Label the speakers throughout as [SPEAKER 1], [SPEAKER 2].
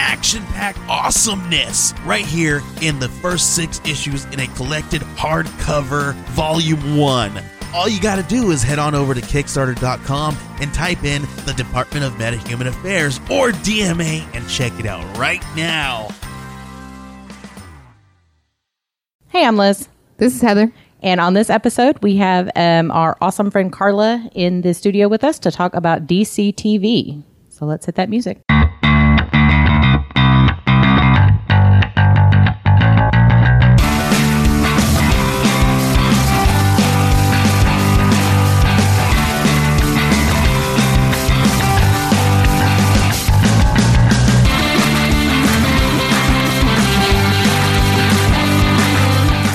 [SPEAKER 1] action packed awesomeness right here in the first six issues in a collected hardcover volume one. All you got to do is head on over to Kickstarter.com and type in the Department of Meta Human Affairs or DMA and check it out right now.
[SPEAKER 2] Hey, I'm Liz.
[SPEAKER 3] This is Heather.
[SPEAKER 2] And on this episode, we have um, our awesome friend Carla in the studio with us to talk about DC TV. So let's hit that music.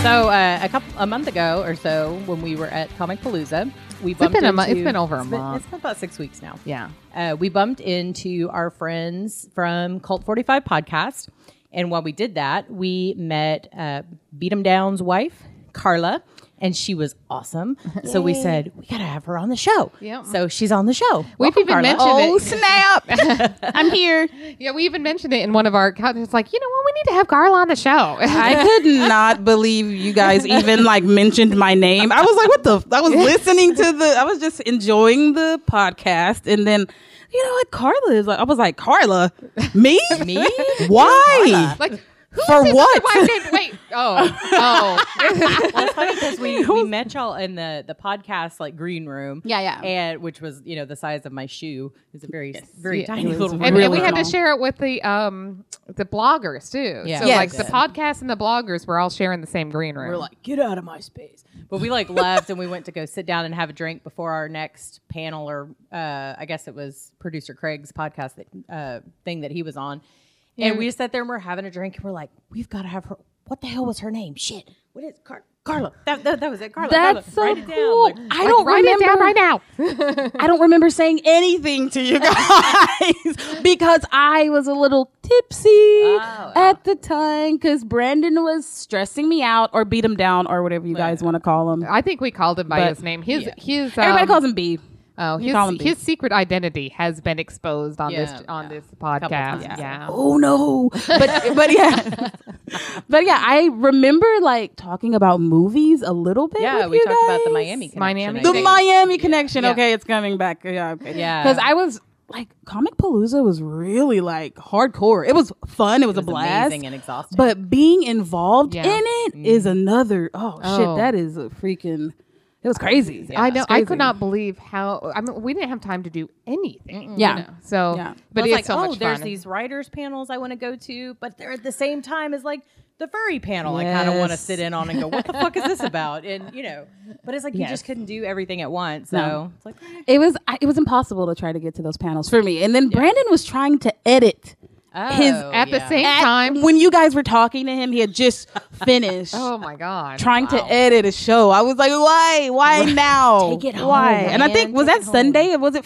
[SPEAKER 2] So uh, a couple a month ago or so, when we were at Comic Palooza, we bumped
[SPEAKER 3] been a
[SPEAKER 2] into,
[SPEAKER 3] mo- it's been over a
[SPEAKER 2] it's been-
[SPEAKER 3] month.
[SPEAKER 2] it's been about six weeks now.
[SPEAKER 3] Yeah.
[SPEAKER 2] uh, we bumped into our friends from Cult 45 podcast. And while we did that, we met uh, Beat 'em Down's wife, Carla, and she was awesome. So we said, we got to have her on the show.
[SPEAKER 3] Yep.
[SPEAKER 2] So she's on the show.
[SPEAKER 3] We've
[SPEAKER 2] Welcome,
[SPEAKER 3] even
[SPEAKER 2] Carla.
[SPEAKER 3] mentioned
[SPEAKER 4] Oh
[SPEAKER 3] it.
[SPEAKER 4] snap! I'm here.
[SPEAKER 3] Yeah, we even mentioned it in one of our. It's like you know what? We need to have Carla on the show.
[SPEAKER 4] I could not believe you guys even like mentioned my name. I was like, what the? f- I was listening to the. I was just enjoying the podcast, and then you know what? Carla is like. I was like, Carla, me,
[SPEAKER 2] Me?
[SPEAKER 4] why?
[SPEAKER 3] like who
[SPEAKER 4] For
[SPEAKER 3] is this
[SPEAKER 4] what?
[SPEAKER 3] other wife named- Wait. Oh. Oh.
[SPEAKER 2] well, it's funny because we, we met y'all in the, the podcast like green room.
[SPEAKER 3] Yeah, yeah.
[SPEAKER 2] And which was, you know, the size of my shoe. It was a very, very
[SPEAKER 3] Yeah.
[SPEAKER 2] tiny
[SPEAKER 4] It was
[SPEAKER 2] little
[SPEAKER 3] and,
[SPEAKER 4] Really
[SPEAKER 3] and we had to
[SPEAKER 4] small.
[SPEAKER 3] share it with the um the bloggers too.
[SPEAKER 2] Yeah.
[SPEAKER 3] So
[SPEAKER 2] Yes.
[SPEAKER 3] like the podcast and the bloggers were all sharing the same green room.
[SPEAKER 4] We're like, get out of my space.
[SPEAKER 2] But we like left and we went to go sit down and have a drink before our next panel, or uh, I guess it was producer Craig's podcast that, uh, thing that he was on. And we just sat there and we're having a drink and we're like, we've got to have her. What the hell was her name? Shit. What is Car- Carla? That, that, that was it. Carla.
[SPEAKER 4] That's
[SPEAKER 2] Carla.
[SPEAKER 4] so
[SPEAKER 2] Write it down.
[SPEAKER 4] cool.
[SPEAKER 2] Like,
[SPEAKER 4] I don't
[SPEAKER 3] write
[SPEAKER 4] remember.
[SPEAKER 3] it down Oh, right now.
[SPEAKER 4] I don't remember saying anything to you guys because I was a little tipsy
[SPEAKER 2] Oh,
[SPEAKER 4] at the time because Brandon was stressing me out or beat him down or whatever you guys want to call
[SPEAKER 2] Um,
[SPEAKER 4] him.
[SPEAKER 3] I think we called him by
[SPEAKER 4] But-
[SPEAKER 3] his name. His
[SPEAKER 2] Yeah.
[SPEAKER 3] his um,
[SPEAKER 4] Everybody calls him B.
[SPEAKER 3] Oh,
[SPEAKER 4] You call him
[SPEAKER 3] his,
[SPEAKER 4] B.
[SPEAKER 3] his secret identity has been exposed on
[SPEAKER 2] Yeah.
[SPEAKER 3] this on
[SPEAKER 2] Yeah.
[SPEAKER 3] this
[SPEAKER 2] Couple times.
[SPEAKER 3] podcast.
[SPEAKER 2] Yeah.
[SPEAKER 3] Yeah.
[SPEAKER 4] oh no but but yeah but yeah i remember like talking about movies a little bit
[SPEAKER 2] Yeah,
[SPEAKER 4] with
[SPEAKER 2] we
[SPEAKER 4] you
[SPEAKER 2] talked about the
[SPEAKER 4] guys.
[SPEAKER 2] Miami connection.
[SPEAKER 3] Miami
[SPEAKER 2] I
[SPEAKER 4] the
[SPEAKER 2] think.
[SPEAKER 3] Mi-
[SPEAKER 4] miami connection
[SPEAKER 3] Yeah.
[SPEAKER 4] okay it's coming back yeah okay
[SPEAKER 2] Yeah.
[SPEAKER 4] because i was like comic palooza was really like hardcore it was fun it was,
[SPEAKER 2] It was
[SPEAKER 4] a blast
[SPEAKER 2] amazing and exhausting.
[SPEAKER 4] but being involved
[SPEAKER 3] Yeah. Mm-hmm.
[SPEAKER 4] in it is another oh,
[SPEAKER 3] Oh.
[SPEAKER 4] shit that is a freaking it was crazy
[SPEAKER 3] I know.
[SPEAKER 4] It's
[SPEAKER 3] I
[SPEAKER 4] crazy.
[SPEAKER 3] could not believe how. I mean, we didn't have time to do anything. you
[SPEAKER 4] Yeah.
[SPEAKER 3] know, So,
[SPEAKER 4] Yeah.
[SPEAKER 2] I
[SPEAKER 3] but
[SPEAKER 2] was
[SPEAKER 3] it's
[SPEAKER 2] like,
[SPEAKER 3] so
[SPEAKER 2] oh,
[SPEAKER 3] much
[SPEAKER 2] there's
[SPEAKER 3] fun.
[SPEAKER 2] these writers panels I want to go to, but they're at the same time as like the furry panel. I kind of want to
[SPEAKER 4] Yes.
[SPEAKER 2] sit in on and go, what the fuck is this about? And you know, but it's like you just couldn't do everything at once. So
[SPEAKER 4] No.
[SPEAKER 2] it's like eh.
[SPEAKER 4] it was I- it was impossible to try to get to those panels for me and then brandon was trying to edit his
[SPEAKER 2] Oh,
[SPEAKER 3] at the
[SPEAKER 2] yeah.
[SPEAKER 3] same time.
[SPEAKER 4] when you guys were talking to him, he had just finished
[SPEAKER 3] oh my god!
[SPEAKER 4] trying to edit a show. I was like, why? Why now?
[SPEAKER 2] Take it
[SPEAKER 4] why?
[SPEAKER 2] home,
[SPEAKER 4] and I think
[SPEAKER 2] man.
[SPEAKER 4] was
[SPEAKER 2] Take
[SPEAKER 4] that
[SPEAKER 2] it home.
[SPEAKER 4] Sunday? Or was it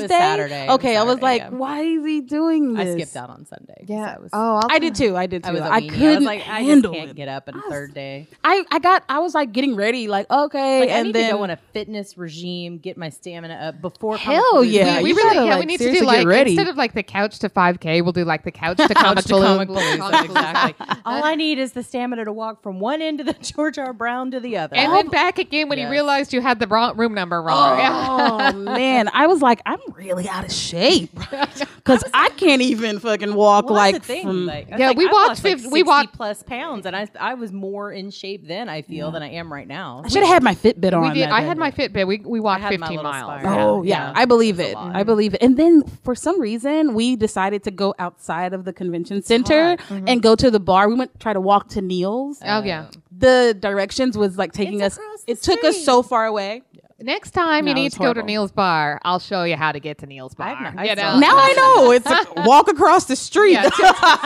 [SPEAKER 2] was
[SPEAKER 4] Day?
[SPEAKER 2] Saturday. It was
[SPEAKER 4] Okay, I was
[SPEAKER 2] Saturday,
[SPEAKER 4] like,
[SPEAKER 2] yeah.
[SPEAKER 4] why is he doing
[SPEAKER 2] I
[SPEAKER 4] this?
[SPEAKER 2] skipped out on Sunday. 'cause
[SPEAKER 3] Yeah.
[SPEAKER 2] I was,
[SPEAKER 3] oh, I'll
[SPEAKER 4] I did too. I did too.
[SPEAKER 2] I was a
[SPEAKER 4] I
[SPEAKER 2] weenie.
[SPEAKER 4] couldn't
[SPEAKER 2] I was like, I just
[SPEAKER 4] handle
[SPEAKER 2] can't
[SPEAKER 4] it.
[SPEAKER 2] get up on a third day.
[SPEAKER 4] I, I got I was like getting ready, like okay,
[SPEAKER 2] Like, I
[SPEAKER 4] and
[SPEAKER 2] need
[SPEAKER 4] then
[SPEAKER 2] to go on a fitness regime, get my stamina up before.
[SPEAKER 4] Hell
[SPEAKER 2] Comic-Con.
[SPEAKER 4] yeah.
[SPEAKER 3] we
[SPEAKER 4] you
[SPEAKER 3] really,
[SPEAKER 4] gotta,
[SPEAKER 3] yeah, we
[SPEAKER 4] like,
[SPEAKER 3] need to do
[SPEAKER 4] seriously get
[SPEAKER 3] like
[SPEAKER 4] ready.
[SPEAKER 3] instead of like the couch to 5K, we'll do like the couch to couch
[SPEAKER 2] To Comic Palooza, exactly.
[SPEAKER 3] exactly.
[SPEAKER 2] All I need is the stamina to walk from one end of the George R. Brown to the other.
[SPEAKER 3] And then back again when
[SPEAKER 2] Yes.
[SPEAKER 3] he realized you had the wrong room number wrong.
[SPEAKER 4] Oh man, I was like, I'm really out of shape because I can't even fucking walk
[SPEAKER 2] Well,
[SPEAKER 4] like hmm,
[SPEAKER 2] that's the thing.
[SPEAKER 4] from-
[SPEAKER 2] like, I
[SPEAKER 3] Yeah,
[SPEAKER 2] think
[SPEAKER 3] we
[SPEAKER 2] I've
[SPEAKER 3] walked
[SPEAKER 2] lost, like,
[SPEAKER 3] 50 we walked-
[SPEAKER 2] 60 plus pounds, and I I was more in shape then I feel than I am right now.
[SPEAKER 4] I should have had my Fitbit on.
[SPEAKER 3] we did.
[SPEAKER 4] that
[SPEAKER 3] I
[SPEAKER 4] day.
[SPEAKER 3] had my Fitbit. We we walked
[SPEAKER 2] had my
[SPEAKER 3] 15
[SPEAKER 2] little
[SPEAKER 3] miles.
[SPEAKER 2] spiral.
[SPEAKER 4] Oh yeah, I believe it. I believe it. And then for some reason, we decided to go outside of the convention center
[SPEAKER 2] Mm-hmm.
[SPEAKER 4] and go to the bar. We went try to walk to Neil's.
[SPEAKER 3] Oh yeah.
[SPEAKER 4] the directions was like taking
[SPEAKER 2] It's
[SPEAKER 4] us.
[SPEAKER 2] across the
[SPEAKER 4] It took us
[SPEAKER 2] street.
[SPEAKER 4] so far away.
[SPEAKER 3] Next time you
[SPEAKER 4] No,
[SPEAKER 3] need
[SPEAKER 4] it's
[SPEAKER 3] to go
[SPEAKER 4] horrible.
[SPEAKER 3] to Neil's bar, I'll show you how to get to Neil's bar.
[SPEAKER 2] I've not- I
[SPEAKER 3] you
[SPEAKER 2] saw
[SPEAKER 3] know?
[SPEAKER 4] Now I know it's a walk across the street.
[SPEAKER 3] Yeah, it's-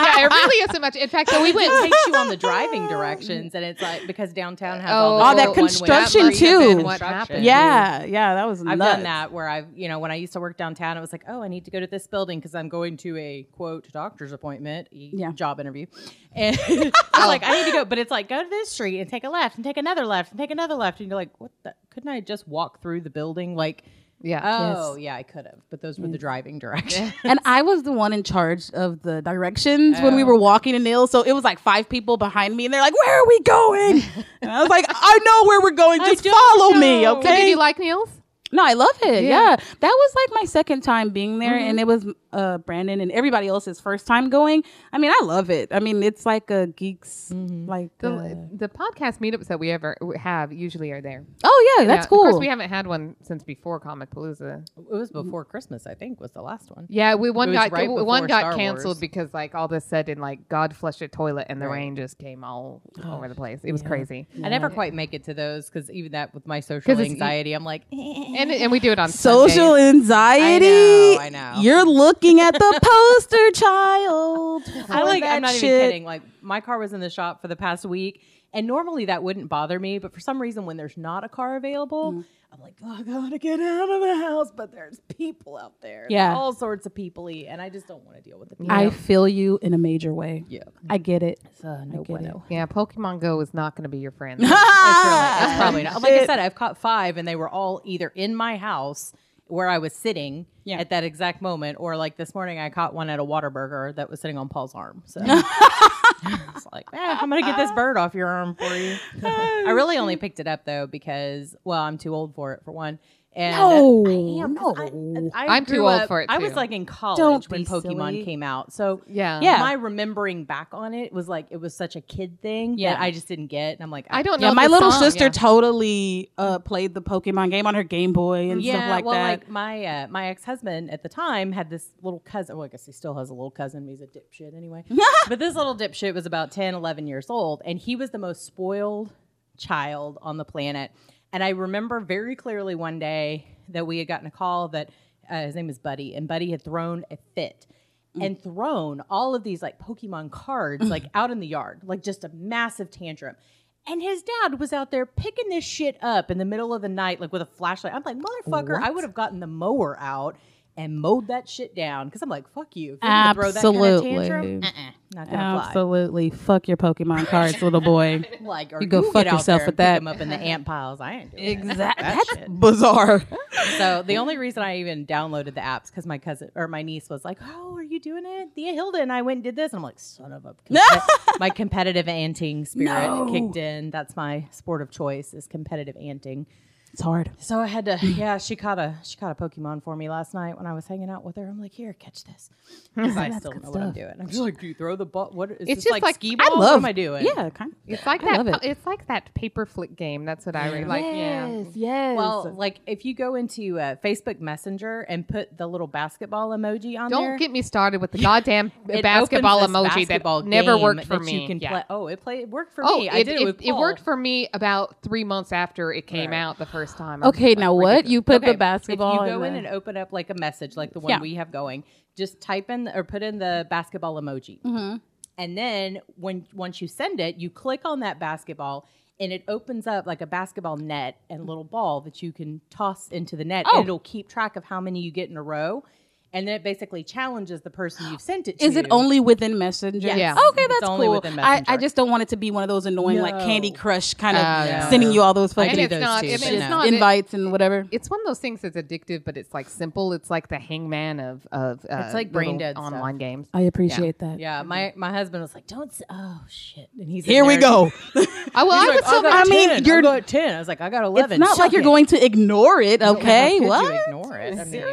[SPEAKER 3] yeah, it really isn't much. In fact, so we went.
[SPEAKER 2] it takes you on the driving directions, and it's like because downtown has
[SPEAKER 3] Oh,
[SPEAKER 2] all,
[SPEAKER 4] all
[SPEAKER 2] the
[SPEAKER 4] that
[SPEAKER 2] little one-way
[SPEAKER 4] construction,
[SPEAKER 2] streets.
[SPEAKER 4] too.
[SPEAKER 2] Construction.
[SPEAKER 3] What happened?
[SPEAKER 4] yeah, yeah, that was
[SPEAKER 2] I've
[SPEAKER 4] nuts.
[SPEAKER 2] done that where I've, you know, when I used to work downtown, it was like, oh, I need to go to this building because I'm going to a quote doctor's appointment, e-
[SPEAKER 4] Yeah. Oh.
[SPEAKER 2] job interview, and I'm like, I need to go, but it's like go to this street and take a left and take another left and take another left, and you're like, what? the Couldn't I just walk through the building? Like,
[SPEAKER 3] Yeah.
[SPEAKER 2] oh yeah, I could have, but those were the driving directions.
[SPEAKER 4] And I was the one in charge of the directions when
[SPEAKER 2] Oh.
[SPEAKER 4] we were walking to Neil. So it was like five people behind me, and they're like, "Where are we going?" And I was like, "I know where we're going. Just follow me,
[SPEAKER 2] know."
[SPEAKER 4] okay?"
[SPEAKER 3] So Oh. did you like Neil's?
[SPEAKER 4] No, I love it.
[SPEAKER 3] Yeah.
[SPEAKER 4] Yeah. That was like my second time being there
[SPEAKER 2] Mm-hmm.
[SPEAKER 4] and it was uh Brandon and everybody else's first time going. I mean, I love it. I mean, it's like a geeks
[SPEAKER 2] Mm-hmm.
[SPEAKER 4] like
[SPEAKER 3] The,
[SPEAKER 4] uh,
[SPEAKER 3] the podcast meetups that we ever have usually are there.
[SPEAKER 4] Oh yeah, that's
[SPEAKER 3] Yeah,
[SPEAKER 4] cool.
[SPEAKER 3] Of course, we haven't had one since before Comic Palooza.
[SPEAKER 2] it was before Christmas, I think, was the last one.
[SPEAKER 3] Yeah, we
[SPEAKER 2] It
[SPEAKER 3] one
[SPEAKER 2] was
[SPEAKER 3] got
[SPEAKER 2] right
[SPEAKER 3] w- one
[SPEAKER 2] before
[SPEAKER 3] got
[SPEAKER 2] Star
[SPEAKER 3] canceled
[SPEAKER 2] Wars.
[SPEAKER 3] because like all of a sudden like God flushed a toilet and the
[SPEAKER 2] Right.
[SPEAKER 3] rain just came all over the place. It was crazy.
[SPEAKER 2] I never quite make it to those because even that with my
[SPEAKER 3] 'Cause
[SPEAKER 2] social
[SPEAKER 3] it's-
[SPEAKER 2] anxiety, I'm like, eh.
[SPEAKER 3] And and we do it on
[SPEAKER 4] Social
[SPEAKER 3] Sundays.
[SPEAKER 4] anxiety.
[SPEAKER 2] I know, I know.
[SPEAKER 4] You're looking at the poster child.
[SPEAKER 2] I
[SPEAKER 4] for
[SPEAKER 2] like.
[SPEAKER 4] that
[SPEAKER 2] I'm not even
[SPEAKER 4] shit.
[SPEAKER 2] kidding. Like my car was in the shop for the past week, and normally that wouldn't bother me, but for some reason, when there's not a car available, I'm like, oh, I gotta get out of the house. But there's people out there, There's
[SPEAKER 4] Yeah.
[SPEAKER 2] all sorts of people, and I just don't want to deal with the people.
[SPEAKER 4] I feel you in a major way.
[SPEAKER 2] yeah,
[SPEAKER 4] I get it.
[SPEAKER 2] no
[SPEAKER 4] get
[SPEAKER 2] bueno.
[SPEAKER 3] Yeah, Pokemon Go is not going to be your friend. It's really-
[SPEAKER 4] Uh,
[SPEAKER 2] That's probably not. Like I said, I've caught five, and they were all either in my house where I was sitting
[SPEAKER 4] Yeah.
[SPEAKER 2] at that exact moment, or like this morning, I caught one at a Waterburger that was sitting on Paul's arm. So it's like, eh, I'm gonna get this bird off your arm for you. I really only picked it up though because, well, I'm too old for it for one. And uh,
[SPEAKER 4] No,
[SPEAKER 2] I am, 'cause
[SPEAKER 4] Oh, no.
[SPEAKER 2] I,
[SPEAKER 3] I'm too
[SPEAKER 2] grew
[SPEAKER 3] old
[SPEAKER 2] up-
[SPEAKER 3] for it,
[SPEAKER 2] I was
[SPEAKER 3] too.
[SPEAKER 2] like in college
[SPEAKER 4] Don't
[SPEAKER 2] when
[SPEAKER 4] be
[SPEAKER 2] Pokemon
[SPEAKER 4] silly.
[SPEAKER 2] came out, so
[SPEAKER 3] yeah.
[SPEAKER 4] Yeah.
[SPEAKER 2] My remembering back on it was like it was such a kid thing
[SPEAKER 4] Yeah.
[SPEAKER 2] that I just didn't get, and I'm like,
[SPEAKER 3] I don't know.
[SPEAKER 4] Yeah, my
[SPEAKER 3] the
[SPEAKER 4] little
[SPEAKER 3] song,
[SPEAKER 4] sister
[SPEAKER 3] yeah.
[SPEAKER 4] totally uh, played the Pokemon game on her Game Boy and stuff like
[SPEAKER 2] well,
[SPEAKER 4] that.
[SPEAKER 2] like my uh, my ex husband at the time had this little cousin. Well, I guess he still has a little cousin. He's a dipshit anyway. but this little dipshit was about 10, 11 years old, and he was the most spoiled child on the planet. And I remember very clearly one day that we had gotten a call that uh, his name was Buddy, and Buddy had thrown a fit.
[SPEAKER 4] Mm.
[SPEAKER 2] And thrown all of these like Pokemon cards like out in the yard, like just a massive tantrum. And his dad was out there picking this shit up in the middle of the night, like with a flashlight. I'm like, motherfucker, I would have gotten the mower out and mowed that shit down because I'm like, fuck you. If you're gonna throw that kind of tantrum,
[SPEAKER 4] Absolutely.
[SPEAKER 2] uh-uh, not gonna fly.
[SPEAKER 4] Absolutely. Fuck your Pokemon cards, little boy.
[SPEAKER 2] Like, or
[SPEAKER 4] You go
[SPEAKER 2] get
[SPEAKER 4] fuck
[SPEAKER 2] out
[SPEAKER 4] yourself
[SPEAKER 2] there
[SPEAKER 4] with
[SPEAKER 2] and
[SPEAKER 4] that.
[SPEAKER 2] Pick 'em up in the ant piles. I ain't doing that.
[SPEAKER 4] exactly.
[SPEAKER 2] That
[SPEAKER 4] That's
[SPEAKER 2] shit.
[SPEAKER 4] bizarre.
[SPEAKER 2] So the only reason I even downloaded the apps because my cousin or my niece was like, "Oh, are you doing it?" Thea Hilda and I went and did this, and I'm like, "Son of a!" compe- my competitive anting spirit kicked in. That's my sport of choice is competitive anting.
[SPEAKER 4] It's hard.
[SPEAKER 2] So I had to, yeah. She caught a she caught a Pokemon for me last night when I was hanging out with her. I'm like, here, catch this. 'Cause I still don't know what I'm doing. I'm just like, do you throw the ball? What is it's
[SPEAKER 3] just like-
[SPEAKER 2] skee
[SPEAKER 3] I
[SPEAKER 2] ball? what
[SPEAKER 4] Love.
[SPEAKER 2] am I doing?
[SPEAKER 4] Yeah, kind of.
[SPEAKER 3] It's like
[SPEAKER 4] I
[SPEAKER 3] that.
[SPEAKER 4] love it.
[SPEAKER 3] po- It's like that paper flick game. That's what I really like. Yeah.
[SPEAKER 4] yes.
[SPEAKER 2] Well, like if you go into uh, Facebook Messenger and put the little basketball emoji on
[SPEAKER 3] Don't
[SPEAKER 2] there,
[SPEAKER 3] get me started with the goddamn
[SPEAKER 2] it
[SPEAKER 3] basketball
[SPEAKER 2] opens
[SPEAKER 3] emoji
[SPEAKER 2] this basketball
[SPEAKER 3] that never
[SPEAKER 2] game
[SPEAKER 3] worked for
[SPEAKER 2] that
[SPEAKER 3] me.
[SPEAKER 2] You can
[SPEAKER 3] Yeah.
[SPEAKER 2] play. Oh, it played. It worked for
[SPEAKER 3] Oh,
[SPEAKER 2] me.
[SPEAKER 3] it,
[SPEAKER 2] I did it,
[SPEAKER 3] it,
[SPEAKER 2] with
[SPEAKER 3] it worked
[SPEAKER 2] Paul.
[SPEAKER 3] for me about three months after it came out the first time. I was
[SPEAKER 4] okay,
[SPEAKER 3] like,
[SPEAKER 4] now what?
[SPEAKER 3] ridiculous.
[SPEAKER 4] You put
[SPEAKER 2] Okay,
[SPEAKER 4] the basketball.
[SPEAKER 2] If you go in
[SPEAKER 4] the-
[SPEAKER 2] and open up like a message, like the one
[SPEAKER 4] Yeah.
[SPEAKER 2] we have going, just type in or put in the basketball emoji, and then when once you send it, you click on that basketball. And it opens up like a basketball net and little ball that you can toss into the net.
[SPEAKER 4] Oh.
[SPEAKER 2] And it'll keep track of how many you get in a row. And then it basically challenges the person you've sent it to.
[SPEAKER 4] is it only within Messenger?
[SPEAKER 2] Yes. Yeah.
[SPEAKER 4] Okay,
[SPEAKER 2] It's
[SPEAKER 4] that's
[SPEAKER 2] only
[SPEAKER 4] cool.
[SPEAKER 2] within
[SPEAKER 4] I, I
[SPEAKER 2] Messenger.
[SPEAKER 4] just don't want it to be one of those annoying like
[SPEAKER 2] No. Uh,
[SPEAKER 4] Candy Crush kind of
[SPEAKER 3] Oh, no.
[SPEAKER 4] sending you all those
[SPEAKER 2] do
[SPEAKER 4] fucking
[SPEAKER 3] And it's
[SPEAKER 2] those
[SPEAKER 3] not.
[SPEAKER 2] two,
[SPEAKER 3] and
[SPEAKER 2] but
[SPEAKER 3] it's
[SPEAKER 2] no.
[SPEAKER 3] not. it-
[SPEAKER 4] invites and whatever.
[SPEAKER 3] It's one of those things that's addictive, but it's like simple. It's like the hangman of of uh,
[SPEAKER 2] It's like brain
[SPEAKER 3] little
[SPEAKER 2] dead stuff.
[SPEAKER 3] online games.
[SPEAKER 4] I appreciate that.
[SPEAKER 2] Yeah, my my husband was like, "Don't." s- Oh shit! And he's
[SPEAKER 4] Here
[SPEAKER 2] in
[SPEAKER 4] we
[SPEAKER 2] there-
[SPEAKER 4] go.
[SPEAKER 3] I, Oh, well,
[SPEAKER 2] He's
[SPEAKER 3] I
[SPEAKER 2] like,
[SPEAKER 3] would still.
[SPEAKER 2] got
[SPEAKER 4] I mean,
[SPEAKER 2] 10,
[SPEAKER 4] you're-
[SPEAKER 2] I got ten. I was like, I got eleven.
[SPEAKER 4] It's not like
[SPEAKER 2] Suck
[SPEAKER 4] you're
[SPEAKER 2] it."
[SPEAKER 4] going to ignore it,
[SPEAKER 2] How
[SPEAKER 4] okay?
[SPEAKER 2] could you
[SPEAKER 4] What?
[SPEAKER 2] ignore it? I mean,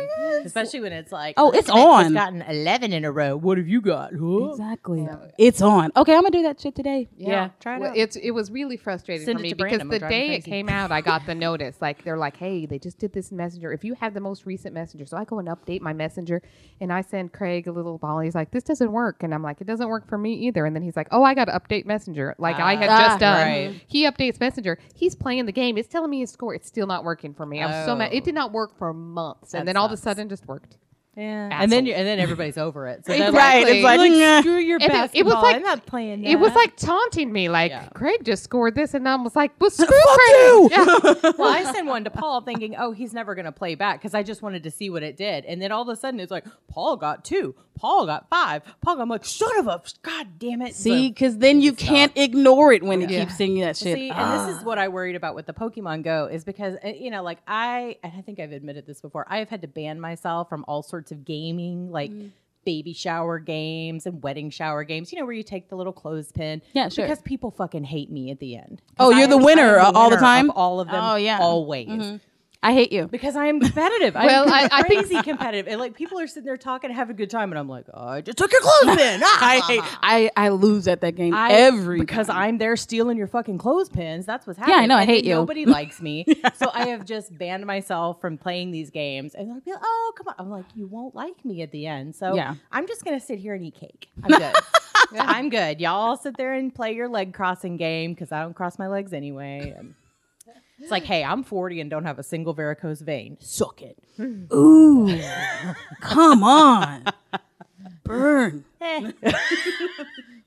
[SPEAKER 2] especially when it's like like,
[SPEAKER 4] Oh, it's
[SPEAKER 2] "Elizabeth has
[SPEAKER 4] on."
[SPEAKER 2] gotten eleven in a row. What have you got? Huh?
[SPEAKER 4] Exactly. It's on. Okay, I'm gonna do that shit today.
[SPEAKER 2] Yeah, try it
[SPEAKER 3] Well,
[SPEAKER 2] out.
[SPEAKER 3] It's it was really frustrating
[SPEAKER 2] Send
[SPEAKER 3] for
[SPEAKER 2] it
[SPEAKER 3] me
[SPEAKER 2] to
[SPEAKER 3] because
[SPEAKER 2] Brandon,
[SPEAKER 3] the
[SPEAKER 2] we'll drive him
[SPEAKER 3] day it
[SPEAKER 2] crazy.
[SPEAKER 3] came out, I got the notice. Like they're like, "Hey, they just did this in Messenger. If you have the most recent Messenger, so I go and update my Messenger, and I send Craig a little ball. He's like, "This doesn't work," and I'm like, "It doesn't work for me either." And then he's like, "Oh, I got to update Messenger, like I had
[SPEAKER 4] Ah,
[SPEAKER 3] just done."
[SPEAKER 2] right.
[SPEAKER 3] He updates Messenger. He's playing the game. It's telling me his score. It's still not working for me. I'm so mad.
[SPEAKER 2] Oh.
[SPEAKER 3] It did not work for months, and
[SPEAKER 2] That
[SPEAKER 3] then all of a
[SPEAKER 2] sucks.
[SPEAKER 3] sudden, just worked.
[SPEAKER 2] Yeah. And then
[SPEAKER 3] Assholes.
[SPEAKER 2] you- and then everybody's over it. So they're
[SPEAKER 4] Right.
[SPEAKER 2] like,
[SPEAKER 4] It's like,
[SPEAKER 2] "Look,
[SPEAKER 4] "Nah."
[SPEAKER 2] screw your
[SPEAKER 3] If it- it was
[SPEAKER 2] basketball.
[SPEAKER 3] like-
[SPEAKER 2] I'm not playing that.
[SPEAKER 3] It was like taunting me, like
[SPEAKER 2] Yeah.
[SPEAKER 3] Craig just scored this, and I was like, "Well, screw
[SPEAKER 4] you!"
[SPEAKER 3] Craig." Yeah.
[SPEAKER 2] well, I sent one to Paul thinking, oh, he's never going to play back because I just wanted to see what it did. And then all of a sudden it's like, Paul got two, Paul got five, Paul got, I'm like, son of a, god damn it.
[SPEAKER 4] See, because then you can't ignore it when it keeps singing that shit.
[SPEAKER 2] See, and this is what I worried about with the Pokemon Go is because uh, you know, like I and I think I've admitted this before. I have had to ban myself from all sorts of gaming, like
[SPEAKER 4] Mm.
[SPEAKER 2] baby shower games and wedding shower games. You know, where you take the little clothespin.
[SPEAKER 4] Yeah, sure.
[SPEAKER 2] Because people fucking hate me at the end.
[SPEAKER 4] Oh,
[SPEAKER 2] 'Cause
[SPEAKER 4] you're
[SPEAKER 2] I-
[SPEAKER 4] the
[SPEAKER 2] I am
[SPEAKER 4] winner, uh, all the
[SPEAKER 2] winner
[SPEAKER 4] time?
[SPEAKER 2] Of all of them.
[SPEAKER 4] Oh, yeah.
[SPEAKER 2] always.
[SPEAKER 4] I hate you.
[SPEAKER 2] Because I am competitive.
[SPEAKER 3] Well,
[SPEAKER 2] I'm
[SPEAKER 3] I- I think-
[SPEAKER 2] crazy competitive. And like people are sitting there talking, having a good time, and I'm like, oh, I just took your clothespin. Ah!
[SPEAKER 4] I hate. I I lose at that game
[SPEAKER 2] I,
[SPEAKER 4] every
[SPEAKER 2] because
[SPEAKER 4] time.
[SPEAKER 2] I'm there stealing your fucking clothespins. That's what's
[SPEAKER 4] I
[SPEAKER 2] happening.
[SPEAKER 4] know, I
[SPEAKER 2] And then
[SPEAKER 4] hate you.
[SPEAKER 2] Nobody likes me, so I have just banned myself from playing these games. And I'll be like, "Oh, come on!" I'm like, "You won't like me at the end." So
[SPEAKER 4] Yeah.
[SPEAKER 2] I'm just gonna sit here and eat cake. I'm good. I'm good. Y'all sit there and play your leg crossing game because I don't cross my legs anyway. And it's like, hey, I'm 40 and don't have a single varicose vein. Suck it.
[SPEAKER 4] Ooh, come on, burn.
[SPEAKER 2] Eh.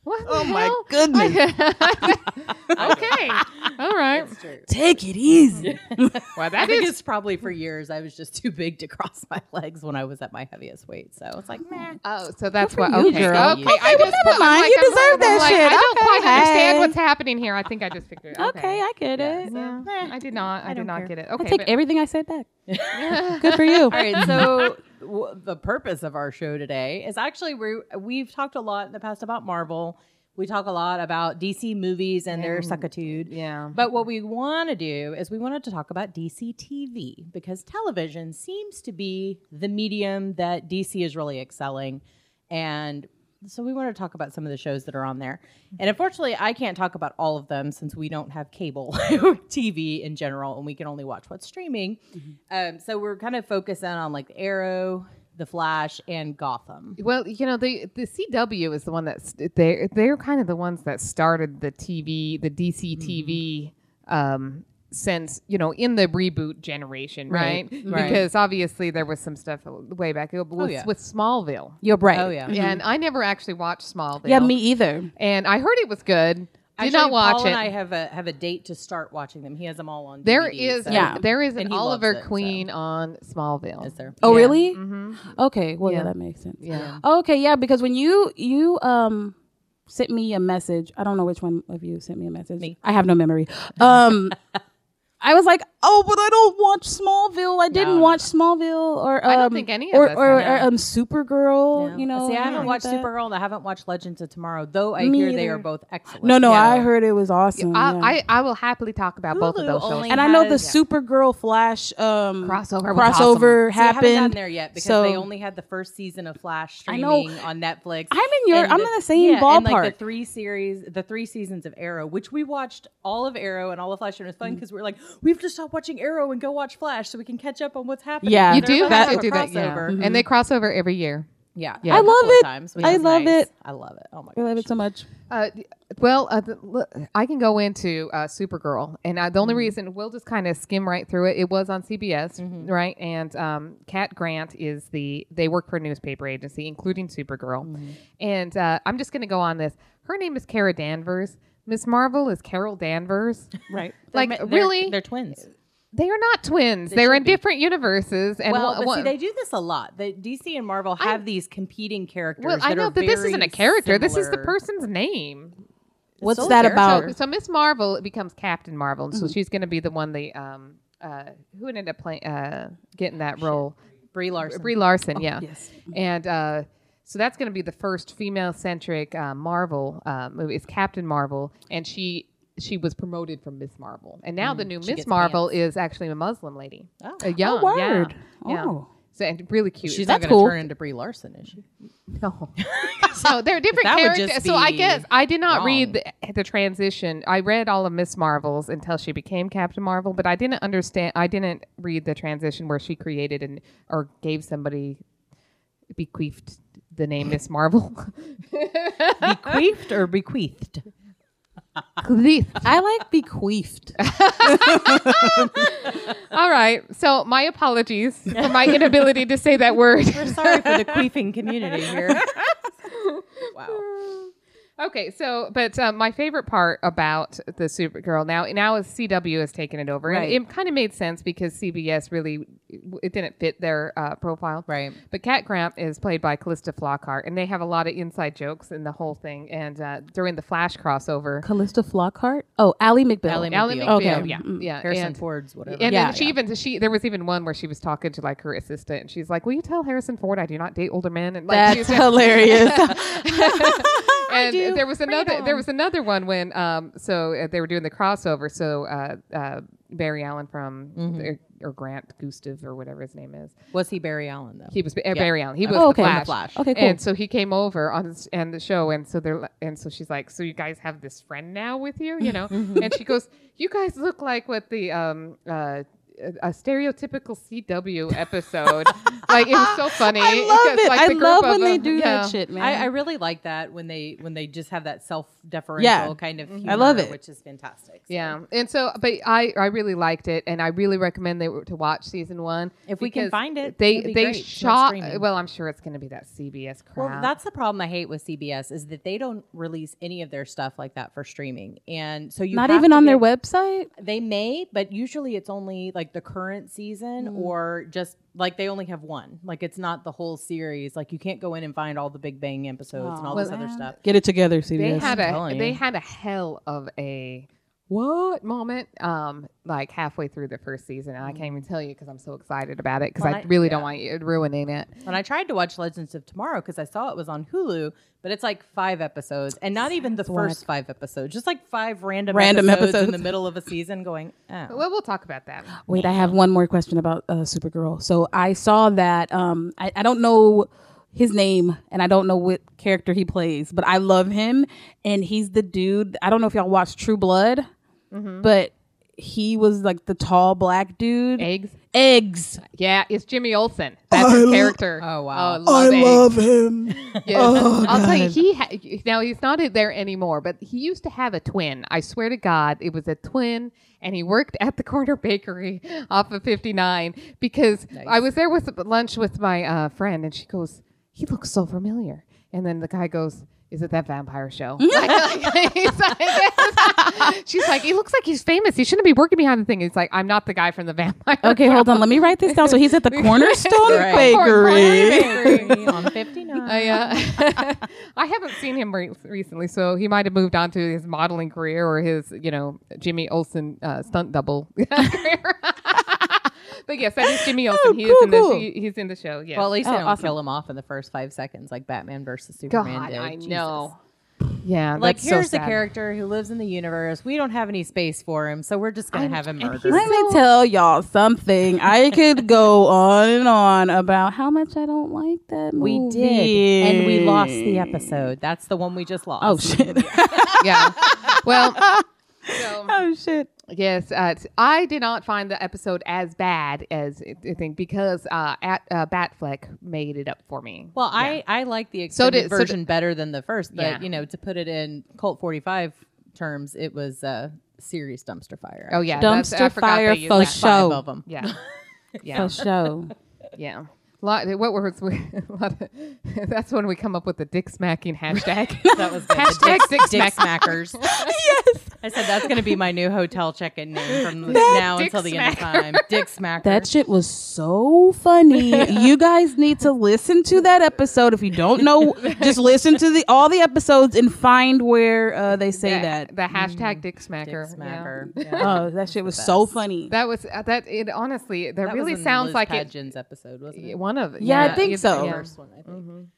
[SPEAKER 3] What
[SPEAKER 1] Oh
[SPEAKER 3] the
[SPEAKER 1] my
[SPEAKER 3] hell?
[SPEAKER 1] goodness.
[SPEAKER 3] okay. All right.
[SPEAKER 4] Take it easy.
[SPEAKER 3] Well,
[SPEAKER 2] I
[SPEAKER 3] that
[SPEAKER 2] think
[SPEAKER 3] is.
[SPEAKER 2] it's probably for years. I was just too big to cross my legs when I was at my heaviest weight. So it's like, meh.
[SPEAKER 3] Oh, so that's
[SPEAKER 4] Good
[SPEAKER 3] why.
[SPEAKER 4] for you,
[SPEAKER 3] Okay.
[SPEAKER 4] girl.
[SPEAKER 3] Okay. I just.
[SPEAKER 4] never
[SPEAKER 3] I'm
[SPEAKER 4] mind.
[SPEAKER 3] like,
[SPEAKER 4] You
[SPEAKER 3] I'm
[SPEAKER 4] deserve
[SPEAKER 3] like- I'm
[SPEAKER 4] that
[SPEAKER 3] like,
[SPEAKER 4] shit.
[SPEAKER 3] I don't quite
[SPEAKER 4] Okay.
[SPEAKER 3] understand what's happening here. I think I just figured. it.
[SPEAKER 4] Okay, I get it.
[SPEAKER 3] Yeah. I did not. I, did not get it.
[SPEAKER 4] I
[SPEAKER 3] Okay.
[SPEAKER 4] take
[SPEAKER 3] but-
[SPEAKER 4] everything I said back. Good for you.
[SPEAKER 2] All right, so w- the purpose of our show today is actually we we've talked a lot in the past about Marvel. We talk a lot about DC movies and their suckitude.
[SPEAKER 3] yeah.
[SPEAKER 2] But what we want to do is we wanted to talk about DC TV because television seems to be the medium that DC is really excelling. And so we want to talk about some of the shows that are on there. And unfortunately, I can't talk about all of them since we don't have cable TV in general and we can only watch what's streaming.
[SPEAKER 3] Mm-hmm.
[SPEAKER 2] Um, so we're kind of focusing on like Arrow, The Flash, and Gotham.
[SPEAKER 3] Well, you know, the the CW is the one that's they they're kind of the ones that started the TV, the DC TV um since, you know, in the reboot generation, right?
[SPEAKER 2] Right.
[SPEAKER 3] Because obviously there was some stuff way back with,
[SPEAKER 4] Oh,
[SPEAKER 2] yeah.
[SPEAKER 3] with Smallville.
[SPEAKER 4] You're right.
[SPEAKER 2] Oh, yeah.
[SPEAKER 3] And I never actually watched Smallville.
[SPEAKER 4] Yeah, me either.
[SPEAKER 3] And I heard it was good. Did
[SPEAKER 2] Actually,
[SPEAKER 3] not watch
[SPEAKER 2] Paul
[SPEAKER 3] it.
[SPEAKER 2] and I have a have a date to start watching them. He has them all on.
[SPEAKER 3] there
[SPEAKER 2] DVD,
[SPEAKER 3] is
[SPEAKER 2] so-
[SPEAKER 4] Yeah.
[SPEAKER 3] there is
[SPEAKER 2] And
[SPEAKER 3] an
[SPEAKER 2] he loves
[SPEAKER 3] Oliver
[SPEAKER 2] it, so.
[SPEAKER 3] Queen on Smallville.
[SPEAKER 2] Is there?
[SPEAKER 4] Oh,
[SPEAKER 3] Yeah.
[SPEAKER 4] really?
[SPEAKER 2] Mm.
[SPEAKER 3] Mhm.
[SPEAKER 4] Okay. Well, yeah.
[SPEAKER 3] Yeah.
[SPEAKER 4] that makes sense.
[SPEAKER 3] Yeah.
[SPEAKER 4] Okay, yeah, because when you you um sent me a message, I don't know which one of you sent me a message.
[SPEAKER 2] Me.
[SPEAKER 4] I have no memory. Um I was like, "Oh, but I don't watch Smallville. I didn't
[SPEAKER 2] no,
[SPEAKER 4] watch Smallville or um,
[SPEAKER 3] I don't think any of
[SPEAKER 4] or
[SPEAKER 3] us
[SPEAKER 4] or,
[SPEAKER 3] have.
[SPEAKER 4] or, um Supergirl,
[SPEAKER 2] Yeah.
[SPEAKER 4] you know.
[SPEAKER 2] see, I haven't
[SPEAKER 4] anything
[SPEAKER 2] watched
[SPEAKER 4] like that.
[SPEAKER 2] Supergirl and I haven't watched Legends of Tomorrow, though I
[SPEAKER 4] Me
[SPEAKER 2] hear they
[SPEAKER 4] either.
[SPEAKER 2] are both excellent.
[SPEAKER 4] No, no,
[SPEAKER 3] Yeah.
[SPEAKER 4] I heard it was awesome. Oh, yeah.
[SPEAKER 3] I, I, I will happily talk about both of
[SPEAKER 2] Hulu
[SPEAKER 3] those shows.
[SPEAKER 2] only
[SPEAKER 4] and I know the
[SPEAKER 2] has-
[SPEAKER 4] Supergirl Flash um
[SPEAKER 3] Crossover was
[SPEAKER 4] crossover
[SPEAKER 2] See, I haven't gotten
[SPEAKER 4] happened.
[SPEAKER 2] there yet because
[SPEAKER 4] So-
[SPEAKER 2] they only had the first season of Flash
[SPEAKER 4] I
[SPEAKER 2] streaming
[SPEAKER 4] know.
[SPEAKER 2] on Netflix.
[SPEAKER 4] I'm in your-
[SPEAKER 2] And
[SPEAKER 4] I'm in the same
[SPEAKER 2] and, like
[SPEAKER 4] ballpark.
[SPEAKER 2] the three series, the three seasons of Arrow, which we watched all of Arrow and all of Flash, and it was fun
[SPEAKER 4] Mm.
[SPEAKER 2] because we were like, we have to stop watching Arrow and go watch Flash so we can catch up on what's happening.
[SPEAKER 4] Yeah.
[SPEAKER 3] You
[SPEAKER 2] They're
[SPEAKER 3] do
[SPEAKER 2] about
[SPEAKER 3] have
[SPEAKER 2] to
[SPEAKER 3] to
[SPEAKER 2] have a
[SPEAKER 3] do that, yeah. Mm-hmm.
[SPEAKER 2] crossover.
[SPEAKER 3] And
[SPEAKER 4] Mm-hmm.
[SPEAKER 3] they cross over every year.
[SPEAKER 2] Yeah,
[SPEAKER 3] Yeah.
[SPEAKER 2] a
[SPEAKER 3] I
[SPEAKER 2] couple
[SPEAKER 4] love
[SPEAKER 2] of
[SPEAKER 4] it.
[SPEAKER 2] times, which
[SPEAKER 4] I
[SPEAKER 2] is
[SPEAKER 4] love
[SPEAKER 2] nice.
[SPEAKER 4] it.
[SPEAKER 2] I love it. Oh my
[SPEAKER 4] I
[SPEAKER 2] god,
[SPEAKER 4] love it so much.
[SPEAKER 3] Uh, d- well, uh, the, look, I can go into uh, Supergirl, and uh, the only
[SPEAKER 2] Mm-hmm.
[SPEAKER 3] reason we'll just kind of skim right through it. It was on CBS,
[SPEAKER 2] Mm-hmm.
[SPEAKER 3] right? And um, Cat Grant is the they work for a newspaper agency, including Supergirl.
[SPEAKER 2] Mm-hmm.
[SPEAKER 3] And uh, I'm just going to go on this. Her name is Kara Danvers. Miss Marvel is Carol Danvers.
[SPEAKER 2] right?
[SPEAKER 3] Like, really?
[SPEAKER 2] they're twins.
[SPEAKER 3] They are not twins. They are
[SPEAKER 2] should
[SPEAKER 3] in
[SPEAKER 2] be.
[SPEAKER 3] different universes. And
[SPEAKER 2] well,
[SPEAKER 3] one-
[SPEAKER 2] but see,
[SPEAKER 3] one-
[SPEAKER 2] they do this a lot. The DC and Marvel have these competing characters.
[SPEAKER 3] well, I
[SPEAKER 2] that are
[SPEAKER 3] know, but this
[SPEAKER 2] very
[SPEAKER 3] isn't a character. This is the
[SPEAKER 2] similar.
[SPEAKER 3] person's name.
[SPEAKER 4] What's
[SPEAKER 2] still a
[SPEAKER 4] that
[SPEAKER 2] character.
[SPEAKER 4] about?
[SPEAKER 3] So, so Miss Marvel becomes Captain Marvel, and so
[SPEAKER 2] Mm-hmm.
[SPEAKER 3] she's going to be the one they um uh who ended up playing uh getting that role
[SPEAKER 2] Brie Larson. Oh, Mm-hmm.
[SPEAKER 3] Brie Larson, yeah,
[SPEAKER 4] yes.
[SPEAKER 3] and uh so that's going to be the first female centric uh, Marvel uh, movie. It's Captain Marvel, and she she was promoted from Miss Marvel, and now the new Miss
[SPEAKER 2] Mm, gets
[SPEAKER 3] Marvel is actually a Muslim lady,
[SPEAKER 2] Oh.
[SPEAKER 3] a young, yeah,
[SPEAKER 4] word.
[SPEAKER 3] yeah.
[SPEAKER 4] Oh.
[SPEAKER 3] and really cute.
[SPEAKER 2] She's
[SPEAKER 3] It's
[SPEAKER 2] not going
[SPEAKER 3] not
[SPEAKER 2] to
[SPEAKER 4] cool.
[SPEAKER 2] turn into Brie Larson, is she?
[SPEAKER 3] No. no, they're different
[SPEAKER 2] That would just
[SPEAKER 3] characters. So I
[SPEAKER 2] be
[SPEAKER 3] guess I did not read
[SPEAKER 2] wrong.
[SPEAKER 3] the, the transition. I read all of Miss Marvel's until she became Captain Marvel, but I didn't understand. I didn't read the transition where she created and or gave somebody bequeathed the name Miss Marvel.
[SPEAKER 2] Bequeathed or bequeathed?
[SPEAKER 3] Bequeathed.
[SPEAKER 2] I like bequeathed.
[SPEAKER 3] all right. So my apologies for my inability to say that word.
[SPEAKER 2] Sorry for the queefing community here. wow.
[SPEAKER 3] Okay, so but uh, my favorite part about the Supergirl now now is CW has taken it over,
[SPEAKER 2] Right.
[SPEAKER 3] and it kind of made sense because CBS really it didn't fit their uh, profile,
[SPEAKER 2] Right.
[SPEAKER 3] But Cat Gramp is played by Callista Flockhart, and they have a lot of inside jokes in the whole thing. And uh, during the Flash crossover,
[SPEAKER 4] Callista Flockhart. Oh, Allie McBeal.
[SPEAKER 2] Ally
[SPEAKER 3] Ally
[SPEAKER 2] McBeal.
[SPEAKER 3] McBeal,
[SPEAKER 4] Okay.
[SPEAKER 3] yeah,
[SPEAKER 4] Mm.
[SPEAKER 3] yeah,
[SPEAKER 2] Harrison
[SPEAKER 3] and-
[SPEAKER 2] Ford's whatever.
[SPEAKER 3] and
[SPEAKER 4] Yeah,
[SPEAKER 3] then she
[SPEAKER 4] yeah.
[SPEAKER 3] even she there was even one where she was talking to like her assistant, and she's like, "Will you tell Harrison Ford I do not date older men?" And like she was
[SPEAKER 4] That's hilarious.
[SPEAKER 3] and
[SPEAKER 2] do.
[SPEAKER 3] there was
[SPEAKER 2] Bring it
[SPEAKER 3] another there
[SPEAKER 2] on.
[SPEAKER 3] was another one when um so uh, they were doing the crossover so uh, uh Barry Allen from
[SPEAKER 4] Mm-hmm.
[SPEAKER 3] or, or Grant Gustav or whatever his name is
[SPEAKER 2] Was he Barry Allen though?
[SPEAKER 3] he was uh, Barry Allen he was
[SPEAKER 4] Oh,
[SPEAKER 3] the
[SPEAKER 4] okay.
[SPEAKER 3] Flash.
[SPEAKER 2] Flash.
[SPEAKER 4] Okay, cool.
[SPEAKER 3] and so he came over on s- and the show and so they're li- and so she's like so you guys have this friend now with you you know and she goes you guys look like what the um uh a a stereotypical CW episode, like it was so funny.
[SPEAKER 4] I love
[SPEAKER 3] because,
[SPEAKER 4] it.
[SPEAKER 3] like,
[SPEAKER 4] I
[SPEAKER 3] the group
[SPEAKER 4] love
[SPEAKER 3] of
[SPEAKER 4] when they
[SPEAKER 3] them-
[SPEAKER 4] do
[SPEAKER 3] yeah.
[SPEAKER 4] that shit, man.
[SPEAKER 2] I, I really like that when they when they just have that self deferential
[SPEAKER 4] Yeah.
[SPEAKER 2] kind of
[SPEAKER 3] Mm-hmm.
[SPEAKER 2] humor,
[SPEAKER 4] I love it.
[SPEAKER 2] which is fantastic. So
[SPEAKER 3] Yeah, and so, but I I really liked it, and I really recommend they were to watch season one
[SPEAKER 2] If we can
[SPEAKER 3] because
[SPEAKER 2] find it,
[SPEAKER 3] They
[SPEAKER 2] it'll be
[SPEAKER 3] they
[SPEAKER 2] great. It's not
[SPEAKER 3] shot.
[SPEAKER 2] streaming.
[SPEAKER 3] Well, I'm sure it's going to be that CBS crowd.
[SPEAKER 2] Well, that's the problem I hate with CBS is that they don't release any of their stuff like that for streaming, and so you
[SPEAKER 4] Not
[SPEAKER 2] have
[SPEAKER 4] even
[SPEAKER 2] to
[SPEAKER 4] on
[SPEAKER 2] get-
[SPEAKER 4] their website.
[SPEAKER 2] They may, but usually it's only like the current season
[SPEAKER 4] Hmm.
[SPEAKER 2] or just like they only have one. Like it's not the whole series. Like you can't go in and find all the Big Bang episodes and all
[SPEAKER 4] Aw,
[SPEAKER 2] this other
[SPEAKER 4] man.
[SPEAKER 2] stuff.
[SPEAKER 4] Get it together,
[SPEAKER 3] they
[SPEAKER 4] CBS.
[SPEAKER 3] had
[SPEAKER 2] I'm
[SPEAKER 3] a
[SPEAKER 2] telling
[SPEAKER 3] they
[SPEAKER 2] you.
[SPEAKER 3] had a hell of a what moment um like halfway through the first season, and I can't even tell you because I'm so excited about it because
[SPEAKER 2] Well,
[SPEAKER 3] I
[SPEAKER 2] I-
[SPEAKER 3] really don't
[SPEAKER 2] yeah.
[SPEAKER 3] want you ruining it.
[SPEAKER 2] And I tried to watch Legends of Tomorrow because I saw it was on Hulu, but it's like five episodes, and not even the first five episodes, just like five random
[SPEAKER 4] Random
[SPEAKER 2] episodes, in
[SPEAKER 4] episodes.
[SPEAKER 2] the middle of a season. Going, oh.
[SPEAKER 3] Well, we'll talk about that.
[SPEAKER 4] Wait, I have one more question about uh, Supergirl. So I saw that. Um, I, I don't know his name, and I don't know what character he plays, but I love him, and he's the dude. I don't know if y'all watched True Blood, but he was like the tall black dude.
[SPEAKER 3] Eggs.
[SPEAKER 4] Eggs.
[SPEAKER 3] Yeah, it's Jimmy Olsen. That's his character.
[SPEAKER 2] Oh, wow.
[SPEAKER 3] I love, eggs.
[SPEAKER 5] him.
[SPEAKER 3] Yes.
[SPEAKER 4] Oh,
[SPEAKER 3] I'll tell you, he ha- now he's not there anymore, but he used to have a twin. I swear to God, it was a twin, and he worked at the corner bakery off of 59 because I was there with lunch with my uh, friend, and she goes, "He looks so familiar," and then the guy goes. Is it that vampire show? He's like- She's like, he looks like he's famous. He shouldn't be working behind the thing. He's like, I'm not the guy from the vampire.
[SPEAKER 4] Okay, hold on. Let me write this down. So he's at the Cornerstone
[SPEAKER 2] Right.
[SPEAKER 4] Bakery.
[SPEAKER 2] on fifty nine.
[SPEAKER 3] I, uh, I haven't seen him re- recently, so he might have moved on to his modeling career or his, you know, Jimmy Olsen uh, stunt double career. but yes, that is Jimmy Olsen. he is
[SPEAKER 4] cool,
[SPEAKER 3] in the,
[SPEAKER 4] cool.
[SPEAKER 3] he- he's in the show. Yes.
[SPEAKER 2] Well, at least they
[SPEAKER 4] Oh,
[SPEAKER 2] don't
[SPEAKER 4] awesome.
[SPEAKER 2] kill him off in the first five seconds, like Batman versus
[SPEAKER 3] God,
[SPEAKER 2] Superman did.
[SPEAKER 3] I
[SPEAKER 2] Jesus.
[SPEAKER 3] know. Yeah,
[SPEAKER 2] Like
[SPEAKER 3] that's so
[SPEAKER 2] here's a
[SPEAKER 3] sad.
[SPEAKER 2] character who lives in the universe. We don't have any space for him, so we're just gonna have him murdered.
[SPEAKER 4] Let me tell y'all something. I could go on and on about how much I don't like that movie.
[SPEAKER 2] We did, and we lost the episode. That's the one we just lost.
[SPEAKER 4] Oh shit.
[SPEAKER 3] Yeah. Well. so-
[SPEAKER 4] oh shit.
[SPEAKER 3] Yes, uh, t- I did not find the episode as bad as I- I think because uh, at, uh, Batfleck made it up for me.
[SPEAKER 2] Well, I I like the
[SPEAKER 3] So
[SPEAKER 2] extended
[SPEAKER 3] did- so did-
[SPEAKER 2] version better than the first, but
[SPEAKER 3] Yeah.
[SPEAKER 2] you know, to put it in Colt forty five terms, it was a serious dumpster fire.
[SPEAKER 3] oh yeah, that's- I
[SPEAKER 4] Dumpster
[SPEAKER 3] forgot they
[SPEAKER 4] fire
[SPEAKER 3] used
[SPEAKER 4] for
[SPEAKER 2] five
[SPEAKER 3] that.
[SPEAKER 4] show.
[SPEAKER 2] of them.
[SPEAKER 3] Yeah,
[SPEAKER 4] For show.
[SPEAKER 3] yeah. Lot, what words? We, a lot of, that's when we come up with the dick smacking hashtag.
[SPEAKER 2] That was good. The
[SPEAKER 3] Hashtag
[SPEAKER 2] dick-
[SPEAKER 3] dick
[SPEAKER 2] dick
[SPEAKER 3] smack-
[SPEAKER 2] smackers.
[SPEAKER 4] yes.
[SPEAKER 2] I said that's going to be my new hotel check-in name from the- now
[SPEAKER 3] Dick
[SPEAKER 2] until the end of time. Dick smacker.
[SPEAKER 4] That shit was so funny. you guys need to listen to that episode. If you don't know, just listen to the all the episodes and find where uh, they say that.
[SPEAKER 3] the hashtag dick smacker.
[SPEAKER 2] Mm-hmm. Dick
[SPEAKER 3] yeah.
[SPEAKER 2] smacker.
[SPEAKER 4] Oh, that shit was so funny.
[SPEAKER 3] That was uh, that. It honestly, that,
[SPEAKER 2] That
[SPEAKER 3] really
[SPEAKER 2] was in
[SPEAKER 3] sounds
[SPEAKER 2] Liz
[SPEAKER 3] like it.
[SPEAKER 2] Pageant's episode, wasn't it?
[SPEAKER 3] One of
[SPEAKER 4] Yeah, I think
[SPEAKER 3] it's-
[SPEAKER 4] so.
[SPEAKER 3] yeah. Mm-hmm.
[SPEAKER 2] First one, I think.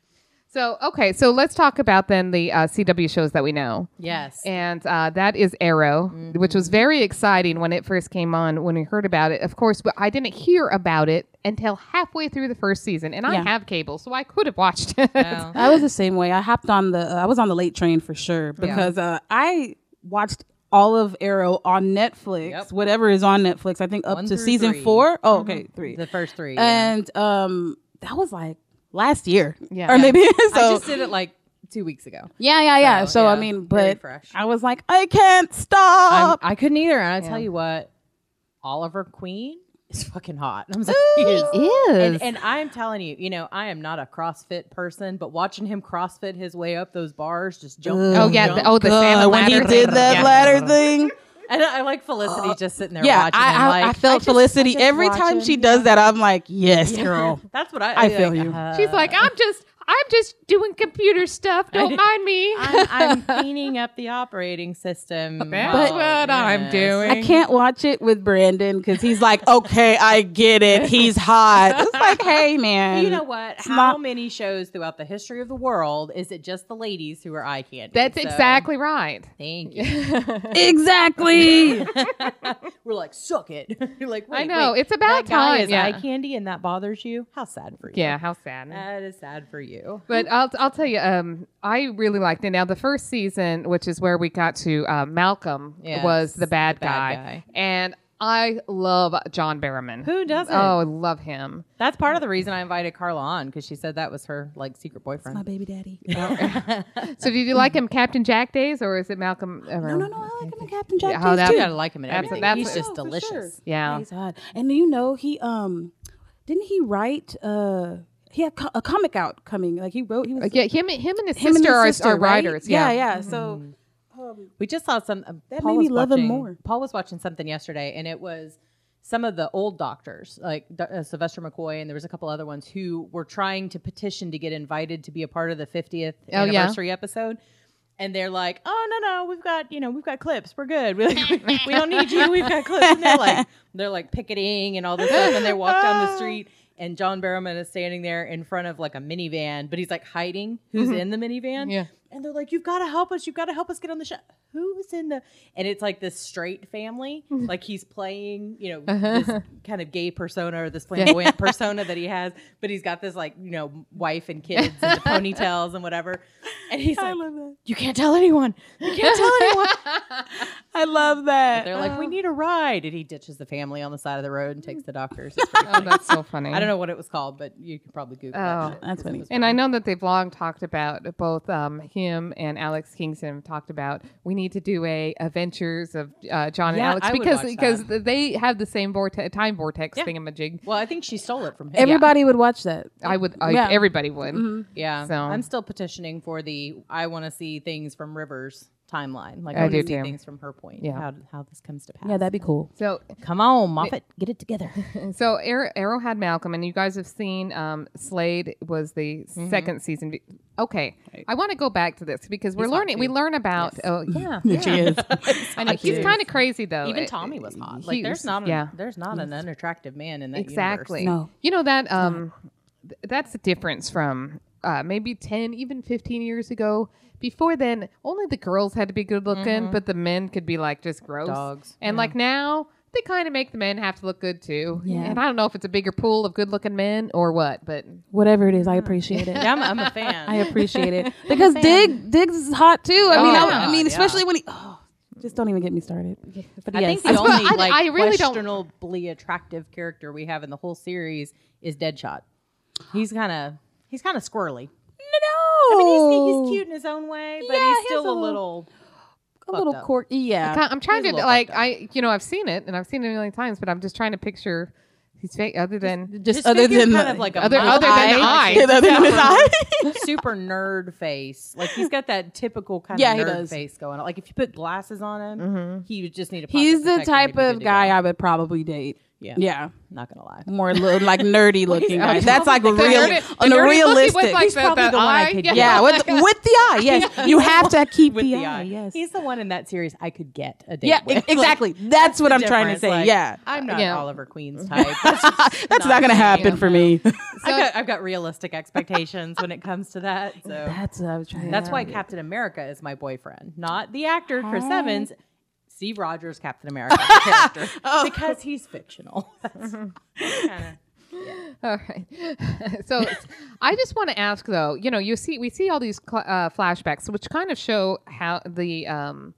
[SPEAKER 3] So okay, so let's talk about then the uh, CW shows that we know.
[SPEAKER 2] Yes.
[SPEAKER 3] and uh, that is Arrow,
[SPEAKER 2] Mm-hmm.
[SPEAKER 3] which was very exciting when it first came on. When we heard about it, of course, but I didn't hear about it until halfway through the first season, and I
[SPEAKER 4] Yeah.
[SPEAKER 3] have cable, so I could have watched it.
[SPEAKER 2] Wow.
[SPEAKER 4] I was the same way. I hopped on the uh, I was on the late train for sure because uh, I watched all of Arrow on Netflix,
[SPEAKER 2] Yep.
[SPEAKER 4] whatever is on Netflix. I think up
[SPEAKER 2] One
[SPEAKER 4] to
[SPEAKER 2] through
[SPEAKER 4] season
[SPEAKER 2] three. Mm-hmm.
[SPEAKER 4] four. Oh, okay, three.
[SPEAKER 2] The first three. yeah.
[SPEAKER 4] And um, that was like last year,
[SPEAKER 3] Yeah.
[SPEAKER 4] or maybe
[SPEAKER 2] I
[SPEAKER 4] so.
[SPEAKER 2] just did it like two weeks ago.
[SPEAKER 4] yeah, yeah, yeah.
[SPEAKER 2] So,
[SPEAKER 4] So, I
[SPEAKER 2] yeah,
[SPEAKER 4] mean,
[SPEAKER 2] very
[SPEAKER 4] but
[SPEAKER 2] fresh.
[SPEAKER 4] I was like, I can't
[SPEAKER 2] I'm,
[SPEAKER 4] stop.
[SPEAKER 2] I could not either. And I
[SPEAKER 3] Oh. Yeah.
[SPEAKER 2] tell you what, Oliver Queen is fucking hot. I'm like, he is.
[SPEAKER 3] Is
[SPEAKER 2] And, and I'm telling you, you know, I am not a CrossFit person, but watching him CrossFit his way up those bars, just jump.
[SPEAKER 3] oh
[SPEAKER 2] jump,
[SPEAKER 3] yeah,
[SPEAKER 2] jump.
[SPEAKER 3] the, oh the salmon
[SPEAKER 4] God, Uh, when he
[SPEAKER 3] ladder
[SPEAKER 4] did
[SPEAKER 3] thing.
[SPEAKER 4] that
[SPEAKER 3] Yeah.
[SPEAKER 4] ladder thing,
[SPEAKER 2] and I, I like Felicity just sitting there.
[SPEAKER 4] yeah,
[SPEAKER 2] watching
[SPEAKER 4] I,
[SPEAKER 2] him,
[SPEAKER 4] I,
[SPEAKER 2] like,
[SPEAKER 4] I felt
[SPEAKER 2] just-
[SPEAKER 4] Felicity
[SPEAKER 2] just
[SPEAKER 4] every
[SPEAKER 2] watch
[SPEAKER 4] time
[SPEAKER 2] him.
[SPEAKER 4] she does that. I'm like, yes, girl.
[SPEAKER 2] That's what I. uh,
[SPEAKER 4] I feel you.
[SPEAKER 3] She's like, I'm just, I'm just doing computer stuff. Don't mind me.
[SPEAKER 2] I'm, I'm cleaning up the operating system.
[SPEAKER 3] That's
[SPEAKER 2] Oh,
[SPEAKER 3] what I'm
[SPEAKER 2] goodness.
[SPEAKER 3] doing.
[SPEAKER 4] I can't watch it with Brandon because he's like, okay, I get it. He's hot. It's like, hey, man.
[SPEAKER 2] You know what? How
[SPEAKER 4] not-
[SPEAKER 2] many shows throughout the history of the world is it just the ladies who are eye candy?
[SPEAKER 3] That's
[SPEAKER 2] So,
[SPEAKER 3] exactly right.
[SPEAKER 2] Thank you.
[SPEAKER 4] Exactly.
[SPEAKER 2] We're like, suck it. You're like,
[SPEAKER 3] I
[SPEAKER 2] wait,
[SPEAKER 3] know
[SPEAKER 2] wait.
[SPEAKER 3] it's about
[SPEAKER 2] that guy
[SPEAKER 3] time.
[SPEAKER 2] is
[SPEAKER 3] yeah.
[SPEAKER 2] eye candy, and that bothers you. How sad for you?
[SPEAKER 3] yeah, how sad.
[SPEAKER 2] that is sad for you.
[SPEAKER 3] But I'll, I'll tell you, um, I really liked it. Now, the first season, which is where we got to uh, Malcolm,
[SPEAKER 2] Yes,
[SPEAKER 3] was the bad,
[SPEAKER 2] the bad
[SPEAKER 3] guy.
[SPEAKER 2] guy.
[SPEAKER 3] And I love John Barrowman.
[SPEAKER 2] Who doesn't?
[SPEAKER 3] Oh, I love him.
[SPEAKER 2] That's part of the reason I invited Carla on because she said that was her like secret boyfriend.
[SPEAKER 4] My baby daddy.
[SPEAKER 3] Oh, So, did you like him Captain Jack days or is it Malcolm? uh,
[SPEAKER 4] No, no, no. I like him and Captain Jack.
[SPEAKER 3] how
[SPEAKER 4] Days,
[SPEAKER 3] that-
[SPEAKER 4] too.
[SPEAKER 2] You gotta like him and
[SPEAKER 3] That's-
[SPEAKER 2] everything.
[SPEAKER 3] that's-
[SPEAKER 2] He's
[SPEAKER 4] Oh,
[SPEAKER 2] just
[SPEAKER 4] for sure.
[SPEAKER 2] delicious.
[SPEAKER 3] Yeah.
[SPEAKER 4] He's hot. And do you know, he um didn't he write uh he had co- a comic out coming. Like he wrote he was
[SPEAKER 3] Uh, Yeah, him, him and his
[SPEAKER 4] him
[SPEAKER 3] sister,
[SPEAKER 4] and his
[SPEAKER 3] are,
[SPEAKER 4] sister,
[SPEAKER 3] are
[SPEAKER 4] right?
[SPEAKER 3] writers. Mm-hmm.
[SPEAKER 4] Yeah, yeah. So
[SPEAKER 2] We just saw some. Um,
[SPEAKER 4] That
[SPEAKER 2] Paul
[SPEAKER 4] made me
[SPEAKER 2] was
[SPEAKER 4] love
[SPEAKER 2] watching-
[SPEAKER 4] him more.
[SPEAKER 2] Paul was watching something yesterday, and it was some of the old doctors, like Do- uh, Sylvester McCoy, and there was a couple other ones who were trying to petition to get invited to be a part of the 50th
[SPEAKER 3] Oh, yeah.
[SPEAKER 2] anniversary episode. And they're like, "Oh no, no, we've got you know we've got clips. We're good. We, like, we don't need you. We've got clips." And they're like, they're like picketing and all this stuff. And they walk down the street, and John Barrowman is standing there in front of like a minivan, but he's like hiding who's in the minivan.
[SPEAKER 3] Yeah.
[SPEAKER 2] And they're like, "You've got to help us. You've got to help us get on the show." Who's in the? And it's like this straight family. like he's playing, you know, this kind of gay persona or this flamboyant persona that he has, but he's got this like, you know, wife and kids and the ponytails and whatever. And he's
[SPEAKER 4] I
[SPEAKER 2] like,
[SPEAKER 4] love that.
[SPEAKER 2] "You can't tell anyone. You can't tell anyone."
[SPEAKER 4] I love that.
[SPEAKER 2] They're
[SPEAKER 3] Oh.
[SPEAKER 2] like, "We need a ride," and he ditches the family on the side of the road and takes the doctors. It's pretty
[SPEAKER 3] Oh,
[SPEAKER 2] funny.
[SPEAKER 3] that's so funny.
[SPEAKER 2] I don't know what it was called, but you can probably Google
[SPEAKER 3] Oh.
[SPEAKER 2] that. shit.
[SPEAKER 4] That's funny.
[SPEAKER 3] And I know that they've long talked about both um, him and Alex Kingston have talked about we need to do a adventures of uh, John
[SPEAKER 2] Yeah,
[SPEAKER 3] and Alex
[SPEAKER 2] I would
[SPEAKER 3] because
[SPEAKER 2] watch
[SPEAKER 3] because they have the same vorte- time vortex thingamajig.
[SPEAKER 2] Well, I think she stole it from him.
[SPEAKER 4] Everybody would watch that.
[SPEAKER 2] Oh,
[SPEAKER 3] I would I,
[SPEAKER 4] Yeah.
[SPEAKER 3] everybody would.
[SPEAKER 2] Yeah.
[SPEAKER 3] So-
[SPEAKER 2] I'm still petitioning for the I want to see things from Rivers timeline. Like
[SPEAKER 3] I
[SPEAKER 2] I, want
[SPEAKER 3] do
[SPEAKER 2] to see
[SPEAKER 3] too.
[SPEAKER 2] things from her point.
[SPEAKER 3] Yeah.
[SPEAKER 2] How, how this comes to pass.
[SPEAKER 4] Yeah, that'd be cool.
[SPEAKER 3] So
[SPEAKER 2] Come on, Moffat, get it together.
[SPEAKER 3] so Arrow, Arrow had Malcolm and you guys have seen um, Slade was the
[SPEAKER 2] Mm-hmm.
[SPEAKER 3] second season. Okay, I want to go back to this because we're learning we learn about oh yeah
[SPEAKER 4] She is.
[SPEAKER 3] I know he's kind of crazy though.
[SPEAKER 2] Even
[SPEAKER 3] It-
[SPEAKER 2] Tommy was hot. Like
[SPEAKER 3] he
[SPEAKER 2] there's
[SPEAKER 3] was-
[SPEAKER 2] not an,
[SPEAKER 3] uh, yeah.
[SPEAKER 2] there's not an unattractive man in that universe.
[SPEAKER 3] exactly
[SPEAKER 4] No.
[SPEAKER 3] you know that um th- that's the difference from uh maybe 10 even 15 years ago before then only the girls had to be good looking but the men could be like just gross
[SPEAKER 2] Dogs,
[SPEAKER 3] and like now they kind of make the men have to look good too
[SPEAKER 4] Yeah.
[SPEAKER 3] and i don't know if it's a bigger pool of good looking men or what but
[SPEAKER 4] Whatever it is, I appreciate it.
[SPEAKER 2] Yeah, I'm, I'm a fan.
[SPEAKER 4] I appreciate it because Dig Diggs is hot too. I mean,
[SPEAKER 3] Oh,
[SPEAKER 4] I,
[SPEAKER 2] yeah.
[SPEAKER 4] I mean,
[SPEAKER 2] Yeah.
[SPEAKER 4] especially when he. Oh, just don't even get me started. But
[SPEAKER 2] I
[SPEAKER 4] yes.
[SPEAKER 2] think the only
[SPEAKER 3] I-
[SPEAKER 2] like
[SPEAKER 3] I really don't-
[SPEAKER 2] questionably attractive character we have in the whole series is Deadshot. He's kind of he's kind of squirrely.
[SPEAKER 4] no.
[SPEAKER 2] I mean, he's, he's cute in his own way, but
[SPEAKER 4] Oh. Yeah,
[SPEAKER 2] he's
[SPEAKER 4] he has
[SPEAKER 2] still
[SPEAKER 4] a
[SPEAKER 2] a
[SPEAKER 4] little-
[SPEAKER 2] little
[SPEAKER 4] A little
[SPEAKER 2] fucked up.
[SPEAKER 4] quirky. Yeah.
[SPEAKER 3] Ki- i'm trying
[SPEAKER 2] he's a
[SPEAKER 3] to
[SPEAKER 2] little
[SPEAKER 3] like
[SPEAKER 2] fucked up.
[SPEAKER 3] i you know i've seen it and i've seen it a million times but i'm just than picture he's fake other than
[SPEAKER 4] just
[SPEAKER 2] His
[SPEAKER 4] other
[SPEAKER 2] figure's
[SPEAKER 4] than
[SPEAKER 2] kind
[SPEAKER 4] the-
[SPEAKER 2] of like a
[SPEAKER 3] other,
[SPEAKER 2] mild
[SPEAKER 3] other than the
[SPEAKER 2] eye.
[SPEAKER 3] eye
[SPEAKER 4] other than his eye.
[SPEAKER 2] super nerd face. Like he's got that typical kind
[SPEAKER 4] Yeah,
[SPEAKER 2] of
[SPEAKER 4] he
[SPEAKER 2] nerd
[SPEAKER 4] does. Mm-hmm.
[SPEAKER 2] face going on. Like if you put glasses on him, he would just need a. pocket
[SPEAKER 4] He's the
[SPEAKER 2] protector and he'd
[SPEAKER 4] type
[SPEAKER 2] be good
[SPEAKER 4] of
[SPEAKER 2] to
[SPEAKER 4] guy
[SPEAKER 2] go.
[SPEAKER 4] I would probably date.
[SPEAKER 2] Yeah.
[SPEAKER 4] Yeah.
[SPEAKER 2] Not gonna lie.
[SPEAKER 4] More li- like nerdy looking guy. That's like
[SPEAKER 3] The
[SPEAKER 4] a real,
[SPEAKER 3] nerdy- the
[SPEAKER 4] on a
[SPEAKER 3] nerdy look, he was
[SPEAKER 4] realistic.
[SPEAKER 3] like the-
[SPEAKER 2] probably
[SPEAKER 3] the
[SPEAKER 2] the one I
[SPEAKER 3] eye.
[SPEAKER 2] could
[SPEAKER 3] Yeah.
[SPEAKER 2] get.
[SPEAKER 4] yeah, with, with the eye. Yes, you have to keep
[SPEAKER 2] With
[SPEAKER 4] the, eye. Yes.
[SPEAKER 2] he's the one in that series I could get a date
[SPEAKER 4] yeah,
[SPEAKER 2] with.
[SPEAKER 4] e- exactly. that's,
[SPEAKER 2] the
[SPEAKER 4] what I'm trying to
[SPEAKER 2] difference.
[SPEAKER 4] say.
[SPEAKER 2] Like,
[SPEAKER 4] yeah,
[SPEAKER 2] I'm not
[SPEAKER 3] Yeah.
[SPEAKER 2] Oliver Queen's type. That's, just
[SPEAKER 4] that's not gonna
[SPEAKER 2] me.
[SPEAKER 4] happen for me.
[SPEAKER 2] I've got, I've got realistic expectations when it comes to that. So
[SPEAKER 4] that's what I was trying.
[SPEAKER 2] That's why Captain America is my boyfriend, not the actor Chris Evans. Steve Oh. Rogers, Captain America character, because he's fictional. That's kinda-
[SPEAKER 3] All right. so I just want to ask though, you know, you see, we see all these cl- uh, flashbacks, which kind of show how the um,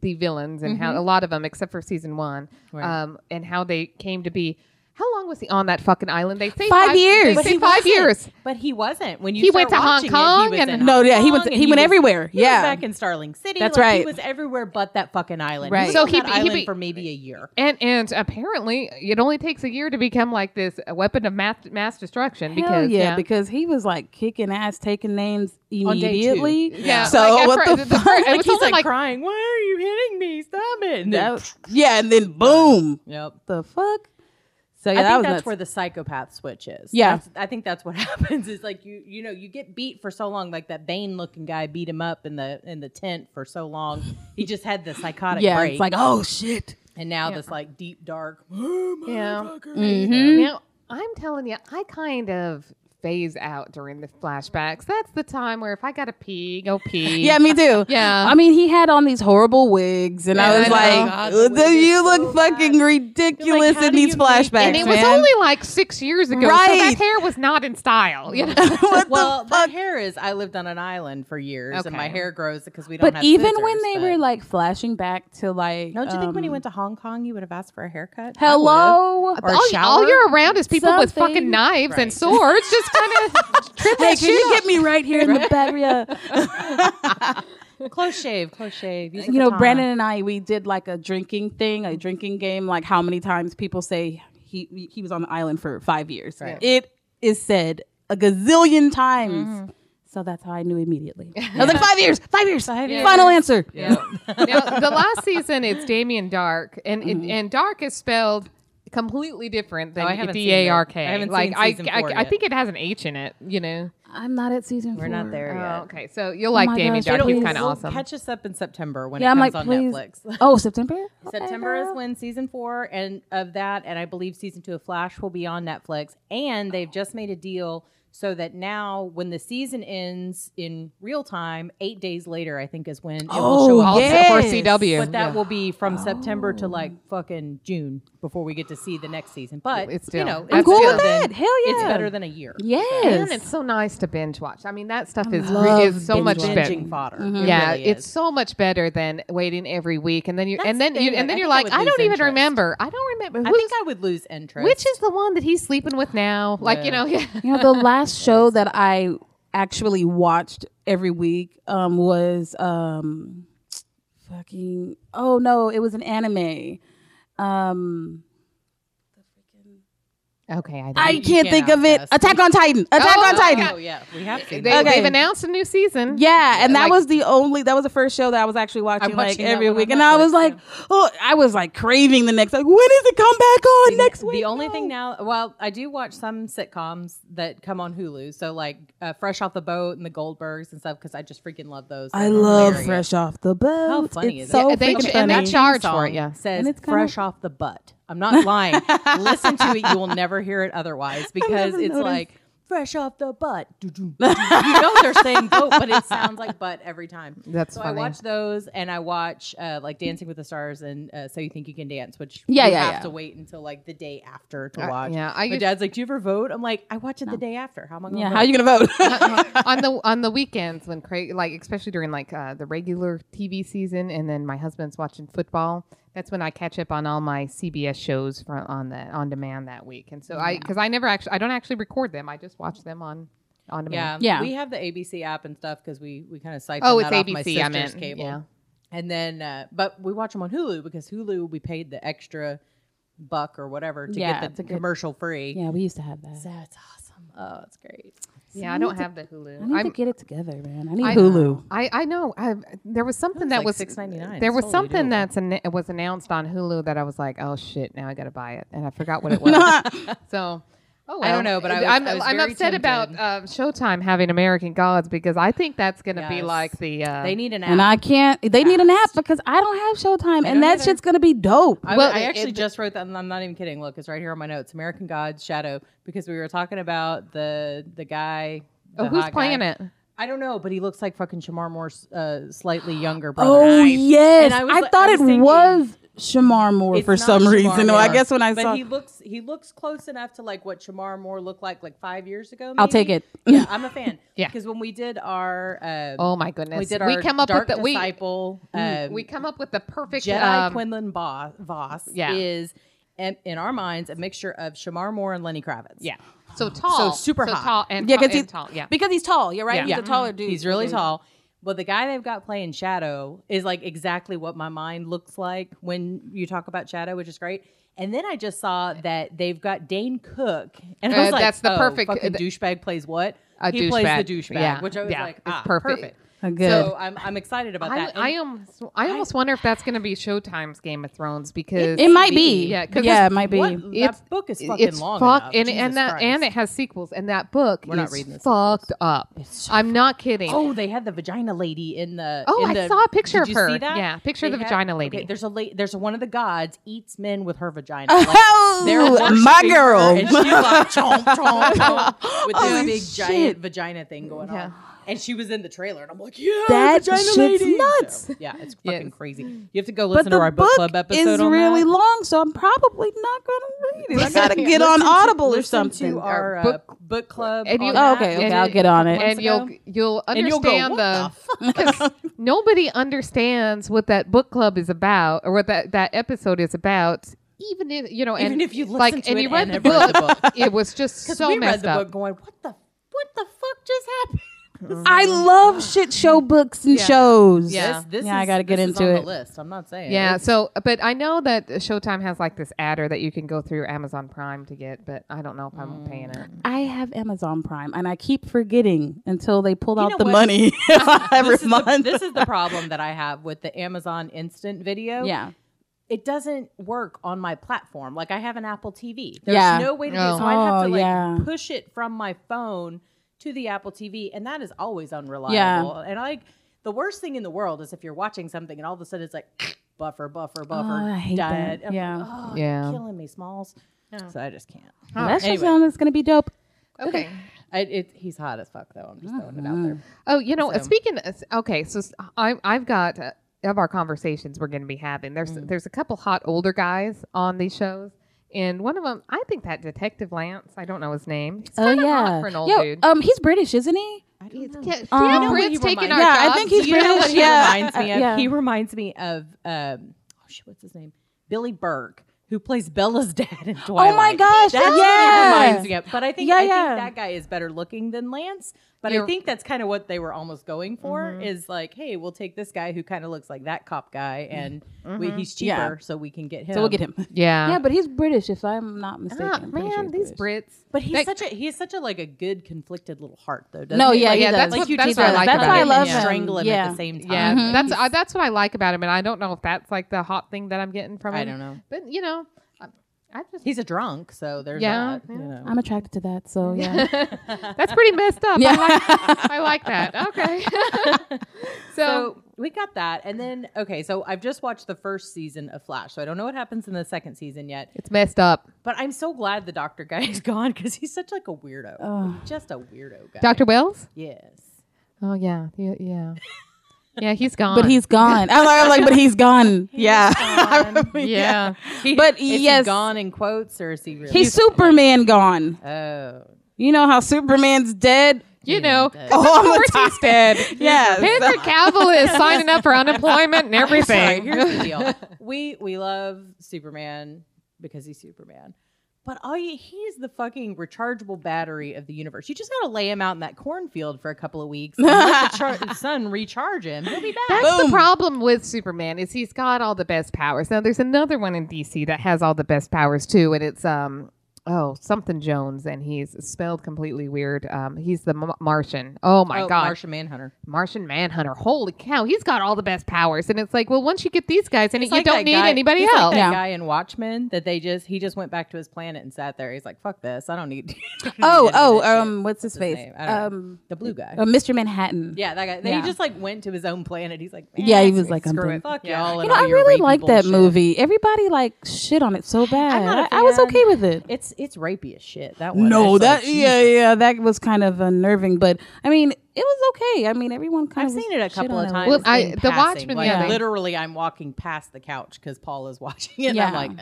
[SPEAKER 3] the villains and
[SPEAKER 4] Mm-hmm.
[SPEAKER 3] how a lot of them, except for season one,
[SPEAKER 2] Right.
[SPEAKER 3] um, and how they came to be. How long was he on that fucking island? They say
[SPEAKER 4] Five years.
[SPEAKER 3] They
[SPEAKER 4] But
[SPEAKER 3] say
[SPEAKER 2] he
[SPEAKER 3] five
[SPEAKER 2] wasn't.
[SPEAKER 3] years.
[SPEAKER 2] But he wasn't. When you
[SPEAKER 3] He
[SPEAKER 2] start
[SPEAKER 3] went to Hong
[SPEAKER 2] watching it, he
[SPEAKER 3] Kong
[SPEAKER 2] was
[SPEAKER 3] and-
[SPEAKER 2] in
[SPEAKER 4] No,
[SPEAKER 2] Hong
[SPEAKER 4] yeah, he went-
[SPEAKER 2] Kong
[SPEAKER 4] he
[SPEAKER 2] and
[SPEAKER 4] went
[SPEAKER 2] was-
[SPEAKER 4] everywhere.
[SPEAKER 2] he was
[SPEAKER 4] Yeah.
[SPEAKER 2] back in Starling City.
[SPEAKER 4] That's
[SPEAKER 2] Like,
[SPEAKER 4] right.
[SPEAKER 2] He was everywhere but that fucking island.
[SPEAKER 4] Right.
[SPEAKER 2] He was
[SPEAKER 4] So
[SPEAKER 2] on
[SPEAKER 3] he
[SPEAKER 2] that
[SPEAKER 3] be- he
[SPEAKER 2] island
[SPEAKER 3] be-
[SPEAKER 2] for maybe a year.
[SPEAKER 3] And and apparently, it only takes a year to become like this uh, weapon of mass, mass destruction.
[SPEAKER 4] Hell
[SPEAKER 3] because
[SPEAKER 4] yeah,
[SPEAKER 3] yeah,
[SPEAKER 4] because he was like kicking ass, taking names
[SPEAKER 2] On day two.
[SPEAKER 4] immediately.
[SPEAKER 3] Yeah,
[SPEAKER 4] So
[SPEAKER 3] like, at
[SPEAKER 4] what
[SPEAKER 3] fir-
[SPEAKER 4] the,
[SPEAKER 3] the
[SPEAKER 4] fuck?
[SPEAKER 3] fir- it was
[SPEAKER 2] he's
[SPEAKER 3] only
[SPEAKER 2] like,
[SPEAKER 3] like
[SPEAKER 2] crying. Why are you hitting me? Stop it! And then-
[SPEAKER 4] That was- yeah, and then boom.
[SPEAKER 2] Yep.
[SPEAKER 4] The fuck. So yeah,
[SPEAKER 2] I
[SPEAKER 4] that
[SPEAKER 2] think
[SPEAKER 4] was
[SPEAKER 2] that's
[SPEAKER 4] nuts.
[SPEAKER 2] where the psychopath switch is.
[SPEAKER 4] Yeah.
[SPEAKER 2] That's- I think that's what happens. Is like you, you know, you get beat for so long. Like that Bane looking guy beat him up in the in the tent for so long. He just had the psychotic
[SPEAKER 4] yeah,
[SPEAKER 2] break,
[SPEAKER 4] it's like oh shit.
[SPEAKER 2] and now this like deep dark.
[SPEAKER 3] yeah.
[SPEAKER 4] Mm-hmm.
[SPEAKER 3] Now, I'm telling you, I kind of phase out during the flashbacks. That's the time where if I gotta pee, go pee.
[SPEAKER 4] Yeah, me too.
[SPEAKER 3] Yeah.
[SPEAKER 4] I mean, he had on these horrible wigs, and
[SPEAKER 3] Yeah,
[SPEAKER 4] I was
[SPEAKER 3] I know.
[SPEAKER 4] like,
[SPEAKER 3] God,
[SPEAKER 4] "Uh,
[SPEAKER 2] the wig
[SPEAKER 4] "You
[SPEAKER 2] is
[SPEAKER 4] look
[SPEAKER 2] so
[SPEAKER 4] fucking
[SPEAKER 2] You're
[SPEAKER 4] ridiculous
[SPEAKER 2] like, how
[SPEAKER 4] in
[SPEAKER 2] do
[SPEAKER 4] these
[SPEAKER 2] you make-
[SPEAKER 4] flashbacks."
[SPEAKER 3] and it was
[SPEAKER 4] man.
[SPEAKER 3] only like six years ago, so
[SPEAKER 4] Right.
[SPEAKER 3] that hair was not in style. You know?
[SPEAKER 4] What the
[SPEAKER 2] well,
[SPEAKER 4] fuck?
[SPEAKER 2] my hair is. I lived on an island for years, and my
[SPEAKER 3] Okay.
[SPEAKER 2] hair grows because we don't.
[SPEAKER 4] But
[SPEAKER 2] have
[SPEAKER 4] even
[SPEAKER 2] scissors,
[SPEAKER 4] when they
[SPEAKER 2] but-
[SPEAKER 4] were like flashing back to like,
[SPEAKER 2] don't you think when he
[SPEAKER 4] um,
[SPEAKER 2] went to Hong Kong, you would have asked for a haircut? I would've.
[SPEAKER 4] hello,
[SPEAKER 2] Or a
[SPEAKER 3] all, all
[SPEAKER 2] shower?
[SPEAKER 3] you're around is people with fucking
[SPEAKER 4] Something.
[SPEAKER 3] knives
[SPEAKER 2] Right.
[SPEAKER 3] and swords, just kind of tripping
[SPEAKER 4] hey, can you get me right here in the back? Yeah.
[SPEAKER 2] close shave, close shave. use a
[SPEAKER 4] you know,
[SPEAKER 2] baton.
[SPEAKER 4] Brandon and I, we did like a drinking thing, a drinking game, like how many times people say he he was on the island for five years.
[SPEAKER 2] Right.
[SPEAKER 4] It is said a gazillion times.
[SPEAKER 2] Mm-hmm.
[SPEAKER 4] So that's how I knew immediately. I was like, five years, five years, five
[SPEAKER 3] years.
[SPEAKER 4] Final answer.
[SPEAKER 3] now, the last season, it's Damien Dark, and
[SPEAKER 4] Mm-hmm.
[SPEAKER 3] it, and Dark is spelled completely different than
[SPEAKER 2] Oh, I haven't seen
[SPEAKER 3] D
[SPEAKER 2] that.
[SPEAKER 3] A R K.
[SPEAKER 2] I haven't
[SPEAKER 3] like
[SPEAKER 2] seen
[SPEAKER 3] I,
[SPEAKER 2] season
[SPEAKER 3] I,
[SPEAKER 2] four
[SPEAKER 3] I
[SPEAKER 2] yet.
[SPEAKER 3] think it has an H in it. You know.
[SPEAKER 4] I'm not at season
[SPEAKER 2] We're not there yet.
[SPEAKER 3] Oh,
[SPEAKER 4] uh,
[SPEAKER 3] okay. So you'll like
[SPEAKER 4] my
[SPEAKER 3] Damien
[SPEAKER 4] gosh,
[SPEAKER 3] Dark.
[SPEAKER 4] it'll
[SPEAKER 3] He's
[SPEAKER 4] be
[SPEAKER 3] kind of
[SPEAKER 4] so
[SPEAKER 3] awesome.
[SPEAKER 2] Catch us up in September when it
[SPEAKER 4] Yeah, I'm
[SPEAKER 2] comes
[SPEAKER 4] like,
[SPEAKER 2] on
[SPEAKER 4] please.
[SPEAKER 2] Netflix.
[SPEAKER 4] Oh, September? Okay,
[SPEAKER 2] September is
[SPEAKER 4] girl.
[SPEAKER 2] when season four and of that, and I believe season two of Flash will be on Netflix. And they've just made a deal so that now, when the season ends in real time, eight days later, I think is when it will show
[SPEAKER 4] Oh,
[SPEAKER 2] up.
[SPEAKER 3] Also for
[SPEAKER 4] Yes.
[SPEAKER 3] CW.
[SPEAKER 2] But that will be from
[SPEAKER 3] Oh.
[SPEAKER 2] September to like fucking June before we get to see the next season. But
[SPEAKER 3] It's
[SPEAKER 2] it's
[SPEAKER 3] still-
[SPEAKER 2] you know,
[SPEAKER 3] I'm
[SPEAKER 2] it's
[SPEAKER 3] cool
[SPEAKER 2] better
[SPEAKER 3] with
[SPEAKER 2] than-
[SPEAKER 4] that. Hell
[SPEAKER 2] It's
[SPEAKER 4] yeah.
[SPEAKER 2] better than a year.
[SPEAKER 4] Yes.
[SPEAKER 3] And it's so nice to binge watch. I mean, that stuff is
[SPEAKER 4] love
[SPEAKER 3] re- is so
[SPEAKER 4] binge
[SPEAKER 3] much
[SPEAKER 4] watching.
[SPEAKER 3] better. Mm-hmm.
[SPEAKER 2] Binging fodder. It
[SPEAKER 3] Yeah,
[SPEAKER 2] really
[SPEAKER 3] it's
[SPEAKER 2] is.
[SPEAKER 3] so much better than waiting every week, and then you and
[SPEAKER 2] That's the
[SPEAKER 3] then you
[SPEAKER 2] thing,
[SPEAKER 3] and then
[SPEAKER 2] like, I
[SPEAKER 3] you're
[SPEAKER 2] think I would
[SPEAKER 3] like, I,
[SPEAKER 2] lose
[SPEAKER 3] don't even
[SPEAKER 2] interest.
[SPEAKER 3] remember. I don't remember.
[SPEAKER 2] I
[SPEAKER 3] who's-
[SPEAKER 2] think I would lose interest.
[SPEAKER 3] which is the one that he's sleeping with now? Like you
[SPEAKER 2] Yeah.
[SPEAKER 3] know, yeah.
[SPEAKER 4] You know, the last show that I actually watched every week um, was um, fucking. Oh no, it was an anime. Um,
[SPEAKER 3] Okay, I.
[SPEAKER 4] I
[SPEAKER 3] don't-
[SPEAKER 4] can't,
[SPEAKER 2] can't
[SPEAKER 4] think of it.
[SPEAKER 2] outguess.
[SPEAKER 4] Attack on Titan. Attack on
[SPEAKER 3] Oh,
[SPEAKER 4] Titan.
[SPEAKER 2] Oh yeah, we have seen
[SPEAKER 3] They,
[SPEAKER 2] that.
[SPEAKER 4] Okay.
[SPEAKER 3] They've announced a new season.
[SPEAKER 4] Yeah, and that
[SPEAKER 3] like-
[SPEAKER 4] was the only that was the first show that I was actually watching
[SPEAKER 2] I'm
[SPEAKER 4] like
[SPEAKER 2] watching that
[SPEAKER 4] every
[SPEAKER 2] one on
[SPEAKER 4] week, and I
[SPEAKER 2] Netflix,
[SPEAKER 4] was like, oh, I was like craving the next. Like, when does it come back on Oh, next
[SPEAKER 2] The
[SPEAKER 4] week?
[SPEAKER 2] only
[SPEAKER 4] No.
[SPEAKER 2] thing now, well, I do watch some sitcoms that come on Hulu. So like uh, Fresh Off the Boat and The Goldbergs and stuff because I just freaking love those.
[SPEAKER 4] I
[SPEAKER 2] They're
[SPEAKER 4] love
[SPEAKER 2] hilarious.
[SPEAKER 4] Fresh Off the Boat.
[SPEAKER 2] How funny
[SPEAKER 4] it's
[SPEAKER 2] is
[SPEAKER 4] so
[SPEAKER 2] it?
[SPEAKER 3] they-
[SPEAKER 4] freaking
[SPEAKER 3] and
[SPEAKER 4] funny.
[SPEAKER 3] that charge for it,
[SPEAKER 2] Song
[SPEAKER 3] yeah.
[SPEAKER 2] Says
[SPEAKER 4] And it's kinda-
[SPEAKER 2] fresh off the butt. I'm not lying. Listen to it; you will never hear it otherwise because
[SPEAKER 4] never
[SPEAKER 2] it's
[SPEAKER 4] noticed.
[SPEAKER 2] like fresh off the butt. Do, do, do. you know they're saying boat, but it sounds like butt every time.
[SPEAKER 3] That's
[SPEAKER 2] so
[SPEAKER 3] funny.
[SPEAKER 2] I watch those, and I watch uh, like Dancing with the Stars and uh, So You Think You Can Dance, which
[SPEAKER 4] Yeah,
[SPEAKER 2] you
[SPEAKER 4] yeah,
[SPEAKER 2] have
[SPEAKER 4] yeah.
[SPEAKER 2] to wait until like the day after to
[SPEAKER 3] Uh,
[SPEAKER 2] watch.
[SPEAKER 3] yeah, I
[SPEAKER 2] my
[SPEAKER 3] used-
[SPEAKER 2] dad's like, "Do you ever vote?" I'm like, "I watch it the day after. How am I going?"
[SPEAKER 4] Yeah, how you gonna vote?
[SPEAKER 3] on the on the weekends when cra- like especially during like uh, the regular TV season, and then my husband's watching football. That's when I catch up on all my CBS shows for, on the on demand that week. And so I because I never actually I don't actually record them. I just watch them on on
[SPEAKER 2] Yeah,
[SPEAKER 3] demand.
[SPEAKER 4] Yeah.
[SPEAKER 2] We have the ABC app and stuff because we we kind of siphon
[SPEAKER 3] Oh,
[SPEAKER 2] that
[SPEAKER 3] it's
[SPEAKER 2] off my
[SPEAKER 3] ABC, I
[SPEAKER 2] sister's
[SPEAKER 3] meant.
[SPEAKER 2] cable.
[SPEAKER 3] Yeah.
[SPEAKER 2] And then, uh, but we watch them on Hulu because Hulu we paid the extra buck or whatever to
[SPEAKER 4] Yeah,
[SPEAKER 2] get
[SPEAKER 4] it's a
[SPEAKER 2] the
[SPEAKER 4] good-
[SPEAKER 2] commercial free.
[SPEAKER 4] yeah, we used to have that.
[SPEAKER 2] So it's awesome. Oh, it's great.
[SPEAKER 3] Yeah, I don't have the Hulu.
[SPEAKER 4] I need
[SPEAKER 3] I'm-
[SPEAKER 4] to get it together, man. I need
[SPEAKER 3] I-
[SPEAKER 4] Hulu.
[SPEAKER 3] I, I know. I there was something that
[SPEAKER 2] like
[SPEAKER 3] was
[SPEAKER 2] $6.99.
[SPEAKER 3] There
[SPEAKER 2] It's
[SPEAKER 3] was
[SPEAKER 2] totally
[SPEAKER 3] something
[SPEAKER 2] doable.
[SPEAKER 3] that's an, was announced on Hulu that I was like, oh shit, now I gotta buy it, and I forgot what it was. so. Oh,
[SPEAKER 2] I don't
[SPEAKER 3] well.
[SPEAKER 2] know, but I was-
[SPEAKER 3] I'm
[SPEAKER 2] I was
[SPEAKER 3] I'm
[SPEAKER 2] very
[SPEAKER 3] upset about
[SPEAKER 2] tempted.
[SPEAKER 3] um, Showtime having American Gods because I think that's going to be
[SPEAKER 2] Yes.
[SPEAKER 3] like the uh,
[SPEAKER 2] They need an app.
[SPEAKER 4] And I can't. They need an app because I don't have Showtime, and that
[SPEAKER 2] either.
[SPEAKER 4] shit's gonna be dope.
[SPEAKER 2] I,
[SPEAKER 3] Well,
[SPEAKER 2] I
[SPEAKER 3] it-
[SPEAKER 2] actually
[SPEAKER 3] it-
[SPEAKER 2] just wrote that, and I'm not even kidding. Look, it's right here on my notes. American Gods Shadow, because we were talking about the the guy.
[SPEAKER 3] oh,
[SPEAKER 2] the
[SPEAKER 3] who's
[SPEAKER 2] hot guy.
[SPEAKER 3] playing it?
[SPEAKER 2] I don't know, but he looks like fucking Shamar Moore's uh, slightly younger brother.
[SPEAKER 4] Oh yes,
[SPEAKER 2] And
[SPEAKER 4] I,
[SPEAKER 2] I was like-
[SPEAKER 4] thought
[SPEAKER 2] I
[SPEAKER 4] it
[SPEAKER 2] was thinking-
[SPEAKER 4] was Shamar Moore
[SPEAKER 2] It's
[SPEAKER 4] for
[SPEAKER 2] not
[SPEAKER 4] some
[SPEAKER 2] Shamar
[SPEAKER 4] reason. Well, I
[SPEAKER 2] Moore.
[SPEAKER 4] guess when I
[SPEAKER 2] but
[SPEAKER 4] saw,
[SPEAKER 2] he looks he looks close enough to like what Shamar Moore looked like like five years ago.
[SPEAKER 4] I'll
[SPEAKER 2] maybe.
[SPEAKER 4] take it.
[SPEAKER 2] Yeah, I'm a fan.
[SPEAKER 3] Yeah.
[SPEAKER 2] because when we did our uh,
[SPEAKER 3] Oh my goodness.
[SPEAKER 2] we did our
[SPEAKER 3] come up
[SPEAKER 2] Dark
[SPEAKER 3] with the we,
[SPEAKER 2] disciple. um,
[SPEAKER 3] we come up with the perfect
[SPEAKER 2] Jedi
[SPEAKER 3] um,
[SPEAKER 2] Quinlan Bo- Voss
[SPEAKER 3] Yeah.
[SPEAKER 2] is in, in our minds a mixture of Shamar Moore and Lenny Kravitz.
[SPEAKER 3] Yeah. So tall.
[SPEAKER 2] So super hot.
[SPEAKER 3] tall and
[SPEAKER 4] Yeah,
[SPEAKER 3] tall,
[SPEAKER 4] 'cause he-
[SPEAKER 3] and tall. Yeah.
[SPEAKER 2] because he's tall. You're
[SPEAKER 3] Yeah.
[SPEAKER 2] right.
[SPEAKER 3] Yeah.
[SPEAKER 2] He's a taller dude. He's really tall. But the guy they've got playing Shadow is like exactly what my mind looks like when you talk about Shadow, which is great. And then I just saw that they've got Dane Cook, and I
[SPEAKER 3] Uh,
[SPEAKER 2] was like,
[SPEAKER 3] that's the
[SPEAKER 2] oh,
[SPEAKER 3] perfect-
[SPEAKER 2] fucking
[SPEAKER 3] th-
[SPEAKER 2] douchebag plays what?
[SPEAKER 3] A
[SPEAKER 2] he plays the
[SPEAKER 3] douchebag.
[SPEAKER 2] douchebag,
[SPEAKER 3] Yeah.
[SPEAKER 2] which I was
[SPEAKER 3] Yeah.
[SPEAKER 2] like,
[SPEAKER 3] It's
[SPEAKER 2] ah,
[SPEAKER 3] perfect.
[SPEAKER 2] perfect.
[SPEAKER 4] Oh, good.
[SPEAKER 2] So I'm I'm excited about
[SPEAKER 3] I,
[SPEAKER 2] that.
[SPEAKER 3] I
[SPEAKER 2] And-
[SPEAKER 3] almost, I almost wonder if that's going to be Showtime's Game of Thrones because
[SPEAKER 4] it might be.
[SPEAKER 3] Yeah,
[SPEAKER 4] Yeah,
[SPEAKER 3] 'cause
[SPEAKER 4] yeah,
[SPEAKER 3] it's-
[SPEAKER 4] it might be.
[SPEAKER 2] What?
[SPEAKER 3] It's-
[SPEAKER 2] that book is fucking
[SPEAKER 3] it's
[SPEAKER 2] long.
[SPEAKER 3] fuck-
[SPEAKER 2] enough.
[SPEAKER 3] and,
[SPEAKER 2] Jesus
[SPEAKER 3] and that
[SPEAKER 2] Christ.
[SPEAKER 3] and it has sequels, and that book
[SPEAKER 2] We're
[SPEAKER 3] is
[SPEAKER 2] not reading the
[SPEAKER 3] fucked up. I'm not kidding.
[SPEAKER 2] Oh, they had the vagina lady in the.
[SPEAKER 3] Oh,
[SPEAKER 2] in
[SPEAKER 3] I
[SPEAKER 2] the-
[SPEAKER 3] saw a picture
[SPEAKER 2] did
[SPEAKER 3] of
[SPEAKER 2] you
[SPEAKER 3] her.
[SPEAKER 2] See that?
[SPEAKER 3] Yeah, picture of
[SPEAKER 2] They
[SPEAKER 3] the
[SPEAKER 2] had-
[SPEAKER 3] vagina lady.
[SPEAKER 2] Okay, there's a la- there's a, one of the gods eats men with her vagina. Like, they're
[SPEAKER 4] Oh,
[SPEAKER 2] worshiping
[SPEAKER 4] my
[SPEAKER 2] her,
[SPEAKER 4] girl.
[SPEAKER 2] and she's like chomp, chomp, chomp, with this
[SPEAKER 4] Oh,
[SPEAKER 2] big
[SPEAKER 4] shit.
[SPEAKER 2] giant vagina thing going
[SPEAKER 3] Yeah.
[SPEAKER 2] on. And she was in the trailer, and I'm like, yeah,
[SPEAKER 4] That
[SPEAKER 2] vagina
[SPEAKER 4] shit's
[SPEAKER 2] lady.
[SPEAKER 4] nuts.
[SPEAKER 2] So, yeah, it's
[SPEAKER 3] Yes.
[SPEAKER 2] fucking crazy. You have to go
[SPEAKER 4] but
[SPEAKER 2] listen
[SPEAKER 4] the
[SPEAKER 2] to our book, club episode
[SPEAKER 4] is
[SPEAKER 2] on
[SPEAKER 4] really
[SPEAKER 2] that.
[SPEAKER 4] long, so I'm probably not gonna read it. I gotta
[SPEAKER 2] Listen-
[SPEAKER 4] get on
[SPEAKER 2] listen to-
[SPEAKER 4] Audible or
[SPEAKER 2] listen to
[SPEAKER 4] something.
[SPEAKER 2] Our,
[SPEAKER 3] Our
[SPEAKER 2] uh,
[SPEAKER 3] book-
[SPEAKER 2] book, club.
[SPEAKER 3] and you-
[SPEAKER 2] on
[SPEAKER 4] Oh,
[SPEAKER 2] that.
[SPEAKER 4] okay, okay,
[SPEAKER 3] And
[SPEAKER 4] I'll
[SPEAKER 3] it-
[SPEAKER 4] get on it.
[SPEAKER 3] and you'll you'll
[SPEAKER 2] And you'll go,
[SPEAKER 3] understand the
[SPEAKER 2] "What
[SPEAKER 3] because nobody understands what that book club is about or what that that episode is about. Even if you know, and
[SPEAKER 2] Even if you listen
[SPEAKER 3] like,
[SPEAKER 2] to
[SPEAKER 3] and
[SPEAKER 2] it
[SPEAKER 3] you read
[SPEAKER 2] and
[SPEAKER 3] the
[SPEAKER 2] have read
[SPEAKER 3] book,
[SPEAKER 2] the book.
[SPEAKER 3] it was just so
[SPEAKER 2] we read
[SPEAKER 3] messed
[SPEAKER 2] the
[SPEAKER 3] up.
[SPEAKER 2] book going, what the what the fuck just happened?
[SPEAKER 4] I love shit show books and
[SPEAKER 3] Yeah.
[SPEAKER 4] shows.
[SPEAKER 3] Yeah.
[SPEAKER 2] This, this
[SPEAKER 4] Yeah, I
[SPEAKER 2] is-
[SPEAKER 4] gotta get
[SPEAKER 2] this is
[SPEAKER 4] into
[SPEAKER 2] on the
[SPEAKER 4] it.
[SPEAKER 2] list. I'm not saying.
[SPEAKER 3] Yeah.
[SPEAKER 2] It's-
[SPEAKER 3] So, but I know that Showtime has like this adder that you can go through Amazon Prime to get, but I don't know if I'm paying it.
[SPEAKER 4] I have Amazon Prime, and I keep forgetting until they pull out
[SPEAKER 2] know
[SPEAKER 4] the
[SPEAKER 2] what?
[SPEAKER 4] money every
[SPEAKER 2] this is, the,
[SPEAKER 4] month.
[SPEAKER 2] this is the problem that I have with the Amazon Instant Video.
[SPEAKER 4] yeah,
[SPEAKER 2] It doesn't work on my platform. Like I have an Apple TV. There's
[SPEAKER 4] Yeah.
[SPEAKER 2] no way to do
[SPEAKER 3] No.
[SPEAKER 2] it. So I have to
[SPEAKER 4] Oh,
[SPEAKER 2] like
[SPEAKER 4] yeah.
[SPEAKER 2] push it from my phone to the Apple TV. And that is always unreliable. And like the worst thing in the world is if you're watching something and all of a sudden it's like buffer, buffer, buffer,
[SPEAKER 4] Oh, I hate
[SPEAKER 2] dead.
[SPEAKER 4] that.
[SPEAKER 2] I'm like,
[SPEAKER 4] Yeah.
[SPEAKER 2] oh, you're
[SPEAKER 3] Yeah.
[SPEAKER 2] killing me, Smalls. So I just can't.
[SPEAKER 4] that show
[SPEAKER 2] anyway.
[SPEAKER 4] sound is gonna be dope.
[SPEAKER 3] Oh, Okay.
[SPEAKER 2] I, it, he's hot as fuck though. I'm just throwing it out there.
[SPEAKER 3] Oh, you know, speaking. Of, okay, so s- I, have got uh, of our conversations we're going to be having. There's
[SPEAKER 4] Mm.
[SPEAKER 3] there's a couple hot older guys on these shows, and one of them, I think that Detective Lance. I don't know his name. He's
[SPEAKER 4] Oh
[SPEAKER 3] kinda hot
[SPEAKER 4] yeah,
[SPEAKER 3] for an old
[SPEAKER 4] Yo,
[SPEAKER 3] dude.
[SPEAKER 4] um, he's British, isn't he?
[SPEAKER 3] He's- yeah,
[SPEAKER 4] know Oh,
[SPEAKER 3] damn,
[SPEAKER 4] what
[SPEAKER 3] Brit's
[SPEAKER 2] he
[SPEAKER 3] taking
[SPEAKER 2] reminds-
[SPEAKER 3] our
[SPEAKER 4] Yeah, I
[SPEAKER 3] jobs.
[SPEAKER 4] think he's
[SPEAKER 2] you know what he
[SPEAKER 4] Yeah.
[SPEAKER 2] reminds me of?
[SPEAKER 4] Yeah.
[SPEAKER 2] He reminds me of um, oh shit, what's his name? Billy Burke, who plays Bella's dad in Twilight.
[SPEAKER 4] gosh,
[SPEAKER 2] that's
[SPEAKER 4] yeah.
[SPEAKER 2] what he reminds me of. But I think
[SPEAKER 4] Yeah,
[SPEAKER 2] I
[SPEAKER 4] yeah.
[SPEAKER 2] think that guy is better looking than Lance. But
[SPEAKER 3] You're-
[SPEAKER 2] I think that's kind of what they were almost going for
[SPEAKER 4] Mm-hmm.
[SPEAKER 2] is like, hey, we'll take this guy who kind of looks like that cop guy, and we,
[SPEAKER 4] Mm-hmm.
[SPEAKER 2] he's cheaper,
[SPEAKER 4] Yeah.
[SPEAKER 2] so we can get him.
[SPEAKER 4] So we'll get him.
[SPEAKER 3] Yeah.
[SPEAKER 4] Yeah, but he's British, if I'm not mistaken.
[SPEAKER 3] Ah,
[SPEAKER 4] I'm pretty
[SPEAKER 3] man,
[SPEAKER 4] sure he's
[SPEAKER 3] these
[SPEAKER 4] British.
[SPEAKER 3] Brits.
[SPEAKER 2] But he's
[SPEAKER 3] They-
[SPEAKER 2] such a he's such a like a good conflicted little heart though. Doesn't
[SPEAKER 4] No,
[SPEAKER 2] he?
[SPEAKER 4] yeah,
[SPEAKER 2] like,
[SPEAKER 4] he
[SPEAKER 3] yeah,
[SPEAKER 4] does.
[SPEAKER 3] that's
[SPEAKER 2] like
[SPEAKER 3] what-
[SPEAKER 2] you
[SPEAKER 3] that's
[SPEAKER 2] take
[SPEAKER 3] what I
[SPEAKER 2] him
[SPEAKER 3] like
[SPEAKER 2] and
[SPEAKER 3] about him.
[SPEAKER 2] and
[SPEAKER 3] Yeah.
[SPEAKER 2] strangle him at
[SPEAKER 4] Yeah.
[SPEAKER 2] the same time.
[SPEAKER 3] Yeah,
[SPEAKER 2] Like,
[SPEAKER 3] that's
[SPEAKER 2] he's-
[SPEAKER 3] uh, that's what I like about him, and I don't know if that's like the hot thing that I'm getting from him.
[SPEAKER 2] I don't know.
[SPEAKER 3] but you know, I, I just
[SPEAKER 2] He's a drunk, so there's
[SPEAKER 3] Yeah,
[SPEAKER 2] that. you
[SPEAKER 3] yeah.
[SPEAKER 2] know.
[SPEAKER 4] I'm attracted to that, so yeah.
[SPEAKER 3] that's pretty messed up. I, like, I like that. Okay, so,
[SPEAKER 2] So we got that, and then okay. So I've just watched the first season of Flash, so I don't know what happens in the second season yet.
[SPEAKER 3] it's messed up.
[SPEAKER 2] But I'm so glad the Doctor guy is gone because he's such like a weirdo, just a weirdo guy.
[SPEAKER 3] Doctor Wells.
[SPEAKER 2] yes.
[SPEAKER 3] Oh yeah, yeah, yeah, yeah. He's gone.
[SPEAKER 4] but he's gone. I'm like, I'm like, but he's gone. yeah.
[SPEAKER 3] yeah.
[SPEAKER 4] But
[SPEAKER 2] Is
[SPEAKER 4] yes.
[SPEAKER 2] he gone in quotes, or is he really?
[SPEAKER 4] He's Superman gone.
[SPEAKER 2] oh,
[SPEAKER 4] You know how Superman's dead?
[SPEAKER 3] You know,
[SPEAKER 4] Oh, I'm
[SPEAKER 3] of course
[SPEAKER 4] tired.
[SPEAKER 3] he's dead.
[SPEAKER 4] Yeah.
[SPEAKER 3] Henry Cavill is signing up for unemployment and
[SPEAKER 2] Sorry,
[SPEAKER 3] everything.
[SPEAKER 2] here's the deal. We we love Superman because he's Superman. But all you, he is the fucking rechargeable battery of the universe. You just gotta lay him out in that cornfield for a couple of weeks and let the char- sun recharge him. He'll be back.
[SPEAKER 3] That's
[SPEAKER 4] Boom.
[SPEAKER 3] the problem with Superman is he's got all the best powers. Now there's another one in DC that has all the best powers too, and it's um oh something Jones, and he's spelled completely weird. Um, he's the M- Martian. Oh my
[SPEAKER 2] oh,
[SPEAKER 3] god,
[SPEAKER 2] Martian Manhunter.
[SPEAKER 3] Martian Manhunter. Holy cow, he's got all the best powers, and it's like, well, once you get these guys, and you
[SPEAKER 2] He's like
[SPEAKER 3] don't
[SPEAKER 2] that
[SPEAKER 3] need
[SPEAKER 2] guy-
[SPEAKER 3] anybody
[SPEAKER 2] he's like
[SPEAKER 3] else.
[SPEAKER 2] that
[SPEAKER 4] Yeah.
[SPEAKER 2] guy in Watchmen that they just he just went back to his planet and sat there. He's like, fuck this. I don't need. I don't need any
[SPEAKER 4] Oh,
[SPEAKER 2] of
[SPEAKER 4] oh,
[SPEAKER 2] that shit."
[SPEAKER 4] um, what's his face?
[SPEAKER 2] name? I don't know.
[SPEAKER 4] Um,
[SPEAKER 2] the blue guy.
[SPEAKER 4] uh, Mr. Manhattan.
[SPEAKER 2] yeah, that guy. They
[SPEAKER 4] yeah.
[SPEAKER 2] just like went to his own planet. He's like,
[SPEAKER 4] Yeah, he
[SPEAKER 2] "Eh,
[SPEAKER 4] was like, I'm
[SPEAKER 2] screw
[SPEAKER 4] done."
[SPEAKER 2] it, fuck
[SPEAKER 3] Yeah.
[SPEAKER 2] y'all.
[SPEAKER 4] You
[SPEAKER 2] and
[SPEAKER 4] know,
[SPEAKER 2] all
[SPEAKER 4] I
[SPEAKER 2] your
[SPEAKER 4] really
[SPEAKER 2] rapey
[SPEAKER 4] liked that
[SPEAKER 2] bullshit."
[SPEAKER 4] movie. Everybody like shit on it so bad.
[SPEAKER 2] not a
[SPEAKER 4] I, I was
[SPEAKER 2] fan.
[SPEAKER 4] okay with it.
[SPEAKER 2] It's it's it's rapey as shit. That one.
[SPEAKER 4] No,
[SPEAKER 2] It's like,
[SPEAKER 4] that yeah, yeah, that was kind of unnerving. But I mean, it was okay. I mean, everyone kind
[SPEAKER 2] I've
[SPEAKER 4] of was
[SPEAKER 2] seen it a
[SPEAKER 4] shit
[SPEAKER 2] couple
[SPEAKER 4] on
[SPEAKER 2] of
[SPEAKER 4] it.
[SPEAKER 2] times.
[SPEAKER 3] Well, I-
[SPEAKER 2] in
[SPEAKER 3] the
[SPEAKER 2] passing.
[SPEAKER 3] Watchmen,
[SPEAKER 2] like,
[SPEAKER 3] yeah, they-
[SPEAKER 2] literally, I'm walking past the couch because Paul is watching it. And I'm
[SPEAKER 4] Yeah.
[SPEAKER 2] like,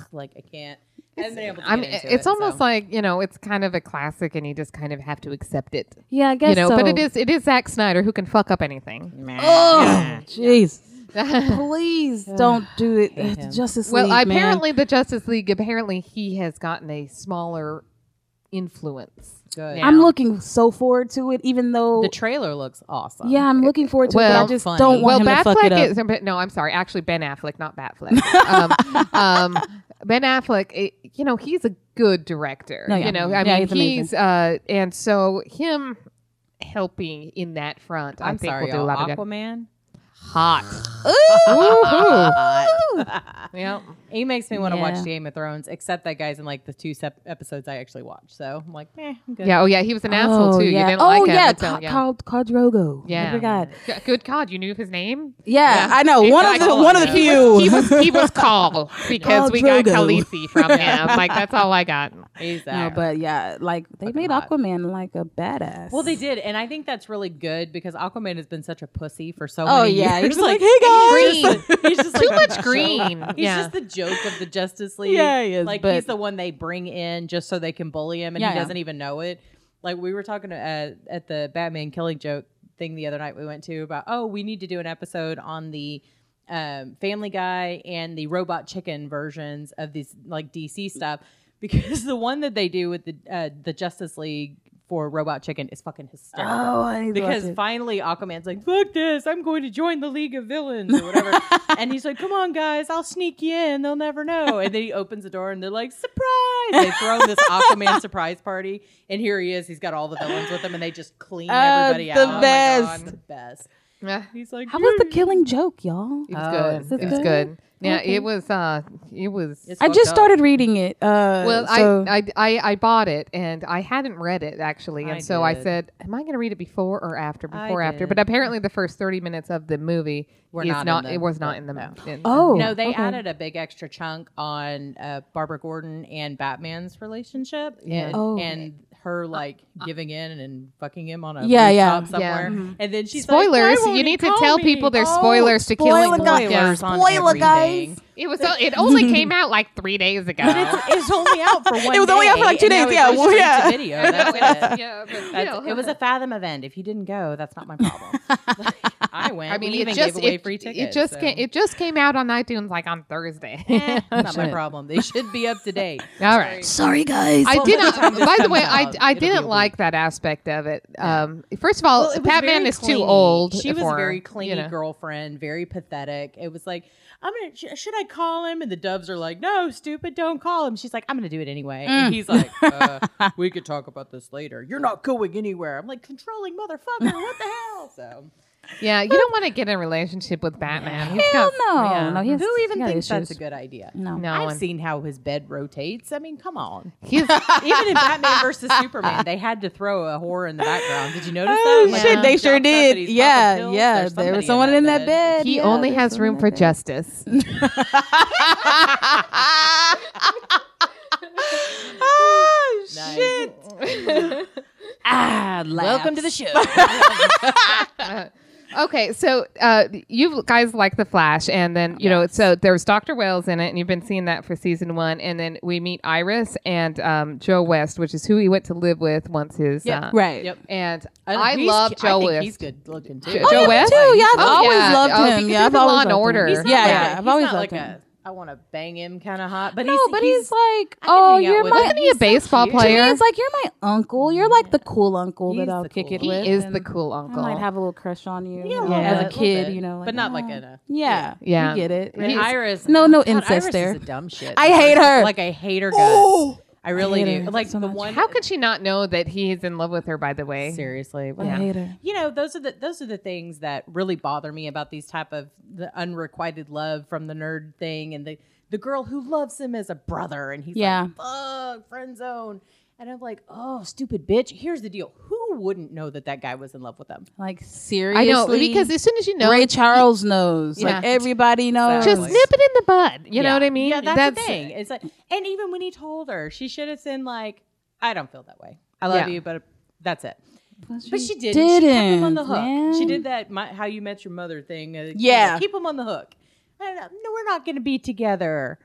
[SPEAKER 2] ugh, like I can't. I haven't been able to
[SPEAKER 3] I
[SPEAKER 2] get
[SPEAKER 3] mean,
[SPEAKER 2] into
[SPEAKER 3] it's
[SPEAKER 2] it,
[SPEAKER 3] almost
[SPEAKER 2] so.
[SPEAKER 3] like you know, it's kind of a classic, and you just kind of have to accept it.
[SPEAKER 4] Yeah, I guess
[SPEAKER 3] You know,
[SPEAKER 4] so.
[SPEAKER 3] but it is it is Zack Snyder who can fuck up anything.
[SPEAKER 4] Oh, jeez. Please don't do it.
[SPEAKER 2] Hate
[SPEAKER 4] It's
[SPEAKER 2] him.
[SPEAKER 4] Justice
[SPEAKER 3] Well,
[SPEAKER 4] League. man.
[SPEAKER 3] apparently the Justice League. Apparently he has gotten a smaller influence.
[SPEAKER 2] Good.
[SPEAKER 3] now.
[SPEAKER 4] I'm looking so forward to it, even though.
[SPEAKER 2] the trailer looks awesome.
[SPEAKER 4] yeah, I'm looking forward to it.
[SPEAKER 3] Well,
[SPEAKER 4] But I just
[SPEAKER 2] funny.
[SPEAKER 4] don't
[SPEAKER 3] well,
[SPEAKER 4] want him to fuck it up.
[SPEAKER 3] Batfleck is but no. I'm sorry. Actually, Ben Affleck, not Batfleck. um, um, ben Affleck, it, you know, he's a good director.
[SPEAKER 4] No, yeah.
[SPEAKER 3] You know, I
[SPEAKER 4] Yeah,
[SPEAKER 3] mean,
[SPEAKER 4] he's amazing.
[SPEAKER 3] he's uh, and so him helping in that front, I
[SPEAKER 2] I'm
[SPEAKER 3] think
[SPEAKER 2] sorry,
[SPEAKER 3] will do a
[SPEAKER 2] y'all.
[SPEAKER 3] lot of good.
[SPEAKER 2] Aquaman.
[SPEAKER 3] Hot. yeah.
[SPEAKER 2] He makes me want to
[SPEAKER 4] Yeah.
[SPEAKER 2] watch Game of Thrones, except that guy's in like the two sep- episodes I actually watched. So I'm like, eh, I'm good.
[SPEAKER 3] Yeah. Oh, yeah. He was an
[SPEAKER 4] oh,
[SPEAKER 3] asshole too.
[SPEAKER 4] Yeah.
[SPEAKER 3] You didn't
[SPEAKER 4] oh,
[SPEAKER 3] like him.
[SPEAKER 4] yeah.
[SPEAKER 3] and so,
[SPEAKER 4] Ca- Called Khal Drogo.
[SPEAKER 3] Yeah.
[SPEAKER 4] I forgot.
[SPEAKER 3] G- Good God, you knew his name.
[SPEAKER 4] Yeah, I know.
[SPEAKER 3] It's
[SPEAKER 4] One
[SPEAKER 3] like- oh,
[SPEAKER 4] of the one of the
[SPEAKER 3] He
[SPEAKER 4] few.
[SPEAKER 3] was- He was he was Call because
[SPEAKER 4] Khal
[SPEAKER 3] we got
[SPEAKER 4] Drogo.
[SPEAKER 3] Khaleesi from him. Like that's all I got.
[SPEAKER 2] he's that.
[SPEAKER 4] no, but yeah, like they
[SPEAKER 2] Fucking
[SPEAKER 4] made
[SPEAKER 2] hot.
[SPEAKER 4] Aquaman like a badass.
[SPEAKER 2] Well, they did, and I think that's really good because Aquaman has been such a pussy for so
[SPEAKER 4] Oh
[SPEAKER 2] many
[SPEAKER 4] yeah,
[SPEAKER 2] years.
[SPEAKER 4] he's like, hey guys.
[SPEAKER 3] Green.
[SPEAKER 2] he's just
[SPEAKER 3] Too
[SPEAKER 2] like the
[SPEAKER 3] much
[SPEAKER 2] joke.
[SPEAKER 3] green.
[SPEAKER 2] He's
[SPEAKER 3] yeah.
[SPEAKER 2] just the joke of the Justice League.
[SPEAKER 4] Yeah, he is,
[SPEAKER 2] Like
[SPEAKER 4] but-
[SPEAKER 2] he's the one they bring in just so they can bully him, and
[SPEAKER 4] Yeah,
[SPEAKER 2] he
[SPEAKER 4] yeah.
[SPEAKER 2] doesn't even know it. Like we were talking at, at the Batman killing joke thing the other night we went to about oh we need to do an episode on the um, Family Guy and the Robot Chicken versions of these like DC stuff because the one that they do with the uh, the Justice League for Robot Chicken is fucking hysterical
[SPEAKER 4] Oh, I loved
[SPEAKER 2] because
[SPEAKER 4] it.
[SPEAKER 2] finally Aquaman's like, "Fuck this! I'm going to join the League of Villains or whatever." and he's like, "Come on, guys! I'll sneak you in. They'll never know." And then he opens the door, and they're like, "Surprise!" They throw him this Aquaman surprise party, and here he is. He's got all the villains with him, and they just clean
[SPEAKER 4] Oh,
[SPEAKER 2] everybody
[SPEAKER 4] the
[SPEAKER 2] out. Oh my God,
[SPEAKER 4] best.
[SPEAKER 2] the best.
[SPEAKER 3] Yeah.
[SPEAKER 2] He's like,
[SPEAKER 4] how was the
[SPEAKER 2] "Yay."
[SPEAKER 4] killing joke, y'all?
[SPEAKER 3] It
[SPEAKER 2] Oh, is
[SPEAKER 3] was good.
[SPEAKER 4] it
[SPEAKER 3] It was
[SPEAKER 4] good?
[SPEAKER 3] good. Yeah,
[SPEAKER 4] Okay.
[SPEAKER 3] it was. Uh, it was.
[SPEAKER 2] It's
[SPEAKER 4] I
[SPEAKER 2] fucked
[SPEAKER 4] just
[SPEAKER 2] up.
[SPEAKER 4] started reading it. Uh,
[SPEAKER 3] well,
[SPEAKER 4] so-
[SPEAKER 3] I, I I I bought it and I hadn't read it actually, and
[SPEAKER 2] I
[SPEAKER 3] so I
[SPEAKER 2] did.
[SPEAKER 3] said, "Am I going to read it before or after?
[SPEAKER 2] I
[SPEAKER 3] Before or after?"
[SPEAKER 2] did.
[SPEAKER 3] But apparently, the first thirty minutes of the movie
[SPEAKER 2] Were
[SPEAKER 3] is
[SPEAKER 2] not in
[SPEAKER 3] not.
[SPEAKER 2] the-
[SPEAKER 3] it was not in the
[SPEAKER 2] no.
[SPEAKER 3] movie.
[SPEAKER 4] Oh.
[SPEAKER 2] No, they
[SPEAKER 4] okay.
[SPEAKER 2] added a big extra chunk on uh, Barbara Gordon and Batman's relationship, and,
[SPEAKER 4] Oh.
[SPEAKER 2] and her like giving in and fucking him on a
[SPEAKER 4] Yeah, yeah. Mm-hmm.
[SPEAKER 2] rooftop somewhere.
[SPEAKER 3] Yeah.
[SPEAKER 2] And then she's like,
[SPEAKER 3] spoilers!
[SPEAKER 2] "Why won't
[SPEAKER 3] you
[SPEAKER 2] he
[SPEAKER 3] need to
[SPEAKER 2] call
[SPEAKER 3] tell
[SPEAKER 2] me?"
[SPEAKER 3] people there's
[SPEAKER 2] Oh,
[SPEAKER 3] spoilers to killing.
[SPEAKER 4] spoiler guys.
[SPEAKER 3] Yeah.
[SPEAKER 2] spoilers on
[SPEAKER 4] Spoiler, guys.
[SPEAKER 2] everything.
[SPEAKER 3] It was. It only came out like three days ago.
[SPEAKER 2] But it's, it's only out for one.
[SPEAKER 4] It was only out for, like, two
[SPEAKER 2] and now
[SPEAKER 4] days,
[SPEAKER 2] it
[SPEAKER 4] yeah,
[SPEAKER 2] goes
[SPEAKER 4] well,
[SPEAKER 2] straight to
[SPEAKER 4] yeah.
[SPEAKER 2] video. That's it.
[SPEAKER 3] yeah, but
[SPEAKER 2] That's-
[SPEAKER 3] still.
[SPEAKER 2] it was a Fathom event. If you didn't go, that's not my problem. I went.
[SPEAKER 3] I mean,
[SPEAKER 2] we
[SPEAKER 3] it
[SPEAKER 2] even
[SPEAKER 3] just
[SPEAKER 2] gave away
[SPEAKER 3] it,
[SPEAKER 2] free tickets.
[SPEAKER 3] it just
[SPEAKER 2] so.
[SPEAKER 3] came, it just came out on iTunes like on Thursday.
[SPEAKER 2] Eh, not my
[SPEAKER 4] Shit.
[SPEAKER 2] problem. They should be up to date.
[SPEAKER 3] All right.
[SPEAKER 4] Sorry, guys.
[SPEAKER 3] I
[SPEAKER 2] Well,
[SPEAKER 3] did
[SPEAKER 2] by
[SPEAKER 3] not.
[SPEAKER 2] the time this
[SPEAKER 3] By the
[SPEAKER 2] comes
[SPEAKER 3] way, I,
[SPEAKER 2] out,
[SPEAKER 3] I
[SPEAKER 2] it'll be a
[SPEAKER 3] didn't
[SPEAKER 2] week.
[SPEAKER 3] like that aspect of it. Um, first of all,
[SPEAKER 2] Well, it was
[SPEAKER 3] Batman
[SPEAKER 2] very
[SPEAKER 3] is too
[SPEAKER 2] clingy.
[SPEAKER 3] old.
[SPEAKER 2] She was
[SPEAKER 3] for,
[SPEAKER 2] a very clingy
[SPEAKER 3] you know.
[SPEAKER 2] girlfriend, very pathetic. It was like, I'm gonna. Sh- should I call him? And the doves are like, No, stupid, don't call him. She's like, I'm gonna do it anyway.
[SPEAKER 4] Mm.
[SPEAKER 2] And he's like, uh, We could talk about this later. You're not going anywhere. I'm like, controlling motherfucker. What the hell? So
[SPEAKER 3] Yeah, you don't want to get in a relationship with Batman. He's
[SPEAKER 4] Hell
[SPEAKER 3] got,
[SPEAKER 4] no.
[SPEAKER 3] yeah.
[SPEAKER 4] No, he has-
[SPEAKER 2] who
[SPEAKER 4] he
[SPEAKER 2] even
[SPEAKER 4] got
[SPEAKER 2] thinks that's a
[SPEAKER 4] issues.
[SPEAKER 2] good idea?
[SPEAKER 4] No.
[SPEAKER 3] No,
[SPEAKER 2] I've
[SPEAKER 3] and
[SPEAKER 2] seen how his bed rotates. I mean, come on.
[SPEAKER 3] he's-
[SPEAKER 2] Even in Batman versus Superman, they had to throw a whore in the background. Did you notice
[SPEAKER 4] Oh,
[SPEAKER 2] that? Like,
[SPEAKER 4] shit,
[SPEAKER 2] he
[SPEAKER 4] they
[SPEAKER 2] jumps
[SPEAKER 4] sure
[SPEAKER 2] up and
[SPEAKER 4] did.
[SPEAKER 2] he's popping
[SPEAKER 4] Yeah,
[SPEAKER 2] pills.
[SPEAKER 4] yeah.
[SPEAKER 2] There's
[SPEAKER 4] There
[SPEAKER 2] somebody
[SPEAKER 4] was someone in that bed.
[SPEAKER 3] he
[SPEAKER 4] Yeah,
[SPEAKER 3] only
[SPEAKER 4] there's
[SPEAKER 3] has
[SPEAKER 4] someone in
[SPEAKER 3] room
[SPEAKER 4] that
[SPEAKER 3] for
[SPEAKER 4] bed.
[SPEAKER 3] justice.
[SPEAKER 4] Ah,
[SPEAKER 2] Nice.
[SPEAKER 4] shit. ah,
[SPEAKER 2] Welcome to the
[SPEAKER 4] laughs.
[SPEAKER 2] show.
[SPEAKER 3] Okay, so uh, you guys like the Flash, and then you know, so there's Doctor Wells in it, and you've been seeing that for season one, and then we meet Iris and um, Joe West, which is who he went to live with once his
[SPEAKER 2] Yeah,
[SPEAKER 3] uh,
[SPEAKER 4] Right.
[SPEAKER 2] Yep.
[SPEAKER 3] And
[SPEAKER 2] And
[SPEAKER 3] I
[SPEAKER 2] he's
[SPEAKER 3] love
[SPEAKER 2] cu-
[SPEAKER 3] Joe
[SPEAKER 2] I think
[SPEAKER 3] West.
[SPEAKER 2] he's good looking too.
[SPEAKER 3] Jo- Oh, Joe yeah, me West?
[SPEAKER 4] too. Yeah, I've
[SPEAKER 3] Oh,
[SPEAKER 4] always
[SPEAKER 3] yeah.
[SPEAKER 4] loved
[SPEAKER 3] Oh,
[SPEAKER 4] him.
[SPEAKER 3] because
[SPEAKER 4] Yeah,
[SPEAKER 3] he's
[SPEAKER 4] I've
[SPEAKER 3] in
[SPEAKER 4] always
[SPEAKER 3] Law and
[SPEAKER 4] loved him.
[SPEAKER 3] Order.
[SPEAKER 4] He's
[SPEAKER 2] He's
[SPEAKER 4] not
[SPEAKER 2] not
[SPEAKER 4] Yeah,
[SPEAKER 2] like
[SPEAKER 4] yeah,
[SPEAKER 2] a-
[SPEAKER 4] I've
[SPEAKER 2] he's
[SPEAKER 4] always
[SPEAKER 2] not
[SPEAKER 4] loved
[SPEAKER 2] like
[SPEAKER 4] him.
[SPEAKER 2] a I want to bang him kind of hot. But
[SPEAKER 4] No,
[SPEAKER 2] he's,
[SPEAKER 4] but he's, like,
[SPEAKER 2] can hang
[SPEAKER 4] oh,
[SPEAKER 2] out
[SPEAKER 4] you're
[SPEAKER 2] with
[SPEAKER 4] my.
[SPEAKER 2] him.
[SPEAKER 3] Wasn't he a
[SPEAKER 2] He's so
[SPEAKER 3] baseball
[SPEAKER 2] cute.
[SPEAKER 4] To me,
[SPEAKER 3] player?
[SPEAKER 4] it's like you're my uncle. You're like the cool uncle
[SPEAKER 2] He's
[SPEAKER 4] that I'll
[SPEAKER 2] the
[SPEAKER 4] kick
[SPEAKER 2] cool
[SPEAKER 4] it
[SPEAKER 3] He
[SPEAKER 4] with.
[SPEAKER 3] is the
[SPEAKER 4] and
[SPEAKER 3] cool
[SPEAKER 4] I
[SPEAKER 3] uncle.
[SPEAKER 4] might have a little crush on you
[SPEAKER 2] Yeah,
[SPEAKER 4] you
[SPEAKER 2] a
[SPEAKER 4] know,
[SPEAKER 3] little
[SPEAKER 4] as a
[SPEAKER 3] bit,
[SPEAKER 2] a little
[SPEAKER 4] kid,
[SPEAKER 2] bit.
[SPEAKER 4] you know, like,
[SPEAKER 2] But not like
[SPEAKER 4] oh.
[SPEAKER 2] in a-
[SPEAKER 4] yeah,
[SPEAKER 3] Yeah.
[SPEAKER 4] You get it.
[SPEAKER 2] And
[SPEAKER 3] He's-
[SPEAKER 2] Iris,
[SPEAKER 4] No, no
[SPEAKER 2] God,
[SPEAKER 4] incest
[SPEAKER 2] Iris is
[SPEAKER 4] there.
[SPEAKER 2] a dumb shit.
[SPEAKER 4] I hate her.
[SPEAKER 2] Like I hate her guts.
[SPEAKER 4] Oh!
[SPEAKER 2] I really
[SPEAKER 4] I hate
[SPEAKER 2] do.
[SPEAKER 4] her
[SPEAKER 2] Like
[SPEAKER 4] so
[SPEAKER 2] the
[SPEAKER 4] much.
[SPEAKER 2] one.
[SPEAKER 3] How could she not know that he is in love with her? By the way,
[SPEAKER 2] seriously?
[SPEAKER 4] I hate her.
[SPEAKER 2] you know those are the those are the things that really bother me about these type of the unrequited love from the nerd thing and the the girl who loves him as a brother and he's
[SPEAKER 4] Yeah.
[SPEAKER 2] like fuck friend zone and i'm like oh stupid bitch here's the deal who who wouldn't know that that guy was in love with them?
[SPEAKER 4] Like seriously,
[SPEAKER 3] I know because as soon as you know,
[SPEAKER 4] Ray Charles knows.
[SPEAKER 3] Yeah.
[SPEAKER 4] Like everybody knows.
[SPEAKER 3] just nip it in the bud. You know
[SPEAKER 2] Yeah.
[SPEAKER 3] what I mean?
[SPEAKER 2] Yeah, that's, the thing. It's like, and even when he told her, she should have said like, "I don't feel that way. I love
[SPEAKER 3] Yeah.
[SPEAKER 2] you, but that's it."
[SPEAKER 4] But she,
[SPEAKER 2] But she didn't.
[SPEAKER 4] didn't.
[SPEAKER 2] She kept him on the hook. She
[SPEAKER 4] man.
[SPEAKER 2] did that. My, how you met your mother thing. uh, you know,
[SPEAKER 4] Yeah.
[SPEAKER 2] keep him on the hook. And, uh, no, we're not going to be together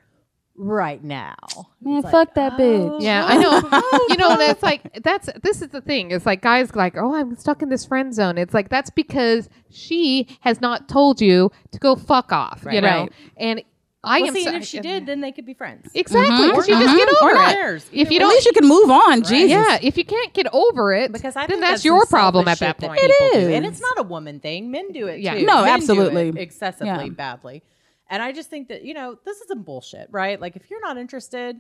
[SPEAKER 2] right now.
[SPEAKER 4] Man,
[SPEAKER 2] It's like,
[SPEAKER 4] fuck that
[SPEAKER 2] oh,
[SPEAKER 4] bitch.
[SPEAKER 3] Yeah, I know. you know, that's like that's this is the thing. It's like guys like, oh, I'm stuck in this friend zone. It's like that's because she has not told you to go fuck off. You
[SPEAKER 2] Right.
[SPEAKER 3] know,
[SPEAKER 4] Right.
[SPEAKER 3] and I
[SPEAKER 2] Well,
[SPEAKER 3] am.
[SPEAKER 2] see,
[SPEAKER 3] so-
[SPEAKER 2] and if she did, then they could be friends.
[SPEAKER 3] exactly, 'cause
[SPEAKER 2] Or
[SPEAKER 3] you
[SPEAKER 2] not.
[SPEAKER 3] just get
[SPEAKER 2] Or
[SPEAKER 3] over
[SPEAKER 2] not.
[SPEAKER 3] it.
[SPEAKER 2] Cares.
[SPEAKER 3] If you
[SPEAKER 4] At
[SPEAKER 3] don't,
[SPEAKER 4] least you can move on. Jesus.
[SPEAKER 3] yeah, if you can't get over it,
[SPEAKER 2] because I
[SPEAKER 3] then
[SPEAKER 2] think
[SPEAKER 3] that's,
[SPEAKER 2] some
[SPEAKER 3] your problem at
[SPEAKER 2] selfish
[SPEAKER 3] that
[SPEAKER 2] shit
[SPEAKER 3] point.
[SPEAKER 4] It
[SPEAKER 2] people do. and
[SPEAKER 4] is.
[SPEAKER 2] it's not a woman thing. Men do it
[SPEAKER 3] Yeah.
[SPEAKER 2] too.
[SPEAKER 4] No,
[SPEAKER 2] Men do it
[SPEAKER 4] absolutely.
[SPEAKER 2] excessively
[SPEAKER 4] Yeah.
[SPEAKER 2] badly. And I just think that you know this is some bullshit, right? Like if you're not interested,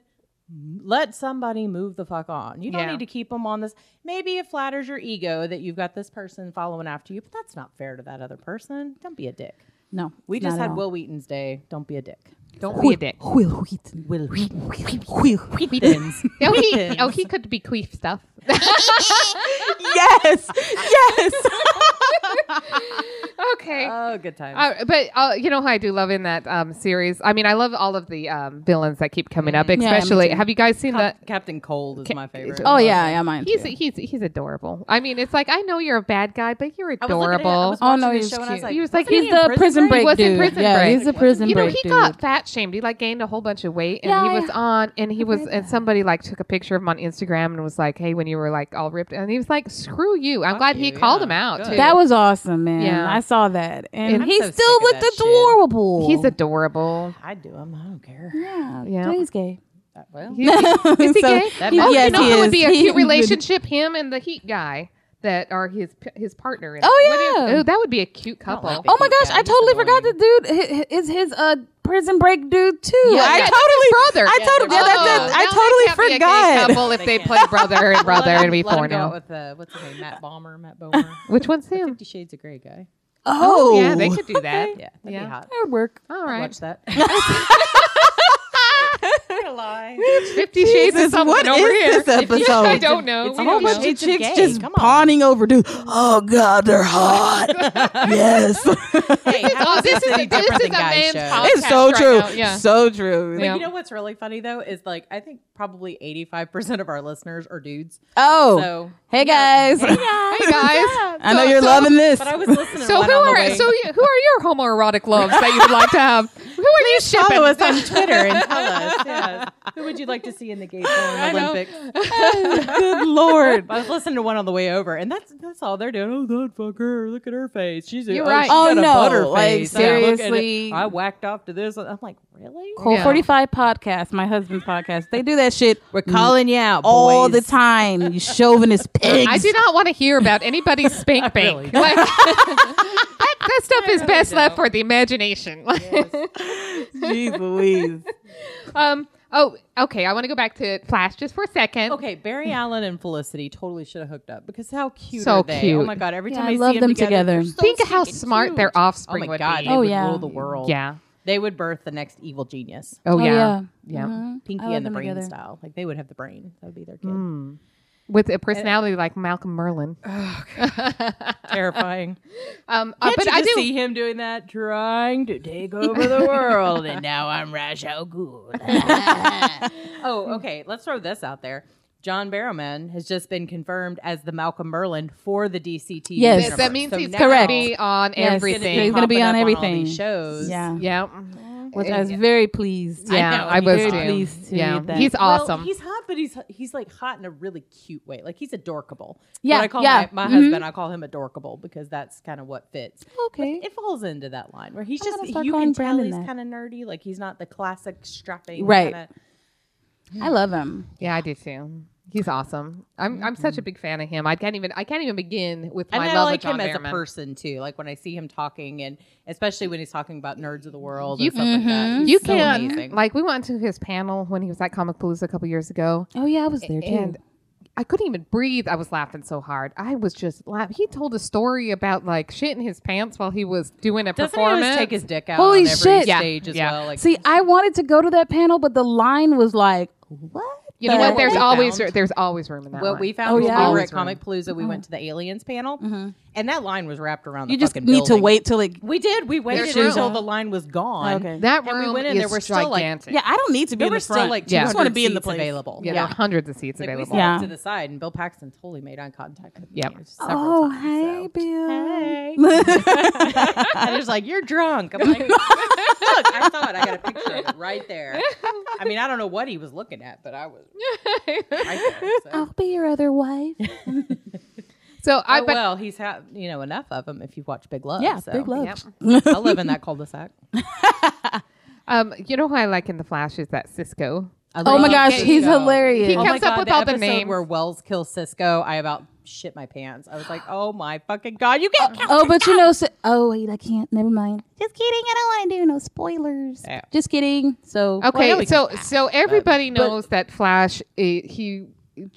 [SPEAKER 2] let somebody move the fuck on. You don't
[SPEAKER 3] Yeah.
[SPEAKER 2] need to keep them on this. Maybe it flatters your ego that you've got this person following after you, but that's not fair to that other person. Don't be a dick.
[SPEAKER 4] No.
[SPEAKER 2] We
[SPEAKER 4] not
[SPEAKER 2] just
[SPEAKER 4] at
[SPEAKER 2] had
[SPEAKER 4] all.
[SPEAKER 2] Will Wheaton's day. Don't be a dick.
[SPEAKER 3] Don't be a dick.
[SPEAKER 4] Will Wheaton. Will Wheaton. Will Wheaton.
[SPEAKER 2] Wheaton's.
[SPEAKER 3] Oh, he, oh, he could be queef stuff.
[SPEAKER 4] Yes. Yes. Eh,
[SPEAKER 3] okay.
[SPEAKER 2] oh, good time.
[SPEAKER 3] Uh, but uh, you know how I do love in that um, series. I mean, I love all of the um, villains that keep coming up.
[SPEAKER 4] me
[SPEAKER 3] Especially,
[SPEAKER 4] too.
[SPEAKER 3] have you guys seen that?
[SPEAKER 2] Captain Cold is my favorite.
[SPEAKER 4] oh yeah. Yeah. Mine.
[SPEAKER 3] He's
[SPEAKER 4] too.
[SPEAKER 3] he's he's adorable. I mean, it's like I know you're a bad guy, but you're
[SPEAKER 2] I was looking at him-
[SPEAKER 3] adorable.
[SPEAKER 2] I was
[SPEAKER 4] Oh, no,
[SPEAKER 2] watching
[SPEAKER 4] he
[SPEAKER 2] his
[SPEAKER 4] was
[SPEAKER 2] show and I was
[SPEAKER 4] cute.
[SPEAKER 2] like,
[SPEAKER 3] He was like,
[SPEAKER 2] wasn't
[SPEAKER 4] He's the prison, break
[SPEAKER 3] He was in
[SPEAKER 4] dude.
[SPEAKER 3] Prison
[SPEAKER 4] yeah,
[SPEAKER 3] Break.
[SPEAKER 4] he's the prison
[SPEAKER 3] you know,
[SPEAKER 4] break
[SPEAKER 3] he
[SPEAKER 4] dude.
[SPEAKER 3] got fat shamed. He like gained a whole bunch of weight, and
[SPEAKER 4] Yeah,
[SPEAKER 3] he was
[SPEAKER 4] yeah.
[SPEAKER 3] on, and he was, and somebody like took a picture of him on Instagram and was like, "Hey, when you were like all ripped," and he was like, "Screw you!" I'm
[SPEAKER 2] Fuck
[SPEAKER 3] glad he
[SPEAKER 2] you,
[SPEAKER 3] called
[SPEAKER 2] yeah.
[SPEAKER 3] him out
[SPEAKER 2] Good.
[SPEAKER 3] too.
[SPEAKER 4] That was awesome, man.
[SPEAKER 3] Yeah.
[SPEAKER 4] I saw that,
[SPEAKER 2] I'm
[SPEAKER 4] and he
[SPEAKER 2] so
[SPEAKER 4] still
[SPEAKER 2] sick of
[SPEAKER 4] looked
[SPEAKER 2] that shit.
[SPEAKER 4] adorable.
[SPEAKER 3] he's adorable.
[SPEAKER 2] I'd do him. I don't care.
[SPEAKER 4] yeah,
[SPEAKER 3] Yeah.
[SPEAKER 4] yeah. He's gay.
[SPEAKER 2] Uh, Well,
[SPEAKER 3] Is he is he
[SPEAKER 4] So-
[SPEAKER 3] gay?
[SPEAKER 2] That
[SPEAKER 3] He-
[SPEAKER 2] matters.
[SPEAKER 3] oh, you
[SPEAKER 2] Yes,
[SPEAKER 3] know
[SPEAKER 2] he
[SPEAKER 3] who would
[SPEAKER 4] is.
[SPEAKER 3] be a
[SPEAKER 4] He
[SPEAKER 3] cute
[SPEAKER 4] would.
[SPEAKER 3] relationship? Him and the Heat guy that are his his partner. In it.
[SPEAKER 4] Oh,
[SPEAKER 3] What
[SPEAKER 4] yeah.
[SPEAKER 3] is- oh, that would be a cute
[SPEAKER 2] don't
[SPEAKER 3] couple.
[SPEAKER 2] like the
[SPEAKER 4] Oh my
[SPEAKER 2] He's
[SPEAKER 4] gosh,
[SPEAKER 2] gay.
[SPEAKER 4] I
[SPEAKER 2] He's
[SPEAKER 4] totally forgot
[SPEAKER 2] annoying.
[SPEAKER 4] the dude hi- hi- is his uh prison break dude too.
[SPEAKER 3] Yeah,
[SPEAKER 4] I
[SPEAKER 3] yeah, that's his
[SPEAKER 4] totally
[SPEAKER 3] brother.
[SPEAKER 4] I
[SPEAKER 2] Yeah,
[SPEAKER 4] totally
[SPEAKER 2] they're
[SPEAKER 4] yeah,
[SPEAKER 2] brothers.
[SPEAKER 4] that's,
[SPEAKER 3] now they
[SPEAKER 4] I totally
[SPEAKER 3] can't oh, be a gay
[SPEAKER 4] forgot.
[SPEAKER 3] couple if
[SPEAKER 2] They
[SPEAKER 3] they
[SPEAKER 2] can't.
[SPEAKER 3] play brother and brother
[SPEAKER 2] Let him-
[SPEAKER 3] and be
[SPEAKER 2] let him go out
[SPEAKER 3] porno.
[SPEAKER 2] with uh, what's his name? Matt Bomber, Matt Bomer.
[SPEAKER 3] Which one's him?
[SPEAKER 2] Fifty Shades of Grey guy.
[SPEAKER 4] Oh,
[SPEAKER 3] Yeah, they could do that.
[SPEAKER 2] Yeah, that'd
[SPEAKER 3] Yeah.
[SPEAKER 2] be hot.
[SPEAKER 4] that would work.
[SPEAKER 3] All
[SPEAKER 2] I'd
[SPEAKER 3] right,
[SPEAKER 2] Watch that. I'm gonna lie.
[SPEAKER 3] Fifty Shades of something
[SPEAKER 4] what
[SPEAKER 3] over
[SPEAKER 4] is
[SPEAKER 3] here.
[SPEAKER 4] this episode?
[SPEAKER 3] I don't know.
[SPEAKER 2] It's
[SPEAKER 3] We
[SPEAKER 2] a
[SPEAKER 3] don't
[SPEAKER 2] whole
[SPEAKER 3] know.
[SPEAKER 2] bunch of
[SPEAKER 4] These
[SPEAKER 2] It's a
[SPEAKER 4] chicks
[SPEAKER 2] gay,
[SPEAKER 4] just
[SPEAKER 2] come on.
[SPEAKER 4] pawning over dude. Oh god, they're hot. yes.
[SPEAKER 2] Hey, how
[SPEAKER 3] Oh,
[SPEAKER 2] is
[SPEAKER 3] this is
[SPEAKER 2] any
[SPEAKER 3] a, this
[SPEAKER 2] different
[SPEAKER 3] is
[SPEAKER 2] than
[SPEAKER 3] a
[SPEAKER 2] guys'
[SPEAKER 3] man's
[SPEAKER 2] show?
[SPEAKER 3] podcast
[SPEAKER 4] It's so
[SPEAKER 3] right
[SPEAKER 4] true.
[SPEAKER 3] now. Yeah.
[SPEAKER 4] So true.
[SPEAKER 2] But
[SPEAKER 3] Yeah.
[SPEAKER 2] you know what's really funny though is like I think probably eighty five percent of our listeners are dudes.
[SPEAKER 4] Oh.
[SPEAKER 2] So
[SPEAKER 4] hey guys.
[SPEAKER 3] hey guys,
[SPEAKER 4] I know
[SPEAKER 3] So-
[SPEAKER 4] you're
[SPEAKER 3] so-
[SPEAKER 4] loving this.
[SPEAKER 2] but I was listening. to
[SPEAKER 3] So
[SPEAKER 2] one
[SPEAKER 3] who
[SPEAKER 2] on the
[SPEAKER 3] are
[SPEAKER 2] way.
[SPEAKER 3] so you, who are your homoerotic loves that you would like to have? Who are you shipping?
[SPEAKER 2] follow us on Twitter and tell us yes. who would you like to see in the gay porn
[SPEAKER 3] know.
[SPEAKER 2] Olympics.
[SPEAKER 4] Good lord.
[SPEAKER 2] I was listening to one on the way over, and that's that's all they're doing. Oh, God, fuck her! Look at her face. She's a,
[SPEAKER 3] You're
[SPEAKER 2] oh,
[SPEAKER 3] right.
[SPEAKER 2] She's
[SPEAKER 4] Oh,
[SPEAKER 2] got
[SPEAKER 4] no.
[SPEAKER 2] a butter
[SPEAKER 4] Like,
[SPEAKER 2] face. Yeah, look at it.
[SPEAKER 4] seriously.
[SPEAKER 2] I whacked off to this. I'm like, really?
[SPEAKER 4] Cool
[SPEAKER 3] Yeah.
[SPEAKER 4] 45 podcast, my husband's podcast. They do that shit
[SPEAKER 2] We're calling you out
[SPEAKER 4] all
[SPEAKER 2] boys.
[SPEAKER 4] the time. You chauvinist pigs.
[SPEAKER 3] I do not want to hear about anybody's spank bank.
[SPEAKER 2] Really?
[SPEAKER 3] Like, that, that stuff is best left for the imagination.
[SPEAKER 4] Jeez Louise.
[SPEAKER 3] um. Oh, okay. I want to go back to Flash just for a second.
[SPEAKER 2] Okay, Barry Allen and Felicity totally should have hooked up because how cute
[SPEAKER 3] So
[SPEAKER 2] are they? Oh
[SPEAKER 3] cute.
[SPEAKER 2] my god! Every
[SPEAKER 4] Yeah,
[SPEAKER 2] time
[SPEAKER 4] I
[SPEAKER 2] I,
[SPEAKER 4] love
[SPEAKER 2] see
[SPEAKER 4] them
[SPEAKER 2] together,
[SPEAKER 4] together.
[SPEAKER 2] they're so
[SPEAKER 3] Think of how
[SPEAKER 2] freaking
[SPEAKER 3] smart
[SPEAKER 2] cute.
[SPEAKER 3] their
[SPEAKER 2] Oh
[SPEAKER 3] offspring
[SPEAKER 2] my
[SPEAKER 3] would
[SPEAKER 2] god!
[SPEAKER 3] be.
[SPEAKER 2] They
[SPEAKER 4] Oh,
[SPEAKER 2] would
[SPEAKER 4] yeah.
[SPEAKER 2] rule the world.
[SPEAKER 3] Yeah.
[SPEAKER 2] they would birth the next evil genius,
[SPEAKER 3] Oh, yeah. Yeah.
[SPEAKER 4] Mhm. I
[SPEAKER 2] Pinky
[SPEAKER 4] love
[SPEAKER 2] and the
[SPEAKER 4] them
[SPEAKER 2] Brain
[SPEAKER 4] together.
[SPEAKER 2] style. Like they would have the brain. That would be their kid.
[SPEAKER 3] Mm. With
[SPEAKER 2] Uh,
[SPEAKER 3] a personality like Malcolm Merlin.
[SPEAKER 2] Terrifying.
[SPEAKER 3] um. uh,
[SPEAKER 2] oh, Can't
[SPEAKER 3] but
[SPEAKER 2] you
[SPEAKER 3] I
[SPEAKER 2] just
[SPEAKER 3] do.
[SPEAKER 2] see him doing that, trying to take over the world, and now I'm Ra's al Ghul. oh, okay. Let's throw this out there. John Barrowman has just been confirmed as the Malcolm Merlin for the DCT.
[SPEAKER 4] Yes.
[SPEAKER 3] Yes, that means he's
[SPEAKER 2] now
[SPEAKER 3] gonna
[SPEAKER 4] correct.
[SPEAKER 3] be on
[SPEAKER 4] Yes.
[SPEAKER 2] He's
[SPEAKER 3] everything.
[SPEAKER 2] going to be on
[SPEAKER 4] Popping up on all
[SPEAKER 2] everything.
[SPEAKER 4] these
[SPEAKER 2] shows.
[SPEAKER 4] Yeah.
[SPEAKER 3] Yeah.
[SPEAKER 4] Which
[SPEAKER 3] Yeah.
[SPEAKER 4] I was very pleased.
[SPEAKER 3] Yeah,
[SPEAKER 2] know,
[SPEAKER 3] I,
[SPEAKER 2] I'm
[SPEAKER 3] was
[SPEAKER 4] very
[SPEAKER 3] too.
[SPEAKER 4] pleased to
[SPEAKER 3] yeah,
[SPEAKER 4] read that.
[SPEAKER 3] he's
[SPEAKER 2] Well,
[SPEAKER 3] awesome.
[SPEAKER 2] he's hot, but he's he's like hot in a really cute way. Like he's adorkable.
[SPEAKER 4] Yeah,
[SPEAKER 2] What I call
[SPEAKER 4] yeah.
[SPEAKER 2] my, my
[SPEAKER 4] Mhm.
[SPEAKER 2] husband, I call him adorkable because that's kind of what fits.
[SPEAKER 4] Okay.
[SPEAKER 2] It falls into that line where he's
[SPEAKER 4] I'm
[SPEAKER 2] just
[SPEAKER 4] gonna start
[SPEAKER 2] you
[SPEAKER 4] calling
[SPEAKER 2] can tell
[SPEAKER 4] Brandon
[SPEAKER 2] he's
[SPEAKER 4] that.
[SPEAKER 2] kind of nerdy. Like he's not the classic strapping
[SPEAKER 4] Right.
[SPEAKER 2] Kinda,
[SPEAKER 4] I love him.
[SPEAKER 3] Yeah, I do too. He's awesome. I'm I'm such a big fan of him. I can't even I can't even begin with
[SPEAKER 2] Mm-hmm. and
[SPEAKER 3] my
[SPEAKER 2] I
[SPEAKER 3] love
[SPEAKER 2] like
[SPEAKER 3] of John
[SPEAKER 2] him as a
[SPEAKER 3] Barrowman.
[SPEAKER 2] person too. Like when I see him talking, and especially when he's talking about nerds of the world
[SPEAKER 3] You-
[SPEAKER 2] and stuff like
[SPEAKER 4] Mm-hmm.
[SPEAKER 2] that. He's
[SPEAKER 3] You
[SPEAKER 2] so
[SPEAKER 3] can't
[SPEAKER 2] amazing.
[SPEAKER 3] like we went to his panel when he was at Comic Palooza a couple years ago,
[SPEAKER 4] Oh yeah, I was there too.
[SPEAKER 3] and I couldn't even breathe. I was laughing so hard. I was just laughing. He told a story about like shit in his pants while he was doing a
[SPEAKER 2] doesn't he
[SPEAKER 3] performance.
[SPEAKER 2] always take his dick out
[SPEAKER 4] Holy
[SPEAKER 2] on every
[SPEAKER 4] shit.
[SPEAKER 3] Yeah,
[SPEAKER 2] stage as
[SPEAKER 3] yeah.
[SPEAKER 2] well? Like
[SPEAKER 4] See, I wanted to go to that panel, but the line was like, what?
[SPEAKER 3] You know
[SPEAKER 4] But
[SPEAKER 3] what? There's
[SPEAKER 2] we
[SPEAKER 3] always
[SPEAKER 2] found-
[SPEAKER 3] there's always room in that.
[SPEAKER 2] What
[SPEAKER 3] line.
[SPEAKER 2] we found when
[SPEAKER 4] Oh, yeah. Uh-huh.
[SPEAKER 2] we were at
[SPEAKER 3] Always room.
[SPEAKER 2] Comic Palooza, we went to the aliens panel, and that line was wrapped around. The
[SPEAKER 4] You just
[SPEAKER 2] fucking
[SPEAKER 4] need to
[SPEAKER 2] building.
[SPEAKER 4] wait till it.
[SPEAKER 2] We did. We waited
[SPEAKER 3] room.
[SPEAKER 2] until the line was gone.
[SPEAKER 4] Okay.
[SPEAKER 2] and
[SPEAKER 3] that room
[SPEAKER 2] we went in,
[SPEAKER 3] is
[SPEAKER 2] there were still, like-
[SPEAKER 3] gigantic.
[SPEAKER 4] Yeah, I don't need to be
[SPEAKER 2] There
[SPEAKER 4] in the
[SPEAKER 2] were
[SPEAKER 4] front.
[SPEAKER 2] still like 200
[SPEAKER 3] Yeah.
[SPEAKER 4] I just want to be in the
[SPEAKER 2] seats
[SPEAKER 4] place.
[SPEAKER 2] available.
[SPEAKER 3] yeah, there are hundreds of seats
[SPEAKER 2] Like we
[SPEAKER 3] available.
[SPEAKER 2] sat
[SPEAKER 4] Yeah.
[SPEAKER 2] to the side, and Bill Paxton totally made eye contact with me.
[SPEAKER 3] Yep.
[SPEAKER 2] several
[SPEAKER 4] oh,
[SPEAKER 2] times,
[SPEAKER 4] hey,
[SPEAKER 2] so.
[SPEAKER 4] Bill.
[SPEAKER 2] and it's like you're drunk. I'm like, look, I thought I got a picture of it right there. I mean, I don't know what he was looking at, but I was right there. So.
[SPEAKER 4] I'll be your other wife.
[SPEAKER 3] so I
[SPEAKER 2] Oh,
[SPEAKER 3] but
[SPEAKER 2] well, he's had you know enough of them. If you watch Big Love,
[SPEAKER 4] Yeah,
[SPEAKER 2] so.
[SPEAKER 4] big love. Oh,
[SPEAKER 3] Yep.
[SPEAKER 2] I live in that cul-de-sac.
[SPEAKER 3] um, you know who I like in the Flash is that Cisco.
[SPEAKER 4] Oh my gosh,
[SPEAKER 3] Cisco.
[SPEAKER 4] he's hilarious.
[SPEAKER 3] He
[SPEAKER 2] Oh my
[SPEAKER 3] comes up
[SPEAKER 2] God,
[SPEAKER 3] with all the
[SPEAKER 2] episode
[SPEAKER 3] names.
[SPEAKER 2] Where Wells kills Cisco, I about shit my pants. I was like, oh my fucking god, you
[SPEAKER 3] Um,
[SPEAKER 2] can't kill.
[SPEAKER 4] Oh, but you know, so, oh wait, I can't. Never mind.
[SPEAKER 5] Just kidding. I don't want to do no spoilers.
[SPEAKER 2] Yeah.
[SPEAKER 4] Just kidding. So
[SPEAKER 3] Okay,
[SPEAKER 2] yeah, we
[SPEAKER 3] so so everybody knows that Flash i he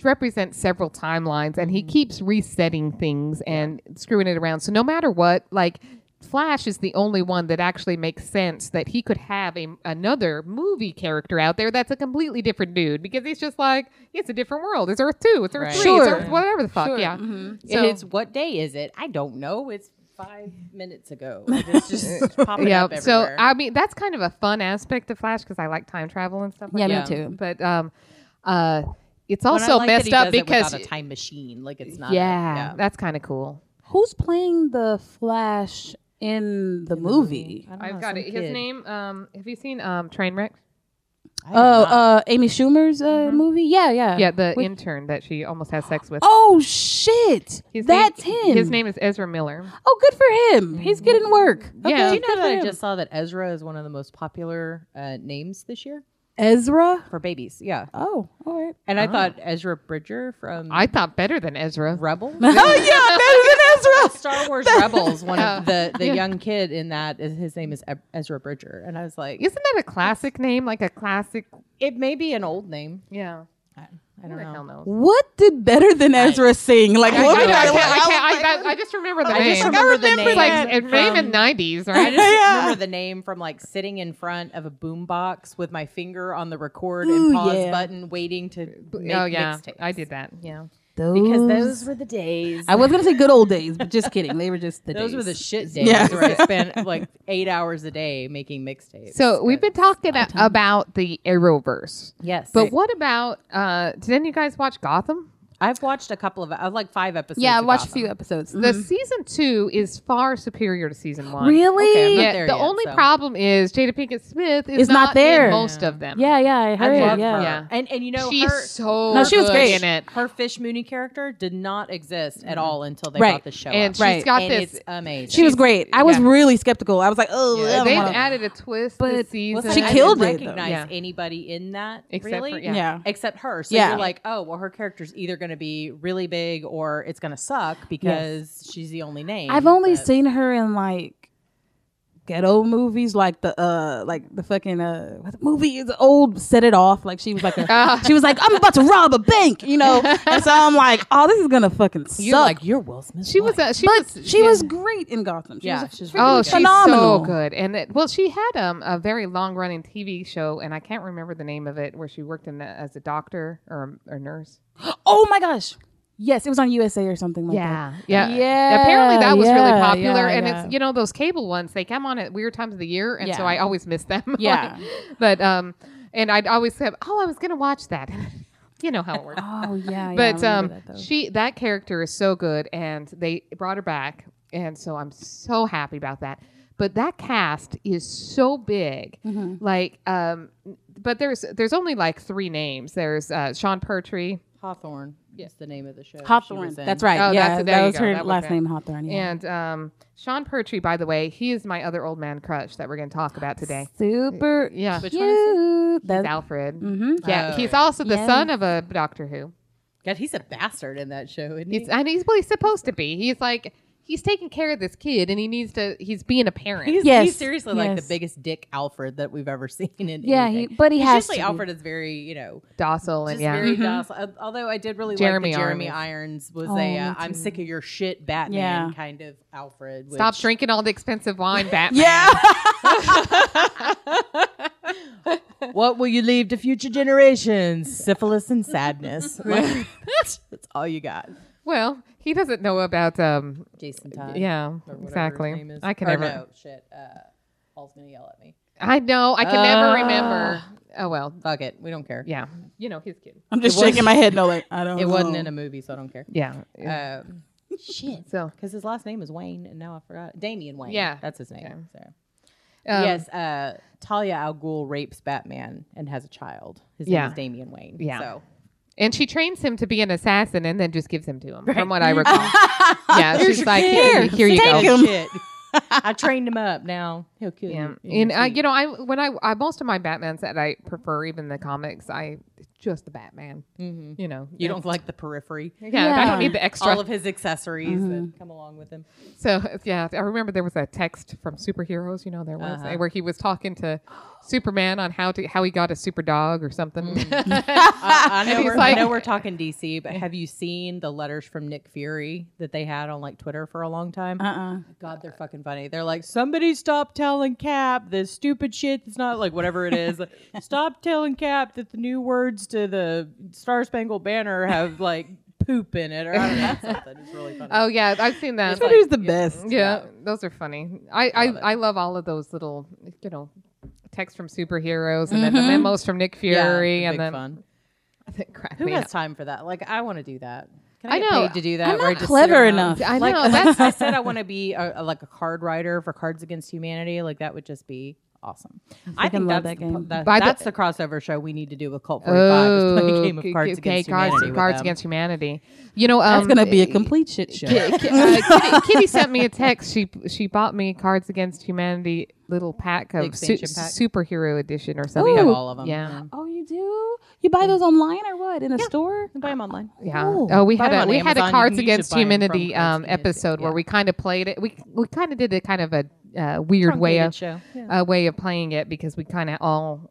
[SPEAKER 3] represents several timelines and he keeps resetting things and screwing it around. So no matter what, like Flash is the only one that actually makes sense that he could have a, another movie character out there that's a completely different dude because he's just like it's a different world. It's Earth Two. It's Earth
[SPEAKER 2] Right.
[SPEAKER 3] Three.
[SPEAKER 4] Sure.
[SPEAKER 3] It's Earth whatever the fuck. Yeah. So-
[SPEAKER 2] it's what day is it? I don't know. It's five minutes ago. It's just popping
[SPEAKER 3] yeah.
[SPEAKER 2] up
[SPEAKER 3] So
[SPEAKER 2] everywhere.
[SPEAKER 3] I mean, that's kind of a fun aspect of Flash because I like time travel and stuff. Like
[SPEAKER 4] Yeah, me
[SPEAKER 3] that.
[SPEAKER 4] too.
[SPEAKER 3] But um, uh, it's
[SPEAKER 2] But I
[SPEAKER 3] also
[SPEAKER 2] like that
[SPEAKER 3] messed
[SPEAKER 2] he
[SPEAKER 3] up
[SPEAKER 2] does it
[SPEAKER 3] because
[SPEAKER 2] without a time machine, like it's not.
[SPEAKER 3] yeah,
[SPEAKER 2] a-
[SPEAKER 3] that's kind of cool.
[SPEAKER 4] who's playing the Flash in the movie?
[SPEAKER 2] I don't know,
[SPEAKER 3] I've got
[SPEAKER 2] some
[SPEAKER 3] it. His
[SPEAKER 2] kid.
[SPEAKER 3] name. Um, have you seen um Trainwreck?
[SPEAKER 2] I don't know.
[SPEAKER 4] Oh,
[SPEAKER 2] Mm-hmm.
[SPEAKER 4] uh, Amy Schumer's uh, movie. Yeah, yeah,
[SPEAKER 3] Yeah, the
[SPEAKER 4] Uh, Which-
[SPEAKER 3] intern that she almost has sex with.
[SPEAKER 4] Oh shit,
[SPEAKER 3] His name-
[SPEAKER 4] that's him.
[SPEAKER 3] His name is Ezra Miller.
[SPEAKER 4] Oh, good for him. He's getting work. Okay,
[SPEAKER 3] Yeah.
[SPEAKER 2] Do you
[SPEAKER 4] good
[SPEAKER 2] know
[SPEAKER 4] for
[SPEAKER 2] that I
[SPEAKER 4] him.
[SPEAKER 2] just saw that Ezra is one of the most popular uh, names this year
[SPEAKER 4] Ezra?
[SPEAKER 2] for babies? Yeah,
[SPEAKER 4] Oh, all right.
[SPEAKER 2] and I thought Ezra Bridger from
[SPEAKER 3] I thought better than Ezra.
[SPEAKER 2] Rebel.
[SPEAKER 4] Oh yeah, better than Ezra.
[SPEAKER 2] Star Wars Rebels, one of the the young kid in that is his name is Eb- Ezra Bridger, and I was like,
[SPEAKER 3] Isn't that a classic name? Like a classic.
[SPEAKER 2] it may be an old name.
[SPEAKER 3] Yeah.
[SPEAKER 2] I, I
[SPEAKER 3] Who
[SPEAKER 2] don't
[SPEAKER 3] the hell
[SPEAKER 2] know.
[SPEAKER 3] knows?
[SPEAKER 4] What did better than Ezra sing? Like,
[SPEAKER 3] I,
[SPEAKER 4] what
[SPEAKER 3] know,
[SPEAKER 4] did
[SPEAKER 3] I
[SPEAKER 4] I,
[SPEAKER 3] can't- I
[SPEAKER 4] like,
[SPEAKER 3] can't- I- I- I just remember the
[SPEAKER 2] I
[SPEAKER 3] name.
[SPEAKER 2] just remember the name.
[SPEAKER 3] It's like
[SPEAKER 2] from-
[SPEAKER 3] it came in nineties,
[SPEAKER 2] I
[SPEAKER 3] right?
[SPEAKER 2] just
[SPEAKER 4] Yeah.
[SPEAKER 2] remember the name from like sitting in front of a boombox with my finger on the record and
[SPEAKER 4] Ooh,
[SPEAKER 2] pause
[SPEAKER 4] yeah.
[SPEAKER 2] button, waiting to make
[SPEAKER 3] oh yeah,
[SPEAKER 2] mixtapes.
[SPEAKER 3] I did that. Yeah.
[SPEAKER 2] because those were the days.
[SPEAKER 4] I was gonna say good old days, but just kidding. They were just the
[SPEAKER 2] those
[SPEAKER 4] days.
[SPEAKER 2] were the shit days
[SPEAKER 4] Yeah.
[SPEAKER 2] where I spent like eight hours a day making mixtapes.
[SPEAKER 3] So we've been talking a- about the Arrowverse,
[SPEAKER 2] yes,
[SPEAKER 3] but what about? uh Didn't you guys watch Gotham?
[SPEAKER 2] I've watched a couple of, I've like five episodes.
[SPEAKER 4] yeah, I
[SPEAKER 2] of
[SPEAKER 4] watched a
[SPEAKER 2] Gotham.
[SPEAKER 4] few episodes.
[SPEAKER 2] Mm-hmm.
[SPEAKER 3] The season two is far superior to season one.
[SPEAKER 4] really?
[SPEAKER 2] Okay, I'm not
[SPEAKER 3] Yeah,
[SPEAKER 2] there
[SPEAKER 3] the
[SPEAKER 2] yet,
[SPEAKER 3] only
[SPEAKER 2] so.
[SPEAKER 3] problem is Jada Pinkett Smith is
[SPEAKER 4] Is not
[SPEAKER 3] in
[SPEAKER 4] there.
[SPEAKER 3] most of them.
[SPEAKER 4] yeah, yeah, I heard.
[SPEAKER 2] I love
[SPEAKER 4] yeah.
[SPEAKER 2] her.
[SPEAKER 3] Yeah.
[SPEAKER 2] And and you know
[SPEAKER 3] she's
[SPEAKER 2] her
[SPEAKER 3] so
[SPEAKER 4] No, she was
[SPEAKER 3] good
[SPEAKER 4] great.
[SPEAKER 3] in it,
[SPEAKER 2] her Fish Mooney character did not exist at all until they
[SPEAKER 4] Right.
[SPEAKER 2] brought the show
[SPEAKER 3] and
[SPEAKER 2] up.
[SPEAKER 3] she's
[SPEAKER 4] Right.
[SPEAKER 3] got
[SPEAKER 2] and
[SPEAKER 3] this.
[SPEAKER 2] it's amazing.
[SPEAKER 4] She was great. I was
[SPEAKER 3] Yeah.
[SPEAKER 4] really skeptical. I was like, oh, I don't
[SPEAKER 3] They've
[SPEAKER 4] wanna-
[SPEAKER 3] added a twist
[SPEAKER 4] But-
[SPEAKER 3] this season.
[SPEAKER 4] She
[SPEAKER 2] I
[SPEAKER 3] I
[SPEAKER 2] didn't
[SPEAKER 4] killed it, though.
[SPEAKER 2] Recognize
[SPEAKER 3] Yeah.
[SPEAKER 2] anybody in that
[SPEAKER 3] Except
[SPEAKER 2] really?
[SPEAKER 3] for- yeah.
[SPEAKER 4] yeah.
[SPEAKER 2] Except her. So
[SPEAKER 4] Yeah.
[SPEAKER 2] you're like, oh, well, her character's either going to be really big or it's going to suck because she's the only name.
[SPEAKER 4] I've only
[SPEAKER 2] but-
[SPEAKER 4] seen her in like ghetto movies, like the uh, like the fucking uh, what the movie is old. Set it off. Like she was like a, she was like, I'm about to rob a bank, you know. And so I'm like, oh, this is gonna fucking suck.
[SPEAKER 2] You're like, you're Will Smith.
[SPEAKER 3] She was. A, she was.
[SPEAKER 4] she
[SPEAKER 3] yeah.
[SPEAKER 4] was great in Gotham. She
[SPEAKER 2] Yeah,
[SPEAKER 4] was
[SPEAKER 2] she's
[SPEAKER 4] freaking
[SPEAKER 3] Oh, she's
[SPEAKER 4] phenomenal.
[SPEAKER 3] so good. And it, well, she had um, a very long running TV show, and I can't remember the name of it, where she worked in the, as a doctor or um, a or nurse.
[SPEAKER 4] Oh my gosh. Yes, it was on USA or something like that.
[SPEAKER 3] yeah,
[SPEAKER 4] Yeah,
[SPEAKER 3] Apparently, that was
[SPEAKER 4] yeah,
[SPEAKER 3] really popular,
[SPEAKER 4] yeah,
[SPEAKER 3] and
[SPEAKER 4] yeah.
[SPEAKER 3] it's you know those cable ones they come on at weird times of the year, and so
[SPEAKER 4] Yeah.
[SPEAKER 3] I always miss them. Like,
[SPEAKER 4] Yeah.
[SPEAKER 3] but um, and I'd always say, oh, I was gonna watch that. you know how it works.
[SPEAKER 4] Oh yeah. yeah, I
[SPEAKER 3] but um,
[SPEAKER 4] remember that, though.
[SPEAKER 3] she that character is so good, and they brought her back, and so I'm so happy about that. But that cast is so big,
[SPEAKER 4] Mm-hmm.
[SPEAKER 3] like um, but there's there's only like three names. There's uh, Sean Pertwee,
[SPEAKER 2] Hawthorne. Yes, the name of the show. she
[SPEAKER 4] Hawthorne.
[SPEAKER 2] was in.
[SPEAKER 4] That's right.
[SPEAKER 3] Oh,
[SPEAKER 4] yeah,
[SPEAKER 3] that's- there
[SPEAKER 4] that
[SPEAKER 3] you
[SPEAKER 4] was
[SPEAKER 3] go.
[SPEAKER 4] her
[SPEAKER 3] That was
[SPEAKER 4] last
[SPEAKER 3] it.
[SPEAKER 4] name, Hawthorne. Yeah.
[SPEAKER 3] And um, Sean Pertwee, by the way, he is my other old man crush that we're going to talk about today.
[SPEAKER 4] super
[SPEAKER 3] Yeah,
[SPEAKER 2] Which one is it?
[SPEAKER 4] cute.
[SPEAKER 3] he's
[SPEAKER 4] That,
[SPEAKER 3] Alfred.
[SPEAKER 4] mm-hmm.
[SPEAKER 3] Yeah,
[SPEAKER 2] Oh,
[SPEAKER 3] he's
[SPEAKER 2] yeah.
[SPEAKER 3] also the
[SPEAKER 4] Yeah.
[SPEAKER 3] son of a Doctor Who.
[SPEAKER 2] God, he's a bastard in that show, isn't he?
[SPEAKER 3] He's, and he's well, he's supposed to be. He's like he's taking care of this kid, and he needs to. He's being a parent.
[SPEAKER 2] He's,
[SPEAKER 4] Yes,
[SPEAKER 2] he's seriously like the
[SPEAKER 4] yes.
[SPEAKER 2] biggest dick Alfred that we've ever seen in
[SPEAKER 4] Yeah, he-
[SPEAKER 2] anything.
[SPEAKER 4] but he
[SPEAKER 2] Because
[SPEAKER 4] has
[SPEAKER 2] usually
[SPEAKER 4] to be. Mm-hmm.
[SPEAKER 2] Alfred is very, you know,
[SPEAKER 3] docile and
[SPEAKER 2] just
[SPEAKER 3] yeah.
[SPEAKER 2] very docile. Uh, Although I did really
[SPEAKER 3] Jeremy
[SPEAKER 2] like the Jeremy Irons was a
[SPEAKER 4] Oh,
[SPEAKER 2] uh,
[SPEAKER 4] me
[SPEAKER 2] I'm
[SPEAKER 4] too.
[SPEAKER 2] sick of your shit Batman
[SPEAKER 4] Yeah.
[SPEAKER 2] kind of Alfred. Which,
[SPEAKER 3] Stop drinking all the expensive wine, Batman.
[SPEAKER 4] yeah.
[SPEAKER 2] What will you leave to future generations? Syphilis and sadness. Like, that's, that's all you got.
[SPEAKER 3] Well, he doesn't know about um
[SPEAKER 2] Jason Todd.
[SPEAKER 3] yeah,
[SPEAKER 2] Uh, or whatever
[SPEAKER 3] exactly.
[SPEAKER 2] his name is.
[SPEAKER 3] I can
[SPEAKER 2] Or
[SPEAKER 3] never
[SPEAKER 2] No, shit. Uh, Paul's gonna yell at me.
[SPEAKER 3] I know, I can never remember.
[SPEAKER 2] Uh.
[SPEAKER 3] Oh well.
[SPEAKER 2] Fuck it. We don't care.
[SPEAKER 3] Yeah. You know, his kid.
[SPEAKER 4] I'm just shaking my head. No, like I don't.
[SPEAKER 2] It
[SPEAKER 4] know.
[SPEAKER 2] wasn't in a movie, so I don't care.
[SPEAKER 3] Yeah.
[SPEAKER 2] Um, shit.
[SPEAKER 3] so um,
[SPEAKER 2] Because his last name is Wayne, and now I forgot. Damian Wayne.
[SPEAKER 3] Yeah.
[SPEAKER 2] that's his name.
[SPEAKER 3] Okay.
[SPEAKER 2] So.
[SPEAKER 3] um,
[SPEAKER 2] yes, uh, Talia al Ghul rapes Batman and has a child. His
[SPEAKER 3] Yeah.
[SPEAKER 2] name is Damian Wayne.
[SPEAKER 3] Yeah.
[SPEAKER 2] So
[SPEAKER 3] And she trains him to be an assassin and then just gives him to him, from what I recall. yeah, she's like, here, here you go.
[SPEAKER 4] Take him.
[SPEAKER 2] Oh, shit. I trained him up. Now he'll kill
[SPEAKER 3] Yeah,
[SPEAKER 2] you.
[SPEAKER 3] and I, you know, I when I, I most of my Batmans that I prefer, even the comics, I just the Batman.
[SPEAKER 2] Mhm.
[SPEAKER 3] You know,
[SPEAKER 2] You don't like the periphery.
[SPEAKER 3] Yeah, I
[SPEAKER 4] Yeah.
[SPEAKER 3] don't need the extra.
[SPEAKER 2] All of his accessories that come along with him.
[SPEAKER 3] so yeah, I remember there was a text from superheroes. You know, there was eh,
[SPEAKER 2] Uh-huh.
[SPEAKER 3] where he was talking to Superman on how to how he got a super dog or something.
[SPEAKER 2] Mm. I, I know
[SPEAKER 3] he's
[SPEAKER 2] we're,
[SPEAKER 3] like-
[SPEAKER 2] I know we're talking DC, but have you seen the letters from Nick Fury that they had on like Twitter for a long time?
[SPEAKER 4] Uh-uh.
[SPEAKER 2] God, they're fucking funny. They're like, somebody stop telling Cap this stupid shit. It's not like whatever it is. stop telling Cap that the new words to the Star Spangled Banner have like poop in it or I don't know something. It's really funny.
[SPEAKER 3] oh yeah, I've seen that.
[SPEAKER 2] It's like-
[SPEAKER 4] Twitter's the best.
[SPEAKER 3] yeah, those are funny. I I, I love all of those little you know texts from superheroes and then the memos from Nick
[SPEAKER 2] Mm-hmm. Yeah, it's a
[SPEAKER 3] Fury
[SPEAKER 2] big
[SPEAKER 3] and then
[SPEAKER 2] fun.
[SPEAKER 3] that cracked
[SPEAKER 2] Who
[SPEAKER 3] me
[SPEAKER 2] has
[SPEAKER 3] up.
[SPEAKER 2] time for that? Like, I want to do that. Can I,
[SPEAKER 3] I
[SPEAKER 2] get
[SPEAKER 3] know.
[SPEAKER 2] paid to do that?
[SPEAKER 4] I'm
[SPEAKER 2] where I
[SPEAKER 4] not
[SPEAKER 2] just sit
[SPEAKER 4] clever
[SPEAKER 2] around?
[SPEAKER 4] enough.
[SPEAKER 3] I
[SPEAKER 2] like,
[SPEAKER 3] know that's
[SPEAKER 2] I said I want to be a, a- like a card writer for Cards Against Humanity. Like that would just be awesome. I,
[SPEAKER 4] freaking
[SPEAKER 2] think
[SPEAKER 4] love
[SPEAKER 2] that's
[SPEAKER 4] that
[SPEAKER 2] the,
[SPEAKER 4] game.
[SPEAKER 2] that-
[SPEAKER 3] By the-
[SPEAKER 2] that's the crossover show we need to do with Cult Forty Five. is play a game of
[SPEAKER 3] okay,
[SPEAKER 2] Cards
[SPEAKER 3] okay,
[SPEAKER 2] Against
[SPEAKER 3] Oh, cards,
[SPEAKER 2] Humanity. with
[SPEAKER 3] Cards
[SPEAKER 2] them.
[SPEAKER 3] Against Humanity. You know, um,
[SPEAKER 4] That's gonna be a complete shit show.
[SPEAKER 3] Ki- ki- uh, Kitty, Kitty sent me a text. She she bought me Cards Against Humanity little pack
[SPEAKER 2] The
[SPEAKER 3] of su-
[SPEAKER 2] expansion pack?
[SPEAKER 3] superhero edition or
[SPEAKER 2] We
[SPEAKER 3] something.
[SPEAKER 2] have all of them.
[SPEAKER 3] Yeah,
[SPEAKER 4] Oh, you do? You buy those online or what? In a store?
[SPEAKER 2] buy them online.
[SPEAKER 3] yeah.
[SPEAKER 4] Ooh.
[SPEAKER 3] Oh, we
[SPEAKER 2] Buy
[SPEAKER 3] had
[SPEAKER 2] them
[SPEAKER 3] a
[SPEAKER 2] on
[SPEAKER 3] we had
[SPEAKER 2] Amazon.
[SPEAKER 3] a Cards
[SPEAKER 2] You should
[SPEAKER 3] Against
[SPEAKER 2] buy 'em from
[SPEAKER 3] Humanity
[SPEAKER 2] Cards
[SPEAKER 3] um,
[SPEAKER 2] Against-
[SPEAKER 3] episode where
[SPEAKER 2] yeah.
[SPEAKER 3] we kind of played it. We we kind of did a kind of a uh, weird way
[SPEAKER 2] Truncated
[SPEAKER 3] of
[SPEAKER 2] show.
[SPEAKER 3] a way of playing it because we kind of all.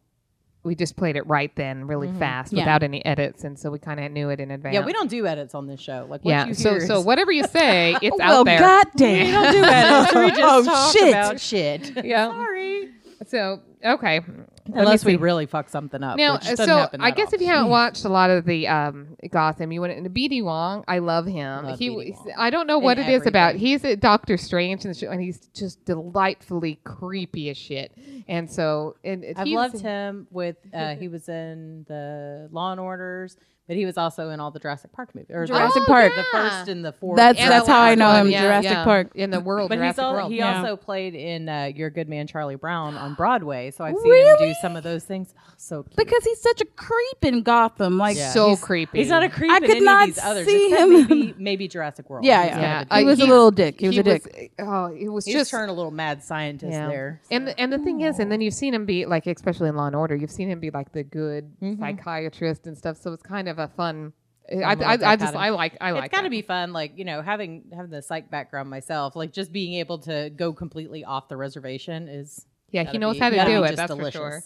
[SPEAKER 3] We just played it right then, really fast,
[SPEAKER 4] Yeah.
[SPEAKER 3] without any edits, and so we kind of knew it in advance.
[SPEAKER 2] Mm-hmm. Yeah, we don't do edits on this show. Like, what
[SPEAKER 3] Yeah,
[SPEAKER 2] you Oh,
[SPEAKER 3] so
[SPEAKER 2] hear
[SPEAKER 3] so
[SPEAKER 2] is-
[SPEAKER 3] whatever you say, it's
[SPEAKER 4] Oh, well,
[SPEAKER 3] out there.
[SPEAKER 4] goddamn.
[SPEAKER 2] We don't do edits. We just
[SPEAKER 4] Oh,
[SPEAKER 2] talk
[SPEAKER 4] shit.
[SPEAKER 2] about shit.
[SPEAKER 3] Yeah. Sorry. So okay. Let me
[SPEAKER 2] Unless we
[SPEAKER 3] see.
[SPEAKER 2] really fuck something up.
[SPEAKER 3] Now, uh,
[SPEAKER 2] which doesn't
[SPEAKER 3] so
[SPEAKER 2] happen
[SPEAKER 3] I
[SPEAKER 2] that
[SPEAKER 3] guess
[SPEAKER 2] often.
[SPEAKER 3] if you haven't watched a lot of the um, Gotham, you wouldn't. BD Wong, I love him.
[SPEAKER 2] Love
[SPEAKER 3] he,
[SPEAKER 2] B.D.
[SPEAKER 3] was-
[SPEAKER 2] Wong.
[SPEAKER 3] I don't know what
[SPEAKER 2] And
[SPEAKER 3] it is about.
[SPEAKER 2] everything.
[SPEAKER 3] He's a Doctor Strange and, sh- and he's just delightfully creepy as shit. And so, and it-
[SPEAKER 2] I've
[SPEAKER 3] he's-
[SPEAKER 2] loved him with uh, he was in the Law and Orders, but he was also in all the Jurassic Oh, Park movies. Or
[SPEAKER 4] Jurassic
[SPEAKER 2] the-
[SPEAKER 4] Park.
[SPEAKER 2] the first and the fourth.
[SPEAKER 4] That's
[SPEAKER 3] And
[SPEAKER 4] that's how I know
[SPEAKER 3] love
[SPEAKER 4] him.
[SPEAKER 3] Yeah,
[SPEAKER 4] Jurassic
[SPEAKER 3] yeah.
[SPEAKER 4] Park.
[SPEAKER 3] in the world.
[SPEAKER 2] Um, But he's
[SPEAKER 3] Jurassic
[SPEAKER 2] al-
[SPEAKER 3] World.
[SPEAKER 2] he
[SPEAKER 4] Yeah.
[SPEAKER 2] also played in uh, Your Good Man Charlie Brown on Broadway, so I've seen him do some of those things. Oh, so cute.
[SPEAKER 4] Because he's such a creep in Gotham. Like
[SPEAKER 2] Yeah.
[SPEAKER 3] so
[SPEAKER 4] he's-
[SPEAKER 3] creepy.
[SPEAKER 2] he's not a creep.
[SPEAKER 4] I
[SPEAKER 2] in
[SPEAKER 4] could
[SPEAKER 2] any of
[SPEAKER 4] not
[SPEAKER 2] these others,
[SPEAKER 4] see
[SPEAKER 2] except
[SPEAKER 4] him.
[SPEAKER 2] Maybe, maybe Jurassic World.
[SPEAKER 4] Yeah,
[SPEAKER 2] He's
[SPEAKER 4] yeah.
[SPEAKER 2] kind of
[SPEAKER 3] Yeah,
[SPEAKER 2] a dick.
[SPEAKER 4] He
[SPEAKER 3] I-
[SPEAKER 4] was a little dick. He was a dick.
[SPEAKER 3] Oh, it was
[SPEAKER 2] He's
[SPEAKER 3] just
[SPEAKER 2] turned a little mad scientist there.
[SPEAKER 3] And the, and the thing is, and then you've seen him be like, especially in Law and Order, you've seen him be like the good
[SPEAKER 2] Mm-hmm.
[SPEAKER 3] psychiatrist and stuff. So it's kind of a fun. eh, I,
[SPEAKER 2] little
[SPEAKER 3] I, I just
[SPEAKER 2] dichotomy.
[SPEAKER 3] I like I like.
[SPEAKER 2] it's got to
[SPEAKER 3] that.
[SPEAKER 2] be fun, like you know, having having the psych background myself, like just being able to go completely off the reservation is
[SPEAKER 3] Yeah, he
[SPEAKER 2] gotta
[SPEAKER 3] knows
[SPEAKER 2] be-
[SPEAKER 3] how to
[SPEAKER 2] gotta
[SPEAKER 3] do
[SPEAKER 2] be
[SPEAKER 3] it.
[SPEAKER 2] just
[SPEAKER 3] That's
[SPEAKER 2] delicious.
[SPEAKER 3] for sure.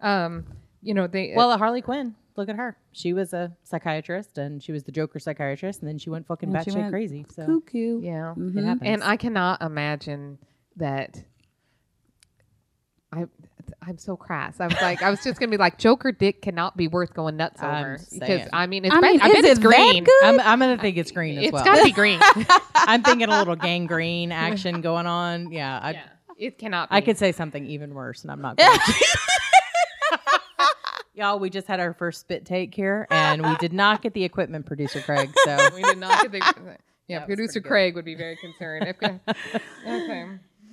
[SPEAKER 2] Yeah.
[SPEAKER 3] Um, you know they.
[SPEAKER 2] Well, uh, Harley Quinn. Look at her. She was a psychiatrist, and she was the Joker psychiatrist, and then she went fucking
[SPEAKER 4] And she
[SPEAKER 2] batshit
[SPEAKER 4] went Mm-hmm.
[SPEAKER 2] crazy. So
[SPEAKER 4] Cuckoo.
[SPEAKER 3] uh, yeah,
[SPEAKER 2] it happens.
[SPEAKER 3] and I cannot imagine that. I I'm so crass. I was like, I was just gonna be like, Joker dick cannot be worth going nuts
[SPEAKER 2] I'm
[SPEAKER 3] over because
[SPEAKER 2] saying.
[SPEAKER 3] I mean, it's
[SPEAKER 4] I
[SPEAKER 3] I,
[SPEAKER 4] mean,
[SPEAKER 3] I
[SPEAKER 4] is
[SPEAKER 3] bet it's
[SPEAKER 4] it that
[SPEAKER 3] green.
[SPEAKER 4] good?
[SPEAKER 2] I'm, I'm gonna think it's green as
[SPEAKER 3] It's
[SPEAKER 2] well.
[SPEAKER 3] got to be green.
[SPEAKER 2] I'm thinking a little gangrene action going on. Yeah, I,
[SPEAKER 3] It cannot. Be.
[SPEAKER 2] I could say something even worse, and I'm not. Going to. Y'all, we just had our first spit take here, and we did not get the equipment producer Craig. So
[SPEAKER 3] We did not get the. Yeah,
[SPEAKER 2] was
[SPEAKER 3] producer
[SPEAKER 2] pretty good.
[SPEAKER 3] Craig would be very concerned. Okay. okay.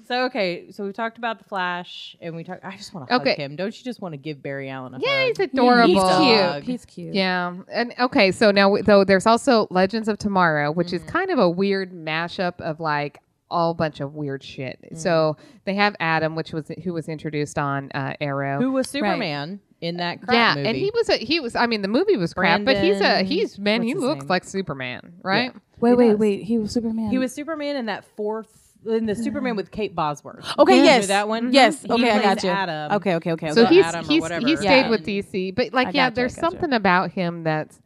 [SPEAKER 2] So okay, so we talked about the Flash, and we talked. I just want to hug
[SPEAKER 3] Okay.
[SPEAKER 2] him. Don't you just want to give Barry Allen a
[SPEAKER 3] Yeah,
[SPEAKER 2] hug?
[SPEAKER 3] he's adorable.
[SPEAKER 2] Dog.
[SPEAKER 4] He's cute. He's cute.
[SPEAKER 3] Yeah. And okay, so now though there's also Legends of Tomorrow, which
[SPEAKER 2] Mm-hmm.
[SPEAKER 3] is kind of a weird mashup of like all bunch of weird shit.
[SPEAKER 2] Mm-hmm.
[SPEAKER 3] So they have Adam, which was who was introduced on uh, Arrow.
[SPEAKER 2] Who was Superman in that crap
[SPEAKER 3] yeah,
[SPEAKER 2] movie?
[SPEAKER 3] and he was a he was I mean the movie was crap, but he's a
[SPEAKER 2] Brandon-
[SPEAKER 3] he's man,
[SPEAKER 2] what's
[SPEAKER 3] he
[SPEAKER 2] his
[SPEAKER 3] looks
[SPEAKER 2] name?
[SPEAKER 3] like Superman, right?
[SPEAKER 4] Wait, wait, wait. He was Superman.
[SPEAKER 2] He was Superman in that fourth in the Superman with Kate Bosworth.
[SPEAKER 4] Okay,
[SPEAKER 2] You
[SPEAKER 4] yes.
[SPEAKER 2] know that
[SPEAKER 3] Mm-hmm.
[SPEAKER 2] one. Mm-hmm.
[SPEAKER 4] Yes.
[SPEAKER 2] He
[SPEAKER 4] Okay, I
[SPEAKER 2] plays
[SPEAKER 4] got you.
[SPEAKER 2] Adam.
[SPEAKER 4] Okay, okay, okay.
[SPEAKER 3] So
[SPEAKER 2] Or
[SPEAKER 4] okay.
[SPEAKER 3] he's,
[SPEAKER 2] Adam or
[SPEAKER 3] he's
[SPEAKER 2] whatever.
[SPEAKER 3] he stayed
[SPEAKER 2] Yeah.
[SPEAKER 3] with DC, but like yeah,
[SPEAKER 4] I gotcha, I
[SPEAKER 3] there's
[SPEAKER 4] gotcha.
[SPEAKER 3] something about him that's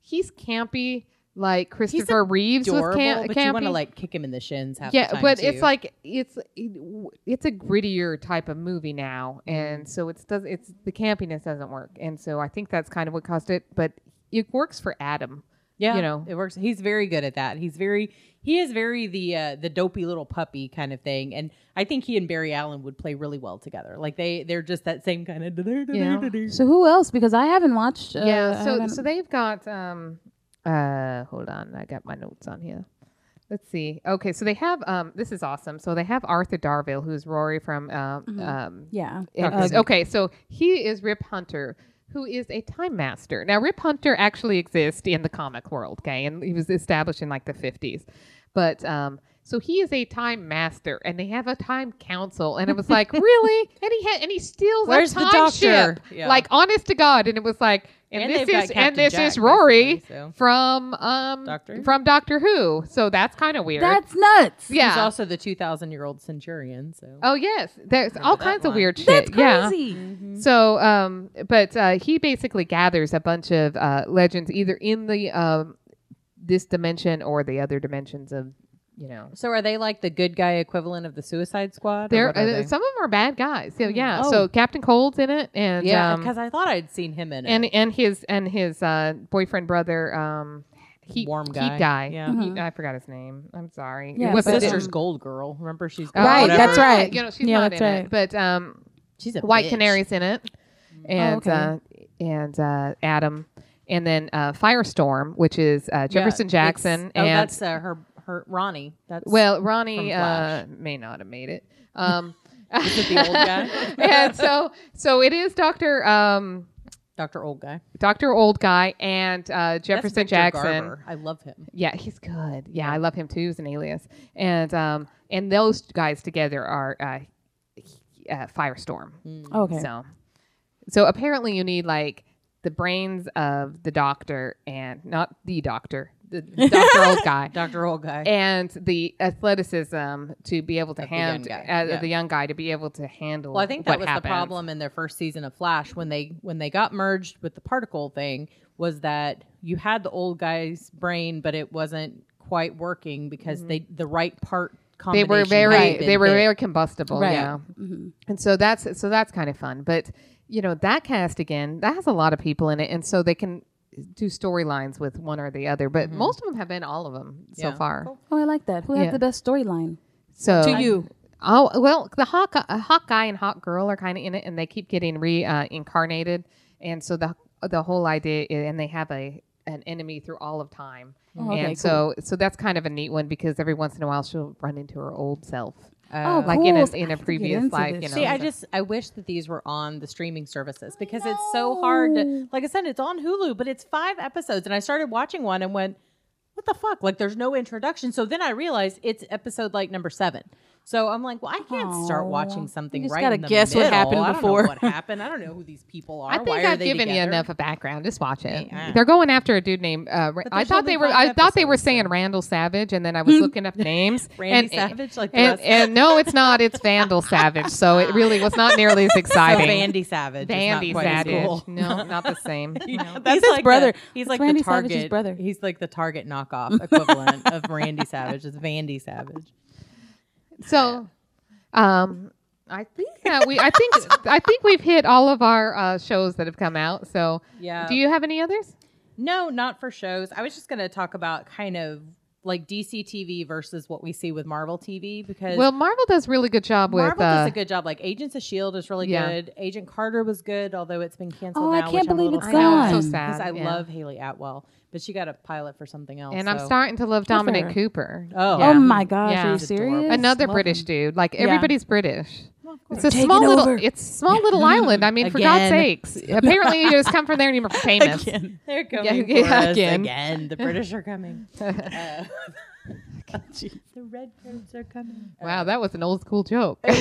[SPEAKER 3] he's campy Like Christopher Reeves was cam-
[SPEAKER 2] but
[SPEAKER 3] campy.
[SPEAKER 2] you want to like kick him in the shins half
[SPEAKER 3] yeah,
[SPEAKER 2] the time
[SPEAKER 3] but
[SPEAKER 2] too.
[SPEAKER 3] it's like it's it's a grittier type of movie now, and so it's does it's the campiness doesn't work, and so I think that's kind of what caused it. But it works for Adam.
[SPEAKER 2] yeah,
[SPEAKER 3] you know.
[SPEAKER 2] it works. He's very good at that. He's very he is very the uh, the dopey little puppy kind of thing, and I think he and Barry Allen would play really well together. Like they they're just that same kind of
[SPEAKER 4] So who else? Because I haven't watched. Uh,
[SPEAKER 3] yeah.
[SPEAKER 4] I
[SPEAKER 3] So
[SPEAKER 4] haven't-
[SPEAKER 3] so they've got um uh hold on, I got my notes on here. Let's see. Okay, so they have um this is awesome. So they have Arthur Darville, who's Rory from um um
[SPEAKER 4] yeah. Uh,
[SPEAKER 3] and- okay, so he is Rip Hunter, who is a time master. Now, Rip Hunter actually exists in the comic world, okay, and he was established in like the 50s. But um, so he is a time master, and they have a time council. And it was like, really? And he had, and he steals
[SPEAKER 2] Where's
[SPEAKER 3] a
[SPEAKER 2] the
[SPEAKER 3] time
[SPEAKER 2] doctor?
[SPEAKER 3] ship,
[SPEAKER 2] Yeah.
[SPEAKER 3] like honest to God. And it was like, and,
[SPEAKER 2] And they've got
[SPEAKER 3] this is and
[SPEAKER 2] Captain
[SPEAKER 3] this
[SPEAKER 2] Jack,
[SPEAKER 3] is Rory
[SPEAKER 2] basically, so.
[SPEAKER 3] from um
[SPEAKER 2] Doctor Who?
[SPEAKER 3] from Doctor Who. So that's kind of weird.
[SPEAKER 4] That's nuts.
[SPEAKER 3] yeah.
[SPEAKER 2] He's also the two thousand year old centurion. So
[SPEAKER 3] Oh yes, there's all kinds of
[SPEAKER 2] one.
[SPEAKER 3] weird shit.
[SPEAKER 4] That's
[SPEAKER 3] Yeah.
[SPEAKER 4] crazy.
[SPEAKER 2] Mm-hmm.
[SPEAKER 3] So, um, but uh, he basically gathers a bunch of uh, legends, either in the um, this dimension or the other dimensions of, you know,
[SPEAKER 2] So are they like the good guy equivalent of the Suicide Squad? or
[SPEAKER 3] there.
[SPEAKER 2] what are
[SPEAKER 3] Uh,
[SPEAKER 2] they?
[SPEAKER 3] some of them are bad guys. So yeah.
[SPEAKER 2] Oh.
[SPEAKER 3] So Captain Cold's in it, and
[SPEAKER 2] yeah,
[SPEAKER 3] um,
[SPEAKER 2] because I thought I'd seen him in it.
[SPEAKER 3] and and his and his uh, boyfriend brother, um, he
[SPEAKER 2] Warm
[SPEAKER 3] he Mm-hmm.
[SPEAKER 2] guy.
[SPEAKER 3] guy.
[SPEAKER 2] Yeah.
[SPEAKER 3] He- I forgot his name. I'm sorry.
[SPEAKER 4] Yeah,
[SPEAKER 3] it was
[SPEAKER 4] but-
[SPEAKER 2] sister's Gold Girl. Remember she's
[SPEAKER 3] Oh,
[SPEAKER 4] Right,
[SPEAKER 3] whatever.
[SPEAKER 4] that's right.
[SPEAKER 3] You know, she's
[SPEAKER 4] Yeah,
[SPEAKER 3] not
[SPEAKER 4] that's
[SPEAKER 3] in
[SPEAKER 4] right.
[SPEAKER 3] it, but um,
[SPEAKER 2] she's a
[SPEAKER 3] White
[SPEAKER 2] bitch. Mm-hmm. Oh,
[SPEAKER 3] Canaries in it, and
[SPEAKER 4] okay.
[SPEAKER 3] uh, and uh, Adam, and then uh, Firestorm, which is uh,
[SPEAKER 2] Yeah,
[SPEAKER 3] Jefferson
[SPEAKER 2] it's-
[SPEAKER 3] Jackson,
[SPEAKER 2] Oh,
[SPEAKER 3] and
[SPEAKER 2] that's uh, her her Ronnie. That's
[SPEAKER 3] well,
[SPEAKER 2] from
[SPEAKER 3] Ronnie
[SPEAKER 2] Flash.
[SPEAKER 3] uh, may not have made it. Um,
[SPEAKER 2] is it the old guy,
[SPEAKER 3] and so so it is Doctor um,
[SPEAKER 2] Doctor Old Guy.
[SPEAKER 3] Doctor Old Guy and uh,
[SPEAKER 2] That's
[SPEAKER 3] Jefferson
[SPEAKER 2] Victor
[SPEAKER 3] Jackson.
[SPEAKER 2] Garber. I love him.
[SPEAKER 3] Yeah, he's good. Yeah, I love him too. He's an alias, and um, and those guys together are uh, he- uh, Firestorm.
[SPEAKER 4] Okay.
[SPEAKER 3] So, so apparently you need like the brains of the doctor and not the doctor, the doctor old guy,
[SPEAKER 2] Doctor Old Guy.
[SPEAKER 3] and the athleticism to be able to
[SPEAKER 2] Of the young
[SPEAKER 3] handle
[SPEAKER 2] guy,
[SPEAKER 3] uh,
[SPEAKER 2] yeah.
[SPEAKER 3] the young guy to be able to handle.
[SPEAKER 2] Well, I think that
[SPEAKER 3] what
[SPEAKER 2] was the
[SPEAKER 3] happens.
[SPEAKER 2] problem in their first season of Flash when they when they got merged with the particle thing was that you had the old guy's brain, but it wasn't quite working because they the right part.
[SPEAKER 3] They were
[SPEAKER 2] combination
[SPEAKER 3] very,
[SPEAKER 2] hadn't been
[SPEAKER 3] they were
[SPEAKER 2] hit.
[SPEAKER 3] very combustible.
[SPEAKER 4] Right.
[SPEAKER 3] Yeah.
[SPEAKER 2] Mm-hmm.
[SPEAKER 3] And so that's so that's kind of fun. But you know that cast again, that has a lot of people in it, and so they can do storylines with one or the other. But most of them have been all of them so
[SPEAKER 2] Mm-hmm. Yeah.
[SPEAKER 3] far.
[SPEAKER 4] Oh, I like that. Who
[SPEAKER 3] Yeah.
[SPEAKER 4] had the best storyline?
[SPEAKER 3] So
[SPEAKER 4] To you.
[SPEAKER 3] Oh well, the hawk, uh, hawk guy and hawk girl are kind of in it, and they keep getting reincarnated, and so the the whole idea, is, and they have a an enemy through all of time,
[SPEAKER 4] Oh, okay,
[SPEAKER 3] and so so that's kind of a neat one because every once in a while she'll run into her old self, uh,
[SPEAKER 4] Oh,
[SPEAKER 3] like in a
[SPEAKER 4] cool.
[SPEAKER 3] in
[SPEAKER 4] I
[SPEAKER 3] a
[SPEAKER 4] have to get
[SPEAKER 3] previous
[SPEAKER 4] into
[SPEAKER 3] life.
[SPEAKER 4] this.
[SPEAKER 3] You know,
[SPEAKER 2] See, I
[SPEAKER 3] so-
[SPEAKER 2] just I wish that these were on the streaming services because it's so hard. To, like I said, it's on Hulu, but it's five episodes, and I started watching one and went, "What the fuck?" Like, there's no introduction. So then I realized it's episode like number seven. So I'm like, well, I can't start watching something
[SPEAKER 4] just
[SPEAKER 2] right.
[SPEAKER 4] gotta
[SPEAKER 2] in the
[SPEAKER 4] guess what
[SPEAKER 2] middle.
[SPEAKER 4] happened
[SPEAKER 2] I don't know
[SPEAKER 4] before.
[SPEAKER 2] what happened? I don't know who these people are.
[SPEAKER 3] I think
[SPEAKER 2] Why are
[SPEAKER 3] I've
[SPEAKER 2] they
[SPEAKER 3] given you
[SPEAKER 2] together?
[SPEAKER 3] enough of background. Just watch it.
[SPEAKER 2] Yeah.
[SPEAKER 3] They're going after a dude named. Uh, Ra- I
[SPEAKER 2] there's
[SPEAKER 3] thought
[SPEAKER 2] only
[SPEAKER 3] they were.
[SPEAKER 2] five
[SPEAKER 3] I thought they were
[SPEAKER 2] episodes,
[SPEAKER 3] saying
[SPEAKER 2] so-
[SPEAKER 3] Randall Savage, and then I was looking up names.
[SPEAKER 2] Randy
[SPEAKER 3] and,
[SPEAKER 2] Savage, like the
[SPEAKER 3] And,
[SPEAKER 2] rest of
[SPEAKER 3] and no, it's not. It's Vandal Savage. So it really was not nearly as
[SPEAKER 2] No,
[SPEAKER 3] exciting.
[SPEAKER 2] Vandy Savage.
[SPEAKER 3] Vandy
[SPEAKER 2] is not quite as
[SPEAKER 3] Savage.
[SPEAKER 2] cool.
[SPEAKER 3] No, not the same. No.
[SPEAKER 2] That's
[SPEAKER 4] his
[SPEAKER 2] like
[SPEAKER 4] brother.
[SPEAKER 2] the- he's
[SPEAKER 4] That's
[SPEAKER 2] like
[SPEAKER 4] Randy
[SPEAKER 2] the target
[SPEAKER 4] Savage's brother.
[SPEAKER 2] He's like the target knockoff equivalent of Randy Savage. Is Vandy Savage?
[SPEAKER 3] So, um, I think that we. I think. I think we've hit all of our uh, shows that have come out. So,
[SPEAKER 2] Yeah.
[SPEAKER 3] Do you have any others?
[SPEAKER 2] No, not for shows. I was just going to talk about kind of like DC TV versus what we see with Marvel TV because
[SPEAKER 3] Well, Marvel does really good job
[SPEAKER 2] Marvel
[SPEAKER 3] with. Uh,
[SPEAKER 2] does a good job. Like Agents of Shield E is really
[SPEAKER 3] Yeah.
[SPEAKER 2] good. Agent Carter was good, although it's been canceled.
[SPEAKER 4] Oh, I
[SPEAKER 2] now,
[SPEAKER 4] can't
[SPEAKER 2] which I'm a
[SPEAKER 4] believe
[SPEAKER 2] little
[SPEAKER 4] it's
[SPEAKER 2] sad
[SPEAKER 4] gone.
[SPEAKER 3] I'm so
[SPEAKER 2] Because
[SPEAKER 3] sad.
[SPEAKER 2] I
[SPEAKER 3] yeah.
[SPEAKER 2] love Haley Atwell, but she got a pilot for something else.
[SPEAKER 3] And I'm
[SPEAKER 2] so-
[SPEAKER 3] starting to love Dominic
[SPEAKER 4] her.
[SPEAKER 3] Cooper.
[SPEAKER 2] Oh.
[SPEAKER 4] Oh
[SPEAKER 3] Yeah.
[SPEAKER 4] my gosh,
[SPEAKER 3] Yeah.
[SPEAKER 4] are you
[SPEAKER 3] It's
[SPEAKER 2] adorable.
[SPEAKER 4] serious?
[SPEAKER 3] another
[SPEAKER 4] Love
[SPEAKER 3] British
[SPEAKER 4] him.
[SPEAKER 3] dude. Like
[SPEAKER 4] Yeah.
[SPEAKER 3] everybody's British. It's a
[SPEAKER 4] Take it
[SPEAKER 3] small little.
[SPEAKER 4] over.
[SPEAKER 3] It's small little island. I mean, for God's
[SPEAKER 2] Again.
[SPEAKER 3] sakes! Apparently, you just come from there and you're famous.
[SPEAKER 2] They're coming
[SPEAKER 3] yeah, Oh,
[SPEAKER 2] for us
[SPEAKER 3] again.
[SPEAKER 2] again. The British are coming. Uh, the red coats are coming.
[SPEAKER 3] Wow, that was an old school joke.
[SPEAKER 2] What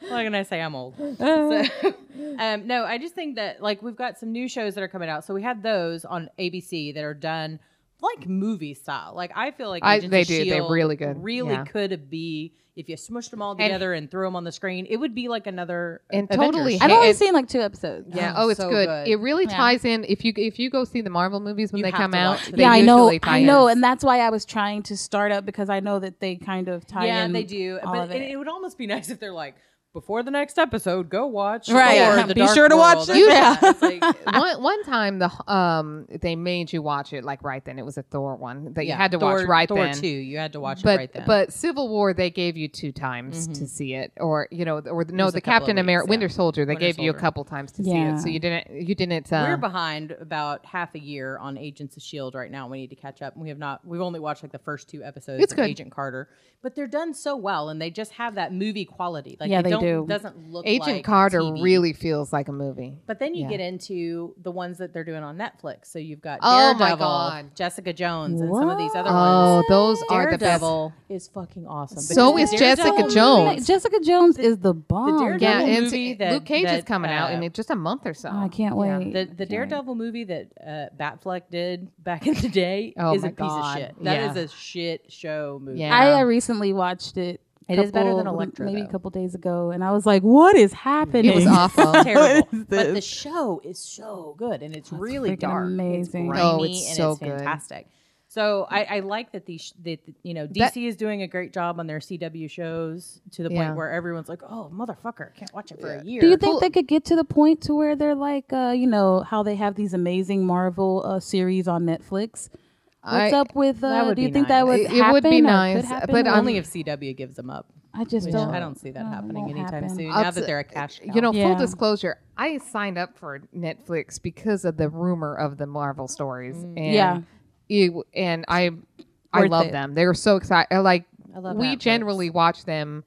[SPEAKER 2] can I say? I'm old.
[SPEAKER 3] Uh-huh.
[SPEAKER 2] So, um, no, I just think that like we've got some new shows that are coming out. So we have those on ABC that are done like movie style. Like I feel like
[SPEAKER 3] I-
[SPEAKER 2] Agents
[SPEAKER 3] they
[SPEAKER 2] of
[SPEAKER 3] do. They're
[SPEAKER 2] S.H.I.E.L.D.
[SPEAKER 3] really good.
[SPEAKER 2] E Really
[SPEAKER 3] Yeah.
[SPEAKER 2] could be if you smushed them all together and, threw them on the screen, it would be like another
[SPEAKER 3] And
[SPEAKER 2] Avengers
[SPEAKER 3] totally
[SPEAKER 2] show.
[SPEAKER 4] I've only
[SPEAKER 3] And-
[SPEAKER 4] seen like two episodes.
[SPEAKER 3] Yeah.
[SPEAKER 2] Oh,
[SPEAKER 3] Oh, it's
[SPEAKER 2] so
[SPEAKER 3] good.
[SPEAKER 2] good.
[SPEAKER 3] It really
[SPEAKER 4] Yeah.
[SPEAKER 3] ties in. If you if you go see the Marvel movies when
[SPEAKER 2] You
[SPEAKER 3] they
[SPEAKER 2] have
[SPEAKER 3] come
[SPEAKER 2] to
[SPEAKER 3] out,
[SPEAKER 2] watch them.
[SPEAKER 3] they
[SPEAKER 4] yeah, I know,
[SPEAKER 3] usually tie
[SPEAKER 4] I know,
[SPEAKER 3] in.
[SPEAKER 4] and that's why I was trying to start up because I know that they kind of tie
[SPEAKER 2] yeah,
[SPEAKER 4] in.
[SPEAKER 2] they do.
[SPEAKER 4] all
[SPEAKER 2] But
[SPEAKER 4] of
[SPEAKER 2] it.
[SPEAKER 4] it.
[SPEAKER 2] it would almost be nice if they're like, before the next episode, go watch.
[SPEAKER 4] Right.
[SPEAKER 2] Thor,
[SPEAKER 4] Yeah.
[SPEAKER 2] the
[SPEAKER 4] Be
[SPEAKER 2] Dark
[SPEAKER 4] sure to
[SPEAKER 2] World.
[SPEAKER 4] watch
[SPEAKER 2] Or-
[SPEAKER 4] this.
[SPEAKER 2] Yeah.
[SPEAKER 4] Yeah.
[SPEAKER 2] it's like,
[SPEAKER 3] one one time the um they made you watch it like right then. It was a Thor one that
[SPEAKER 2] yeah,
[SPEAKER 3] you had to
[SPEAKER 2] Thor,
[SPEAKER 3] watch right
[SPEAKER 2] Thor
[SPEAKER 3] then.
[SPEAKER 2] two. You had to watch
[SPEAKER 3] But
[SPEAKER 2] it right then. Mm-hmm.
[SPEAKER 3] but Civil War they gave you two times to see it, or you know, or no,
[SPEAKER 2] was a couple
[SPEAKER 3] the
[SPEAKER 2] of
[SPEAKER 3] Captain
[SPEAKER 2] weeks,
[SPEAKER 3] America
[SPEAKER 2] yeah.
[SPEAKER 3] Winter Soldier they
[SPEAKER 2] Winter
[SPEAKER 3] gave you a
[SPEAKER 2] Soldier.
[SPEAKER 3] couple times to see
[SPEAKER 4] Yeah.
[SPEAKER 3] it, so you didn't you didn't. Uh,
[SPEAKER 2] we're behind about half a year on Agents of Shield E right now. We need to catch up. We have not. We've only watched like the first two episodes
[SPEAKER 3] It's
[SPEAKER 2] of
[SPEAKER 3] good.
[SPEAKER 2] Agent Carter, but they're done so well, and they just have that movie quality. Like
[SPEAKER 4] Yeah,
[SPEAKER 2] it
[SPEAKER 4] they
[SPEAKER 2] don't,
[SPEAKER 4] do.
[SPEAKER 2] Doesn't look
[SPEAKER 3] Agent
[SPEAKER 2] like
[SPEAKER 3] Carter
[SPEAKER 2] TV.
[SPEAKER 3] really feels like a movie.
[SPEAKER 2] But then you
[SPEAKER 3] Yeah.
[SPEAKER 2] get into the ones that they're doing on Netflix. So you've got
[SPEAKER 3] Oh
[SPEAKER 2] Daredevil,
[SPEAKER 3] my God.
[SPEAKER 2] Jessica Jones, and some of these other
[SPEAKER 3] Oh,
[SPEAKER 2] ones.
[SPEAKER 3] those are the best.
[SPEAKER 2] Daredevil is fucking awesome.
[SPEAKER 3] So
[SPEAKER 2] because
[SPEAKER 3] is
[SPEAKER 2] the
[SPEAKER 3] Jessica
[SPEAKER 2] Daredevil
[SPEAKER 3] Jones.
[SPEAKER 2] movie-
[SPEAKER 4] Jessica Jones is the bomb.
[SPEAKER 2] Daredevil
[SPEAKER 3] Yeah,
[SPEAKER 2] Marvel
[SPEAKER 3] and
[SPEAKER 2] movie
[SPEAKER 3] t-
[SPEAKER 2] that-
[SPEAKER 3] Luke Cage is
[SPEAKER 2] that,
[SPEAKER 3] coming out
[SPEAKER 2] uh,
[SPEAKER 3] in just a month or so.
[SPEAKER 4] Oh, I can't
[SPEAKER 3] Yeah.
[SPEAKER 4] wait.
[SPEAKER 2] The, the Daredevil movie that uh, Batfleck did back in the day
[SPEAKER 3] Oh
[SPEAKER 2] is a
[SPEAKER 3] my
[SPEAKER 2] piece
[SPEAKER 3] God.
[SPEAKER 2] of shit. That is
[SPEAKER 3] Yeah.
[SPEAKER 2] a shit show movie.
[SPEAKER 3] Yeah.
[SPEAKER 4] I uh, recently watched it.
[SPEAKER 2] It is better than
[SPEAKER 4] couple-
[SPEAKER 2] Elektra,
[SPEAKER 4] Maybe
[SPEAKER 2] though.
[SPEAKER 4] a couple days ago, and I was like, "What is happening?"
[SPEAKER 3] It was awful.
[SPEAKER 2] terrible.
[SPEAKER 4] What is
[SPEAKER 2] But the
[SPEAKER 4] this?
[SPEAKER 2] show is so good, and it's really
[SPEAKER 4] freaking
[SPEAKER 2] dark,
[SPEAKER 4] amazing.
[SPEAKER 2] it's grimy,
[SPEAKER 3] Oh, it's so
[SPEAKER 2] and it's
[SPEAKER 3] good.
[SPEAKER 2] fantastic. So I, I like that these sh- that you know DC
[SPEAKER 3] That-
[SPEAKER 2] is doing a great job on their CW shows to the
[SPEAKER 3] Yeah.
[SPEAKER 2] point where everyone's like, oh motherfucker, can't watch it for a year.
[SPEAKER 4] Do you think they could get to the point to where they're like, uh, you know, how they have these amazing Marvel uh, series on Netflix? What's
[SPEAKER 3] I-
[SPEAKER 4] up with? Uh,
[SPEAKER 2] That would
[SPEAKER 4] do you
[SPEAKER 2] be
[SPEAKER 4] think
[SPEAKER 2] nice.
[SPEAKER 4] that would
[SPEAKER 3] It- it would be
[SPEAKER 4] happen or could
[SPEAKER 3] nice,
[SPEAKER 4] happen?
[SPEAKER 3] but um,
[SPEAKER 4] Or-
[SPEAKER 3] I'm-
[SPEAKER 2] only if CW gives them up?
[SPEAKER 4] I just
[SPEAKER 2] Which
[SPEAKER 4] don't.
[SPEAKER 2] I don't see that
[SPEAKER 4] no, it
[SPEAKER 2] happening
[SPEAKER 4] won't
[SPEAKER 2] anytime
[SPEAKER 4] happen.
[SPEAKER 2] soon.
[SPEAKER 3] I'll
[SPEAKER 2] now that
[SPEAKER 3] t-
[SPEAKER 2] they're a cash cow.
[SPEAKER 3] You know,
[SPEAKER 4] Yeah.
[SPEAKER 3] full disclosure, I signed up for Netflix because of the rumor of the Marvel stories. And
[SPEAKER 4] Yeah.
[SPEAKER 3] it- and I I
[SPEAKER 4] Mm. Worth
[SPEAKER 3] love
[SPEAKER 4] it.
[SPEAKER 3] them. They were so excited. Like
[SPEAKER 2] I love
[SPEAKER 3] we
[SPEAKER 2] Netflix.
[SPEAKER 3] generally watch them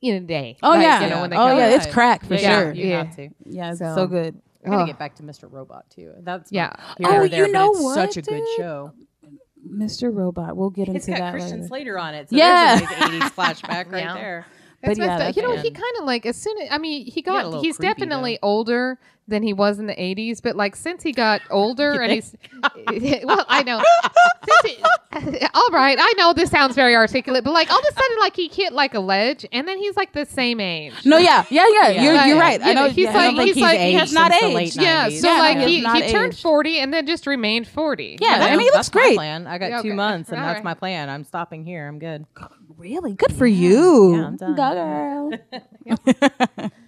[SPEAKER 3] in a day.
[SPEAKER 4] Oh
[SPEAKER 3] Like,
[SPEAKER 4] yeah.
[SPEAKER 3] you know, when they
[SPEAKER 4] oh
[SPEAKER 3] come
[SPEAKER 4] yeah.
[SPEAKER 3] out.
[SPEAKER 4] It's crack for
[SPEAKER 3] Yeah,
[SPEAKER 4] sure.
[SPEAKER 2] You
[SPEAKER 3] yeah.
[SPEAKER 2] have to.
[SPEAKER 4] Yeah. It's
[SPEAKER 3] So-
[SPEAKER 4] so, good.
[SPEAKER 2] I gotta
[SPEAKER 3] Ugh.
[SPEAKER 2] get back to Mr. Robot too. That's
[SPEAKER 3] Yeah.
[SPEAKER 2] Not
[SPEAKER 4] Oh,
[SPEAKER 2] oh,
[SPEAKER 4] you
[SPEAKER 2] there,
[SPEAKER 4] know
[SPEAKER 2] but it's
[SPEAKER 4] what,
[SPEAKER 2] Such a good
[SPEAKER 4] dude?
[SPEAKER 2] show.
[SPEAKER 4] Mr. Robot. We'll get into
[SPEAKER 2] It's got
[SPEAKER 4] that
[SPEAKER 2] Christian
[SPEAKER 4] later.
[SPEAKER 2] Slater on it. So yeah,
[SPEAKER 4] Yeah.
[SPEAKER 2] there's an 80s flashback right
[SPEAKER 3] Yeah.
[SPEAKER 2] there.
[SPEAKER 3] That's messed
[SPEAKER 4] But yeah,
[SPEAKER 3] up.
[SPEAKER 4] that's
[SPEAKER 3] You know,
[SPEAKER 4] bad.
[SPEAKER 3] he kind of like as soon as I mean, he
[SPEAKER 2] got a
[SPEAKER 3] got
[SPEAKER 2] little
[SPEAKER 3] he's
[SPEAKER 2] creepy,
[SPEAKER 3] definitely older than he was in the 80s, but like since he got older and he's well, I know. Since he- all right, I know this sounds very articulate, but like all of a sudden like he hit like a ledge and then he's like the same age.
[SPEAKER 4] No, yeah, yeah, yeah. You're,
[SPEAKER 3] Like,
[SPEAKER 4] you're right. I
[SPEAKER 3] you
[SPEAKER 4] know.
[SPEAKER 3] know, he's
[SPEAKER 4] yeah, I
[SPEAKER 3] like
[SPEAKER 4] don't think
[SPEAKER 3] he's like he has
[SPEAKER 4] aged not
[SPEAKER 2] since the
[SPEAKER 4] aged.
[SPEAKER 2] late
[SPEAKER 3] Yeah,
[SPEAKER 2] 90s.
[SPEAKER 3] so
[SPEAKER 4] Yeah,
[SPEAKER 3] like
[SPEAKER 4] he has
[SPEAKER 3] he,
[SPEAKER 4] not
[SPEAKER 3] he turned
[SPEAKER 4] aged.
[SPEAKER 3] 40 and then just remained 40.
[SPEAKER 4] Yeah,
[SPEAKER 2] Well,
[SPEAKER 4] I mean, he looks
[SPEAKER 2] that's my
[SPEAKER 4] great.
[SPEAKER 2] plan. I got
[SPEAKER 3] Yeah,
[SPEAKER 2] two
[SPEAKER 3] okay.
[SPEAKER 2] months, and
[SPEAKER 3] All
[SPEAKER 2] that's
[SPEAKER 3] right.
[SPEAKER 2] my plan. I'm stopping here. I'm good.
[SPEAKER 4] Really good for you.
[SPEAKER 2] Yeah, I'm done.
[SPEAKER 4] Go, girl.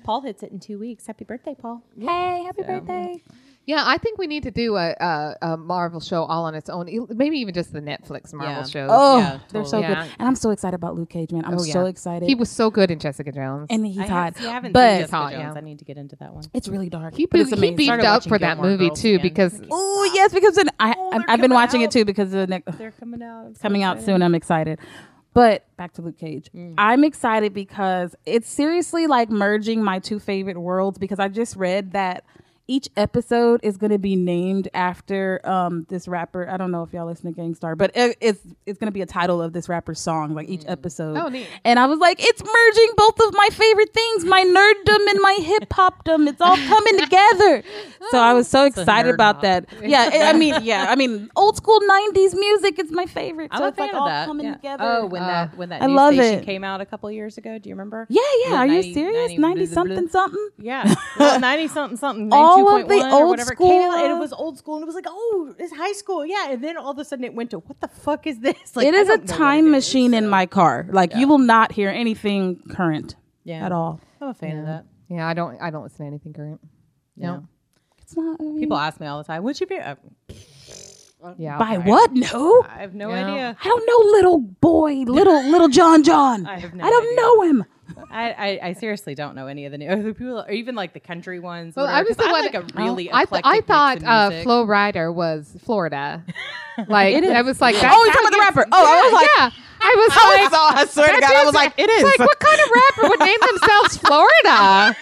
[SPEAKER 2] Paul hits it in two weeks. Happy birthday, Paul.
[SPEAKER 4] Hey, happy birthday.
[SPEAKER 3] Yeah, I think we need to do a a, a Marvel show all on its own. e- Maybe even just the Netflix Marvel
[SPEAKER 2] Yeah.
[SPEAKER 3] shows.
[SPEAKER 4] Oh,
[SPEAKER 2] Yeah,
[SPEAKER 4] they're so
[SPEAKER 3] totally.
[SPEAKER 4] good. And I'm so excited about Luke Cage, man. I'm
[SPEAKER 3] Oh,
[SPEAKER 4] so
[SPEAKER 3] yeah.
[SPEAKER 4] excited.
[SPEAKER 3] He was so good in Jessica Jones.
[SPEAKER 4] and he's
[SPEAKER 2] I
[SPEAKER 4] hot.
[SPEAKER 2] haven't, see, I haven't
[SPEAKER 4] but
[SPEAKER 2] seen Jessica
[SPEAKER 3] Hot,
[SPEAKER 2] Jones.
[SPEAKER 3] yeah.
[SPEAKER 2] I need to get into that one.
[SPEAKER 4] it's really dark.
[SPEAKER 3] he
[SPEAKER 4] but
[SPEAKER 3] be,
[SPEAKER 4] it's
[SPEAKER 3] he
[SPEAKER 4] amazing.
[SPEAKER 3] beat
[SPEAKER 2] Started
[SPEAKER 3] up
[SPEAKER 2] watching
[SPEAKER 3] for that
[SPEAKER 2] Gilmore
[SPEAKER 3] movie
[SPEAKER 2] Girls
[SPEAKER 3] too
[SPEAKER 2] again.
[SPEAKER 3] because
[SPEAKER 4] Oh yes, because then I
[SPEAKER 2] Oh,
[SPEAKER 4] I've,
[SPEAKER 2] they're
[SPEAKER 4] I've been
[SPEAKER 2] coming
[SPEAKER 4] watching
[SPEAKER 2] out.
[SPEAKER 4] it too because the next
[SPEAKER 2] They're coming out. It's
[SPEAKER 4] coming out soon. I'm excited. But back to Luke Cage.
[SPEAKER 3] Mm.
[SPEAKER 4] I'm excited because it's seriously like merging my two favorite worlds because I just read that each episode is going to be named after um, this rapper. I don't know if y'all listen to Gangstar, but it, it's it's going to be a title of this rapper's song, like each episode.
[SPEAKER 3] Oh, neat.
[SPEAKER 4] And I was like, it's merging both of my favorite things, my nerddom and my hip hopdom. It's all coming together. So I was so excited
[SPEAKER 2] nerd
[SPEAKER 4] about
[SPEAKER 2] hop.
[SPEAKER 4] that. Yeah, I- I mean, yeah, I mean, old school '90s music is my favorite.
[SPEAKER 2] I'm
[SPEAKER 4] so
[SPEAKER 2] a
[SPEAKER 4] it's
[SPEAKER 2] fan
[SPEAKER 4] like
[SPEAKER 2] of
[SPEAKER 4] all
[SPEAKER 2] that.
[SPEAKER 4] coming
[SPEAKER 2] yeah.
[SPEAKER 4] together.
[SPEAKER 2] Oh, when
[SPEAKER 3] Uh,
[SPEAKER 2] that when that
[SPEAKER 4] I
[SPEAKER 2] news
[SPEAKER 4] love
[SPEAKER 2] station
[SPEAKER 4] it.
[SPEAKER 2] came out a couple years ago. Do you remember?
[SPEAKER 4] yeah, yeah. Are
[SPEAKER 2] 90
[SPEAKER 4] you serious?
[SPEAKER 2] 90
[SPEAKER 4] Ninety
[SPEAKER 2] blah,
[SPEAKER 4] something,
[SPEAKER 2] blah,
[SPEAKER 4] something.
[SPEAKER 2] Yeah, well, ninety something something.
[SPEAKER 4] All of
[SPEAKER 2] 92.1
[SPEAKER 4] the
[SPEAKER 2] or
[SPEAKER 4] old
[SPEAKER 2] whatever. It came out,
[SPEAKER 4] school-
[SPEAKER 2] and it was old school, and it was like, oh, it's high school, yeah. And then all of a sudden, it went to what the fuck is this? Like,
[SPEAKER 4] it
[SPEAKER 2] I
[SPEAKER 4] is a
[SPEAKER 2] don't know what
[SPEAKER 4] time
[SPEAKER 2] it is,
[SPEAKER 4] machine in
[SPEAKER 2] so-
[SPEAKER 4] my car. Like you will not hear anything current
[SPEAKER 2] Yeah.
[SPEAKER 4] at all.
[SPEAKER 2] I'm a fan of that.
[SPEAKER 3] yeah, I don't I don't listen to anything current. No.
[SPEAKER 4] It's not. I mean,
[SPEAKER 2] People ask me all the time, "What's your favorite?"
[SPEAKER 3] Yeah.
[SPEAKER 4] by what? No,
[SPEAKER 2] I have no
[SPEAKER 3] Yeah.
[SPEAKER 2] idea.
[SPEAKER 4] I don't know. Little boy, little little John John.
[SPEAKER 2] I have no
[SPEAKER 4] I don't
[SPEAKER 2] idea.
[SPEAKER 4] know him.
[SPEAKER 2] I, I, I seriously don't know any of the new other people, or even like the country ones.
[SPEAKER 3] Well,
[SPEAKER 2] whatever,
[SPEAKER 3] I was
[SPEAKER 2] 'cause
[SPEAKER 3] the
[SPEAKER 2] I'm,
[SPEAKER 3] one.
[SPEAKER 2] like a really.
[SPEAKER 3] I, th-
[SPEAKER 2] eclectic
[SPEAKER 3] I
[SPEAKER 2] mix
[SPEAKER 3] thought
[SPEAKER 2] of
[SPEAKER 3] uh,
[SPEAKER 2] music.
[SPEAKER 3] Flo Rider was Florida. Like I was like, that,
[SPEAKER 4] Oh, you're talking about the rapper. Oh, I was like-
[SPEAKER 3] yeah. I was like,
[SPEAKER 4] I swear
[SPEAKER 3] that is- Like, what kind of rapper would name themselves Florida?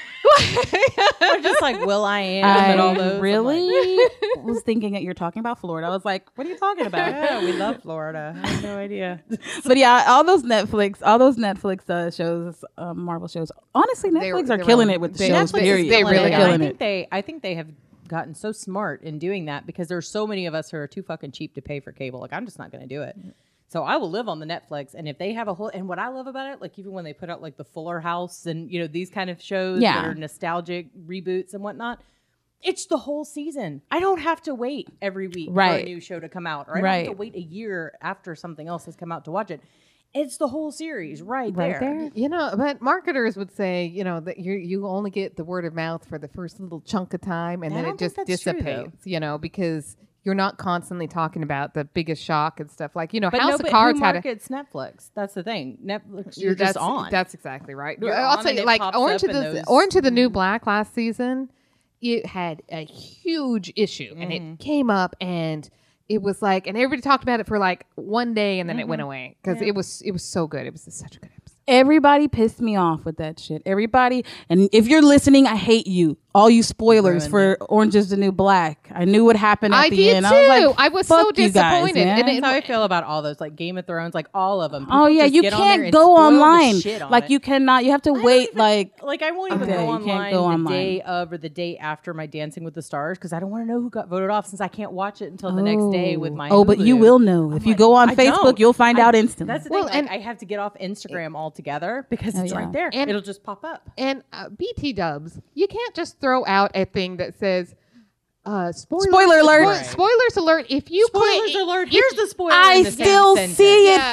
[SPEAKER 2] They're just like Will I Am and all those.
[SPEAKER 4] I
[SPEAKER 2] I'm
[SPEAKER 4] really
[SPEAKER 2] like,
[SPEAKER 4] was thinking that you're talking about Florida. I was like,
[SPEAKER 2] what are you talking about? yeah, we love Florida. I have no idea.
[SPEAKER 4] but yeah, all those Netflix, all those Netflix uh, shows, uh, Marvel shows. Honestly,
[SPEAKER 3] They were-
[SPEAKER 4] Netflix are
[SPEAKER 3] they were-
[SPEAKER 4] killing it with the
[SPEAKER 3] they-
[SPEAKER 4] shows.
[SPEAKER 3] Netflix is
[SPEAKER 4] period.
[SPEAKER 3] They
[SPEAKER 2] killing
[SPEAKER 3] really
[SPEAKER 2] it.
[SPEAKER 3] are.
[SPEAKER 2] I
[SPEAKER 4] killing
[SPEAKER 2] think
[SPEAKER 4] it.
[SPEAKER 2] they. I think they have gotten so smart in doing that because there's so many of us who are too fucking cheap to pay for cable. Like I'm just not going to do it. So I will live on the Netflix, and if they have a whole, and what I love about it, like even when they put out like the Fuller House and you know these kind of shows
[SPEAKER 4] Yeah.
[SPEAKER 2] that are nostalgic reboots and whatnot, it's the whole season. I don't have to wait every week for a
[SPEAKER 4] Right.
[SPEAKER 2] new show to come out, or I don't have
[SPEAKER 4] Right.
[SPEAKER 2] to wait a year after something else has come out to watch it. It's the whole series right,
[SPEAKER 4] Right there.
[SPEAKER 3] You know, but marketers would say, you know, that you you only get the word of mouth for the first little chunk of time, and
[SPEAKER 2] I
[SPEAKER 3] then
[SPEAKER 2] don't
[SPEAKER 3] it
[SPEAKER 2] think that's
[SPEAKER 3] just
[SPEAKER 2] true, though.
[SPEAKER 3] dissipates. you know, because you're not constantly talking about the biggest shock and stuff like you know
[SPEAKER 2] But
[SPEAKER 3] House
[SPEAKER 2] nobody
[SPEAKER 3] of Cards
[SPEAKER 2] who
[SPEAKER 3] had a.
[SPEAKER 2] markets Netflix. That's the thing. Netflix, you're
[SPEAKER 3] that's,
[SPEAKER 2] just on.
[SPEAKER 3] That's exactly right.
[SPEAKER 2] You're
[SPEAKER 3] I'll
[SPEAKER 2] on
[SPEAKER 3] tell
[SPEAKER 2] and
[SPEAKER 3] you,
[SPEAKER 2] it
[SPEAKER 3] like
[SPEAKER 2] pops
[SPEAKER 3] Orange
[SPEAKER 2] up
[SPEAKER 3] of
[SPEAKER 2] in
[SPEAKER 3] the
[SPEAKER 2] those- Mm-hmm.
[SPEAKER 3] Orange of the New Black last season, it had a huge issue, and
[SPEAKER 2] Mm-hmm.
[SPEAKER 3] it came up, and it was like, and everybody talked about it for like one day, and then it
[SPEAKER 2] Mm-hmm.
[SPEAKER 3] went away because it was it was so good. It was such a good episode.
[SPEAKER 4] Everybody pissed me off with that shit. Everybody, and if you're listening, I hate you. All you spoilers for Orange is the New Black. I knew what happened at
[SPEAKER 3] I
[SPEAKER 4] the
[SPEAKER 3] did
[SPEAKER 4] end.
[SPEAKER 3] too.
[SPEAKER 4] I was, like,
[SPEAKER 3] I was
[SPEAKER 4] "Fuck
[SPEAKER 3] so
[SPEAKER 4] you guys,
[SPEAKER 3] disappointed."
[SPEAKER 4] man."
[SPEAKER 3] And it-
[SPEAKER 2] That's how I feel about all those, like Game of Thrones, like all of them.
[SPEAKER 4] oh
[SPEAKER 2] People
[SPEAKER 4] yeah,
[SPEAKER 2] just
[SPEAKER 4] you
[SPEAKER 2] get on there
[SPEAKER 4] can't
[SPEAKER 2] and
[SPEAKER 4] go
[SPEAKER 2] spoil the
[SPEAKER 4] online.
[SPEAKER 2] shit on
[SPEAKER 4] Like
[SPEAKER 2] it.
[SPEAKER 4] you cannot. You have to wait. Like
[SPEAKER 2] like I won't even
[SPEAKER 4] Yeah,
[SPEAKER 2] go
[SPEAKER 4] you can't
[SPEAKER 2] online
[SPEAKER 4] go
[SPEAKER 2] the
[SPEAKER 4] online.
[SPEAKER 2] day of or the day after my Dancing with the Stars because I don't want to know who got voted off since I can't watch it until the next day with my.
[SPEAKER 4] oh, but you
[SPEAKER 2] Hulu.
[SPEAKER 4] will know if you go on
[SPEAKER 2] I
[SPEAKER 4] Facebook.
[SPEAKER 2] don't.
[SPEAKER 4] You'll find
[SPEAKER 2] I-
[SPEAKER 4] out instantly. Oh,
[SPEAKER 2] That's the
[SPEAKER 3] Well,
[SPEAKER 2] thing.
[SPEAKER 3] and-
[SPEAKER 2] like, I have to get off Instagram altogether because it's
[SPEAKER 4] yeah.
[SPEAKER 2] right there.
[SPEAKER 3] And-
[SPEAKER 2] It'll just pop up.
[SPEAKER 3] And uh, BT Dubs, you can't just throw out a thing that says uh, spoiler,
[SPEAKER 4] Spoiler alert. Right.
[SPEAKER 3] Spoilers alert! If you
[SPEAKER 2] Spoilers
[SPEAKER 3] click,
[SPEAKER 2] alert! Here's the spoiler.
[SPEAKER 4] I
[SPEAKER 2] in the same
[SPEAKER 4] still
[SPEAKER 2] sentence.
[SPEAKER 4] see
[SPEAKER 3] Yeah.
[SPEAKER 4] it,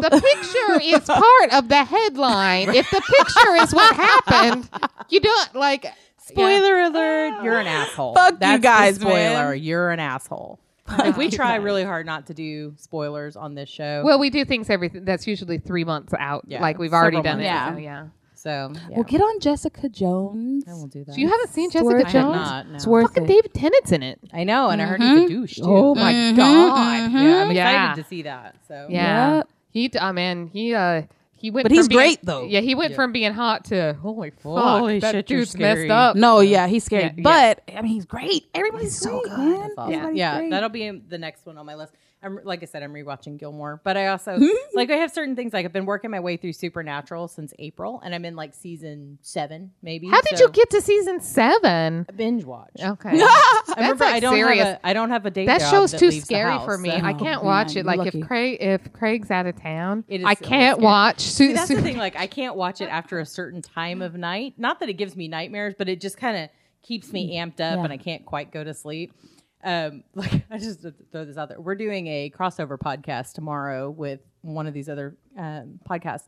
[SPEAKER 3] the picture is part of the headline. If the picture is what happened, you don't like yeah.
[SPEAKER 2] Spoiler alert! You're an asshole.
[SPEAKER 4] Fuck you
[SPEAKER 2] That's the
[SPEAKER 4] guys,
[SPEAKER 2] spoiler.
[SPEAKER 4] man.
[SPEAKER 2] You're an asshole. Like we try really hard not to do spoilers on this show.
[SPEAKER 3] Well, we do things everything that's usually three months out.
[SPEAKER 2] Yeah.
[SPEAKER 3] like we've already
[SPEAKER 2] Several
[SPEAKER 3] done it.
[SPEAKER 4] months.
[SPEAKER 3] so, yeah.
[SPEAKER 2] so yeah.
[SPEAKER 4] Well, get on Jessica Jones.
[SPEAKER 2] I will do that.
[SPEAKER 3] So you haven't seen
[SPEAKER 4] worth
[SPEAKER 3] Jessica
[SPEAKER 4] it.
[SPEAKER 2] I have
[SPEAKER 3] Jones?
[SPEAKER 2] not. No.
[SPEAKER 4] It's worth
[SPEAKER 3] Fucking
[SPEAKER 4] it.
[SPEAKER 3] David Tennant's in it.
[SPEAKER 2] I know, and I heard he's a douche too.
[SPEAKER 3] Oh my
[SPEAKER 4] Mhm,
[SPEAKER 3] god!
[SPEAKER 2] Yeah, I'm excited
[SPEAKER 3] Mm-hmm. Yeah.
[SPEAKER 2] to see that. So
[SPEAKER 3] Yeah.
[SPEAKER 4] Yep.
[SPEAKER 3] He, d- oh man, he, uh, he went.
[SPEAKER 4] But
[SPEAKER 3] from
[SPEAKER 4] he's
[SPEAKER 3] being-
[SPEAKER 4] great, though.
[SPEAKER 3] Yeah, he went from being hot to holy fuck.
[SPEAKER 2] Holy
[SPEAKER 3] that
[SPEAKER 2] shit, you're
[SPEAKER 3] dude's
[SPEAKER 2] scary.
[SPEAKER 3] messed up.
[SPEAKER 4] No, yeah, he's scary,
[SPEAKER 3] Yeah,
[SPEAKER 4] but I mean, he's great. Everybody's so good.
[SPEAKER 2] That's awesome.
[SPEAKER 4] Everybody's
[SPEAKER 2] Yeah,
[SPEAKER 4] great.
[SPEAKER 2] that'll be in the next one on my list. I'm like I said, I'm rewatching Gilmore, but I also like I have certain things. Like I've been working my way through Supernatural since April, and I'm in like season seven, maybe.
[SPEAKER 3] How did
[SPEAKER 2] so-
[SPEAKER 3] you get to season seven?
[SPEAKER 2] I binge watch?
[SPEAKER 3] Okay,
[SPEAKER 2] I remember
[SPEAKER 3] like
[SPEAKER 2] I don't
[SPEAKER 3] serious.
[SPEAKER 2] have a I don't have a day.
[SPEAKER 3] that
[SPEAKER 2] job
[SPEAKER 3] show's
[SPEAKER 2] that
[SPEAKER 3] too
[SPEAKER 2] leaves the
[SPEAKER 3] scary
[SPEAKER 2] house,
[SPEAKER 3] for me.
[SPEAKER 2] so-
[SPEAKER 3] I can't
[SPEAKER 4] Oh,
[SPEAKER 3] watch
[SPEAKER 4] man,
[SPEAKER 3] it. Like
[SPEAKER 4] you're lucky.
[SPEAKER 3] if Craig, if Craig's out of town,
[SPEAKER 2] It is
[SPEAKER 3] I
[SPEAKER 2] so
[SPEAKER 3] can't
[SPEAKER 2] scary.
[SPEAKER 3] watch. Su-
[SPEAKER 2] See, that's
[SPEAKER 3] Su-
[SPEAKER 2] the thing. Like, I can't watch it after a certain time of night. Not that it gives me nightmares, but it just kind of keeps me amped up,
[SPEAKER 4] Yeah.
[SPEAKER 2] and I can't quite go to sleep. Um, like, I just have to throw this out there. We're doing a crossover podcast tomorrow with one of these other um, podcasts,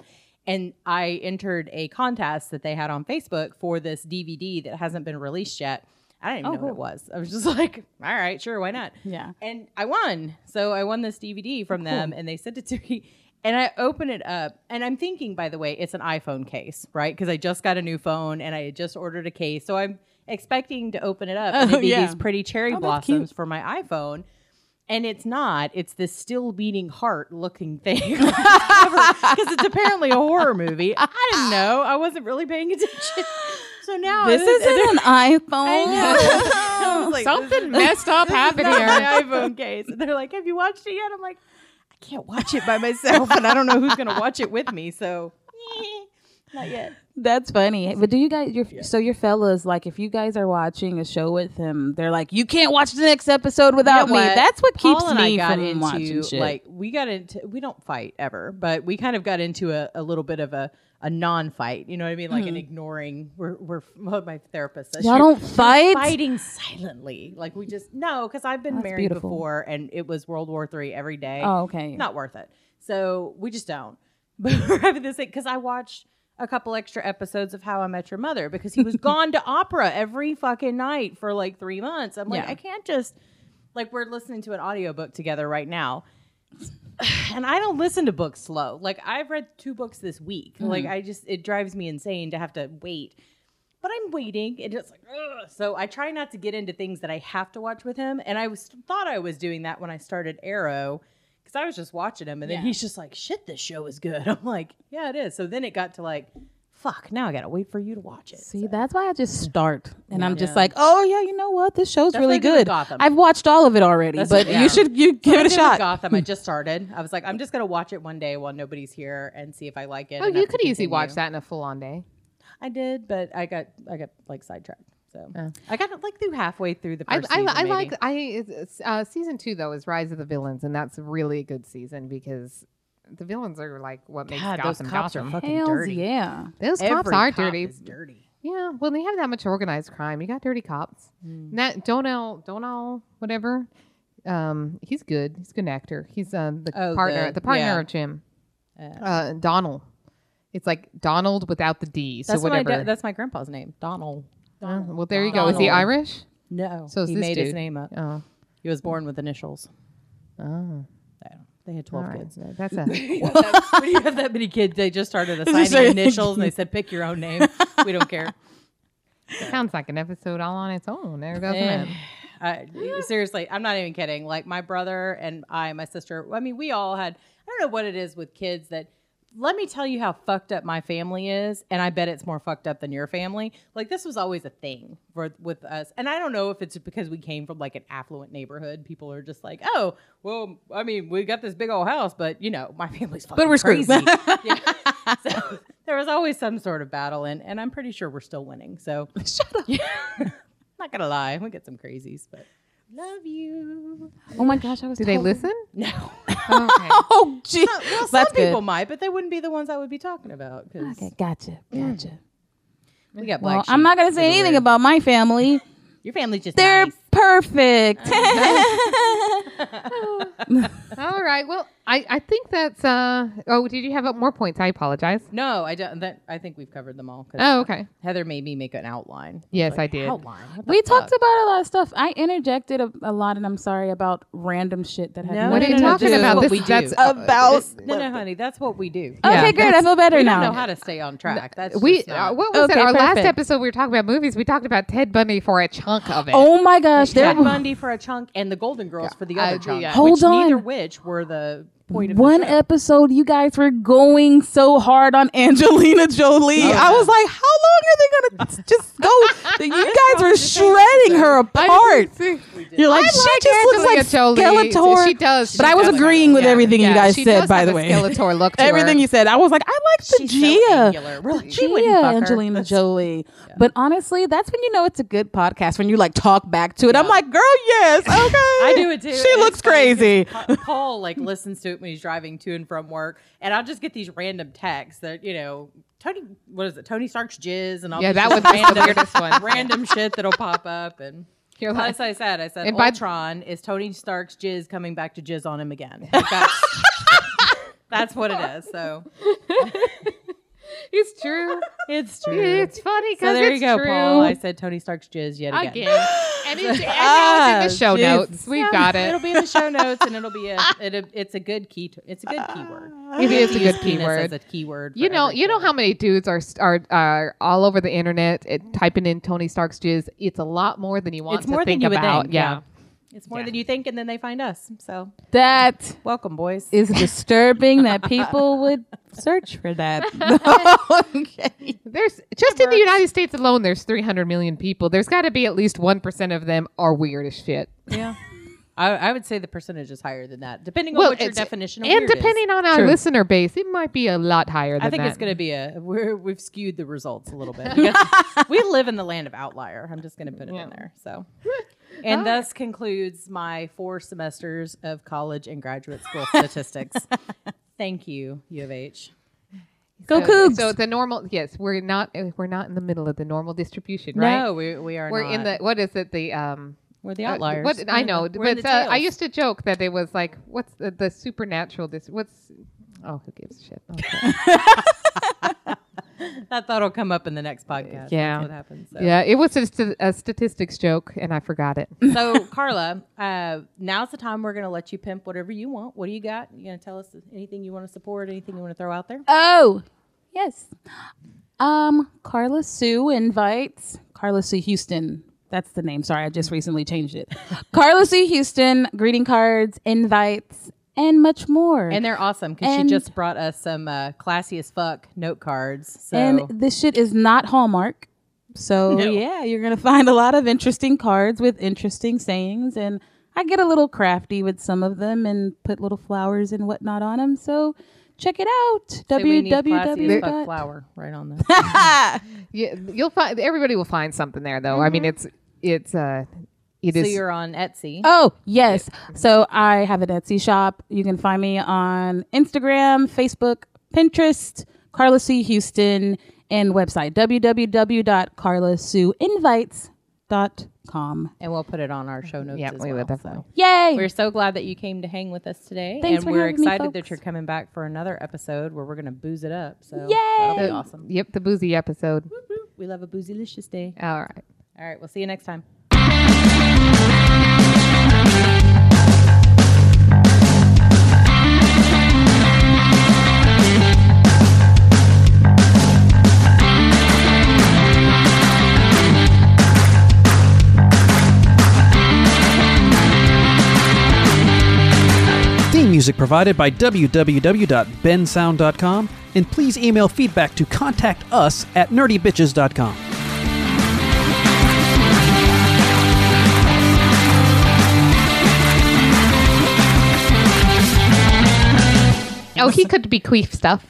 [SPEAKER 2] and I entered a contest that they had on Facebook for this DVD that hasn't been released yet. I didn't even know what it was. I was just like, all right, sure, why not?
[SPEAKER 4] Yeah.
[SPEAKER 2] And I won. So I won this
[SPEAKER 4] Oh,
[SPEAKER 2] DVD from them and they sent it to me. And I open it up and I'm thinking, by the way, it's an iPhone case, right? Because I just got a new phone and I had just ordered a case. So I'm expecting to open it up and
[SPEAKER 4] Oh,
[SPEAKER 2] it'd be
[SPEAKER 4] yeah.
[SPEAKER 2] these pretty cherry
[SPEAKER 4] Oh, that's cute.
[SPEAKER 2] blossoms for my iPhone. And it's not. It's this still beating heart looking thing. Because it's apparently a horror movie. I didn't know. I wasn't really paying attention. So now
[SPEAKER 4] This
[SPEAKER 2] I was-
[SPEAKER 4] isn't an iPhone.
[SPEAKER 2] I was like,
[SPEAKER 3] Something messed up happened
[SPEAKER 2] not
[SPEAKER 3] here.
[SPEAKER 2] my iPhone case. And they're like, "Have you watched it yet?" I'm like, "I can't watch it by myself, and I don't know who's gonna watch it with me." So, eh." not yet.
[SPEAKER 4] That's funny. But do you guys? Your, So your fellas, like, if you guys are watching a show with him, they're like, you can't watch the next episode without me. That's what
[SPEAKER 2] Paul
[SPEAKER 4] keeps
[SPEAKER 2] and
[SPEAKER 4] me
[SPEAKER 2] I got
[SPEAKER 4] from
[SPEAKER 2] into,
[SPEAKER 4] watching shit.
[SPEAKER 2] Like we got into, we don't fight ever, but we kind of got into a, a little bit of a, a non-fight. You know what I mean? Like an ignoring. We're we're well, my therapist. says
[SPEAKER 4] Hmm. y'all
[SPEAKER 2] you're
[SPEAKER 4] don't fight.
[SPEAKER 2] Fighting silently, like we just no, because I've been
[SPEAKER 4] That's
[SPEAKER 2] married
[SPEAKER 4] beautiful.
[SPEAKER 2] before, and it was World War Three every day.
[SPEAKER 4] Oh, okay.
[SPEAKER 2] not worth it. So we just don't. But we're having this thing because I watched a couple extra episodes of How I Met Your Mother because he was gone to opera every fucking night for like three months. I'm like,
[SPEAKER 4] Yeah.
[SPEAKER 2] I can't just like we're listening to an audiobook together right now. And I don't listen to books slow. Like I've read two books this week. Like I just it drives me insane to have to wait. But I'm waiting, and it's like, ugh. so I try not to get into things that I have to watch with him. And I was thought I was doing that when I started Arrow, because I was just watching him, and then
[SPEAKER 4] Yeah.
[SPEAKER 2] he's just like, "Shit, this show is good." I'm like, "Yeah, it is." So then it got to like, "Fuck, now I gotta wait for you to watch it."
[SPEAKER 4] See, that's why I just start, and I'm just
[SPEAKER 2] Yeah.
[SPEAKER 4] like, oh yeah, you know what? This show's
[SPEAKER 2] That's
[SPEAKER 4] really
[SPEAKER 2] what I do with
[SPEAKER 4] good.
[SPEAKER 2] Gotham.
[SPEAKER 4] I've watched all of it already,
[SPEAKER 2] That's
[SPEAKER 4] but
[SPEAKER 2] what- yeah.
[SPEAKER 4] you should you give
[SPEAKER 2] I
[SPEAKER 4] it a
[SPEAKER 2] did with
[SPEAKER 4] shot.
[SPEAKER 2] Gotham, I just started. I was like, I'm just gonna watch it one day while nobody's here and see if I like it.
[SPEAKER 3] Oh,
[SPEAKER 2] and
[SPEAKER 3] you
[SPEAKER 2] have to
[SPEAKER 3] could easily
[SPEAKER 2] continue.
[SPEAKER 3] watch that in a full on day.
[SPEAKER 2] I did, but I got I got like sidetracked. So
[SPEAKER 3] Yeah.
[SPEAKER 2] I got it like through halfway through the
[SPEAKER 3] I,
[SPEAKER 2] first
[SPEAKER 3] I,
[SPEAKER 2] season,
[SPEAKER 3] I
[SPEAKER 2] maybe.
[SPEAKER 3] like I it's- uh, season two though is Rise of the Villains, and that's really a good season because the villains are like what makes
[SPEAKER 2] God, those
[SPEAKER 3] Gotham
[SPEAKER 2] cops
[SPEAKER 3] Gotham.
[SPEAKER 2] are fucking
[SPEAKER 4] Hells
[SPEAKER 2] dirty.
[SPEAKER 4] yeah.
[SPEAKER 3] those cops
[SPEAKER 2] Every
[SPEAKER 3] are
[SPEAKER 2] cop
[SPEAKER 3] dirty.
[SPEAKER 2] is dirty.
[SPEAKER 3] Yeah, well, they have that much organized crime. You got dirty cops.
[SPEAKER 2] Mm.
[SPEAKER 3] That Donal Donal whatever, um, he's good. He's a good actor. He's uh, the
[SPEAKER 2] Oh,
[SPEAKER 3] partner
[SPEAKER 2] the-
[SPEAKER 3] the, partner
[SPEAKER 2] yeah.
[SPEAKER 3] of Jim,
[SPEAKER 2] Uh,
[SPEAKER 3] uh, Donald. It's like Donald without the D. So
[SPEAKER 2] that's what my
[SPEAKER 3] whatever.
[SPEAKER 2] da- that's my grandpa's name, Donald.
[SPEAKER 3] Uh, well, there you go. Is he
[SPEAKER 2] Donald.
[SPEAKER 3] Irish?
[SPEAKER 2] No,
[SPEAKER 3] So is
[SPEAKER 2] he
[SPEAKER 3] this
[SPEAKER 2] made his
[SPEAKER 3] dude.
[SPEAKER 2] name up.
[SPEAKER 3] Oh,
[SPEAKER 2] He was born with initials. I
[SPEAKER 3] oh,
[SPEAKER 2] don't- They had
[SPEAKER 3] all
[SPEAKER 2] twelve
[SPEAKER 3] right.
[SPEAKER 2] kids.
[SPEAKER 3] That's a
[SPEAKER 2] when you have that many kids, they just started
[SPEAKER 4] say-
[SPEAKER 2] assigning initials and they said, "Pick your own name. We don't care."
[SPEAKER 3] Sounds like an episode all on its own. There goes
[SPEAKER 2] Eh,
[SPEAKER 3] man.
[SPEAKER 2] I, seriously, I'm not even kidding. Like my brother and I, my sister. I mean, we all had. I don't know what it is with kids that. Let me tell you how fucked up my family is, and I bet it's more fucked up than your family. Like this was always a thing for with us, and I don't know if it's because we came from like an affluent neighborhood. People are just like, oh, well, I mean, we got this big old house, but you know, my family's fucking
[SPEAKER 4] we're screwed.
[SPEAKER 2] crazy. Yeah. So there was always some sort of battle, and and I'm pretty sure we're still winning. So shut up. Not gonna lie, we get some crazies, but love you.
[SPEAKER 4] Oh my gosh, I was.
[SPEAKER 3] Do they
[SPEAKER 4] told-
[SPEAKER 3] listen?
[SPEAKER 2] No,
[SPEAKER 3] Oh, okay.
[SPEAKER 4] Oh, gee.
[SPEAKER 2] well, some
[SPEAKER 4] That's good.
[SPEAKER 2] people might, but they wouldn't be the ones I would be talking about because
[SPEAKER 4] Okay, gotcha,
[SPEAKER 2] Mm.
[SPEAKER 4] gotcha.
[SPEAKER 2] we got black.
[SPEAKER 4] Well, I'm not gonna say anything about my family.
[SPEAKER 2] about your family's just
[SPEAKER 4] They're
[SPEAKER 2] nice.
[SPEAKER 4] perfect.
[SPEAKER 3] all right. Well, I, I think that's. uh Oh, did you have up more points? I apologize.
[SPEAKER 2] No, I don't. That, I think we've covered them all. 'cause
[SPEAKER 3] Oh, okay.
[SPEAKER 2] Heather made me make an outline.
[SPEAKER 3] Yes, I did.
[SPEAKER 2] Outline. What the
[SPEAKER 4] we
[SPEAKER 2] fuck?
[SPEAKER 4] talked about a lot of stuff. I interjected a, a lot, and I'm sorry about random shit that happened.
[SPEAKER 2] No,
[SPEAKER 3] What
[SPEAKER 2] no,
[SPEAKER 3] are you
[SPEAKER 2] no,
[SPEAKER 3] talking
[SPEAKER 2] this is
[SPEAKER 3] about?
[SPEAKER 2] what
[SPEAKER 3] This
[SPEAKER 2] we do. Oh,
[SPEAKER 3] that's
[SPEAKER 4] about.
[SPEAKER 2] No, no, honey, that's what we do.
[SPEAKER 3] Yeah.
[SPEAKER 4] Okay, great. I feel better
[SPEAKER 2] we
[SPEAKER 4] now.
[SPEAKER 2] don't know how to stay on track. That's
[SPEAKER 3] we.
[SPEAKER 2] just not-
[SPEAKER 3] Uh, what was
[SPEAKER 4] Okay,
[SPEAKER 3] it? Our last
[SPEAKER 4] perfect.
[SPEAKER 3] episode, we were talking about movies. We talked about Ted Bundy for a chunk of it.
[SPEAKER 4] Oh my gosh, there
[SPEAKER 2] Ted Bundy for a chunk and the Golden Girls for the
[SPEAKER 3] I
[SPEAKER 2] other
[SPEAKER 3] agree,
[SPEAKER 2] chunk.
[SPEAKER 3] yeah.
[SPEAKER 1] Which
[SPEAKER 4] Hold
[SPEAKER 2] which
[SPEAKER 4] on.
[SPEAKER 2] Neither which were the point of the
[SPEAKER 4] one
[SPEAKER 2] show.
[SPEAKER 4] episode you guys were going so hard on Angelina Jolie. I was like, how long are they gonna just go? you guys were shredding her apart. You're like, she just looks like
[SPEAKER 3] Angelina Jolie.
[SPEAKER 4] Skeletor.
[SPEAKER 3] She does.
[SPEAKER 4] But
[SPEAKER 3] She
[SPEAKER 4] I was
[SPEAKER 3] does.
[SPEAKER 4] agreeing with
[SPEAKER 3] Yeah,
[SPEAKER 4] everything you
[SPEAKER 3] yeah,
[SPEAKER 4] guys
[SPEAKER 3] she
[SPEAKER 4] said,
[SPEAKER 3] does
[SPEAKER 4] by
[SPEAKER 3] have
[SPEAKER 4] the
[SPEAKER 3] a
[SPEAKER 4] way.
[SPEAKER 3] Skeletor look. to
[SPEAKER 4] Everything
[SPEAKER 3] her.
[SPEAKER 4] you said, I was like, I like the
[SPEAKER 2] She's so
[SPEAKER 4] Gia.
[SPEAKER 2] angular. Really,
[SPEAKER 4] Gia
[SPEAKER 2] she wouldn't fuck her.
[SPEAKER 4] Angelina Jolie. But honestly, that's when you know it's a good podcast when you like talk back to it. I'm like, girl, yes, okay.
[SPEAKER 2] I do it too.
[SPEAKER 4] She
[SPEAKER 2] And
[SPEAKER 4] looks
[SPEAKER 2] it's funny
[SPEAKER 4] crazy.
[SPEAKER 2] 'cause Pa- Paul like listens to it when he's driving to and from work, and I'll just get these random texts that you know Tony. What is it? Tony Stark's jizz and all.
[SPEAKER 3] Yeah,
[SPEAKER 2] these
[SPEAKER 3] that
[SPEAKER 2] just
[SPEAKER 3] was the
[SPEAKER 2] random-
[SPEAKER 3] weirdest one.
[SPEAKER 2] Random shit that'll pop up and.
[SPEAKER 3] You're
[SPEAKER 2] Well,
[SPEAKER 3] like,
[SPEAKER 2] That's what I said. I said
[SPEAKER 3] And by-
[SPEAKER 2] Ultron is Tony Stark's jizz coming back to jizz on him again. Like, that's, that's what it is. So
[SPEAKER 3] it's true.
[SPEAKER 2] it's true.
[SPEAKER 3] It's funny
[SPEAKER 2] so
[SPEAKER 3] because
[SPEAKER 2] there
[SPEAKER 3] it's
[SPEAKER 2] you go,
[SPEAKER 3] true.
[SPEAKER 2] Paul. I said Tony Stark's jizz yet again.
[SPEAKER 3] again. and it, and now
[SPEAKER 4] Ah,
[SPEAKER 3] it's in the show
[SPEAKER 4] Jesus.
[SPEAKER 3] notes. We've got
[SPEAKER 2] It'll
[SPEAKER 3] it.
[SPEAKER 2] be in the show notes, and it'll be a. It, it's a good key. To, it's a good keyword.
[SPEAKER 3] It is a
[SPEAKER 2] Use
[SPEAKER 3] good
[SPEAKER 2] penis
[SPEAKER 3] keyword.
[SPEAKER 2] As a keyword. for
[SPEAKER 3] You know,
[SPEAKER 2] every
[SPEAKER 3] you know
[SPEAKER 2] show.
[SPEAKER 3] how many dudes are are, are all over the internet at, typing in Tony Stark's jizz. It's a lot more than you want
[SPEAKER 2] It's
[SPEAKER 3] to
[SPEAKER 2] more than
[SPEAKER 3] think
[SPEAKER 2] you would
[SPEAKER 3] about.
[SPEAKER 2] think,
[SPEAKER 3] yeah.
[SPEAKER 2] yeah. it's more than you think, and then they find us. So
[SPEAKER 4] That
[SPEAKER 2] welcome, boys.
[SPEAKER 4] is disturbing that people would search for that. okay.
[SPEAKER 3] there's just in the United States alone, there's 300 million people. There's got to be at least one percent of them are weird as shit.
[SPEAKER 2] yeah, I, I would say the percentage is higher than that, depending on what your
[SPEAKER 3] it's-
[SPEAKER 2] definition of
[SPEAKER 3] and
[SPEAKER 2] weird is.
[SPEAKER 3] depending on our
[SPEAKER 4] True.
[SPEAKER 3] listener base, it might be a lot higher. Than
[SPEAKER 2] I think
[SPEAKER 3] that.
[SPEAKER 2] it's going to be a we're, we've skewed the results a little bit. Because we live in the land of outlier. I'm just going to put it in there. So, and thus concludes my four semesters of college and graduate school statistics. Thank you, U of H.
[SPEAKER 4] Go
[SPEAKER 3] so,
[SPEAKER 4] Cougs.
[SPEAKER 3] So the normal, yes, we're not eh, we're not in the middle of the normal distribution, right?
[SPEAKER 2] No, we, we are.
[SPEAKER 3] we're
[SPEAKER 2] not.
[SPEAKER 3] in the what is it the um
[SPEAKER 2] we're the
[SPEAKER 3] uh,
[SPEAKER 2] outliers.
[SPEAKER 3] what I know,
[SPEAKER 2] We're in
[SPEAKER 3] but
[SPEAKER 2] the
[SPEAKER 3] uh, I
[SPEAKER 2] tails.
[SPEAKER 3] used to joke that it was like what's the, the supernatural dis- what's oh who gives a shit Okay.
[SPEAKER 2] that thought'll come up in the next podcast.
[SPEAKER 3] Yeah.
[SPEAKER 2] That's what happens. So.
[SPEAKER 3] yeah it was just a, a statistics joke and I forgot it
[SPEAKER 2] So Carla, uh, now's the time we're going to let you pimp whatever you want. What do you got? You going to tell us anything you want to support? Anything you want to throw out there?
[SPEAKER 4] Oh, yes. Um, Carla Sue invites Carla Sue Houston. That's the name. Sorry, I just recently changed it. Carla Sue Houston greeting cards, invites, and much more.
[SPEAKER 2] And they're awesome because she
[SPEAKER 4] And-
[SPEAKER 2] just brought us some uh, classy as fuck note cards. So
[SPEAKER 4] And this shit is not Hallmark. So
[SPEAKER 2] No.
[SPEAKER 4] yeah, you're gonna find a lot of interesting cards with interesting sayings, and I get a little crafty with some of them and put little flowers and whatnot on them. So check it out.
[SPEAKER 2] Say we need classy as
[SPEAKER 3] www.
[SPEAKER 2] fuck
[SPEAKER 4] www.
[SPEAKER 2] flower right on that.
[SPEAKER 3] Yeah, you'll find everybody will find something there though. I mean, it's it's uh, it
[SPEAKER 2] Mm-hmm. so
[SPEAKER 3] is
[SPEAKER 2] you're on Etsy.
[SPEAKER 4] Oh, yes. So I have an Etsy shop. You can find me on Instagram, Facebook, Pinterest, Carla Sue Houston, and website www.carlasueinvites.com.
[SPEAKER 2] And we'll put it on our show notes.
[SPEAKER 3] Yeah,
[SPEAKER 2] as
[SPEAKER 3] we
[SPEAKER 2] well,
[SPEAKER 3] will
[SPEAKER 2] so.
[SPEAKER 3] definitely.
[SPEAKER 4] Yay!
[SPEAKER 2] We're so glad that you came to hang with us today.
[SPEAKER 4] Thanks
[SPEAKER 2] and
[SPEAKER 4] for
[SPEAKER 2] we're
[SPEAKER 4] having me,
[SPEAKER 2] excited that
[SPEAKER 4] folks.
[SPEAKER 2] you're coming back for another episode where we're going to booze it up. So
[SPEAKER 4] Yay!
[SPEAKER 2] that'll be
[SPEAKER 3] Uh,
[SPEAKER 2] awesome.
[SPEAKER 3] Yep, the boozy episode.
[SPEAKER 2] We love a boozylicious day.
[SPEAKER 3] All right.
[SPEAKER 2] All right, we'll see you next time.
[SPEAKER 6] Theme music provided by www.bensound.com, and please email feedback to contact us at nerdybitches.com.
[SPEAKER 3] Oh, he could bequeath stuff.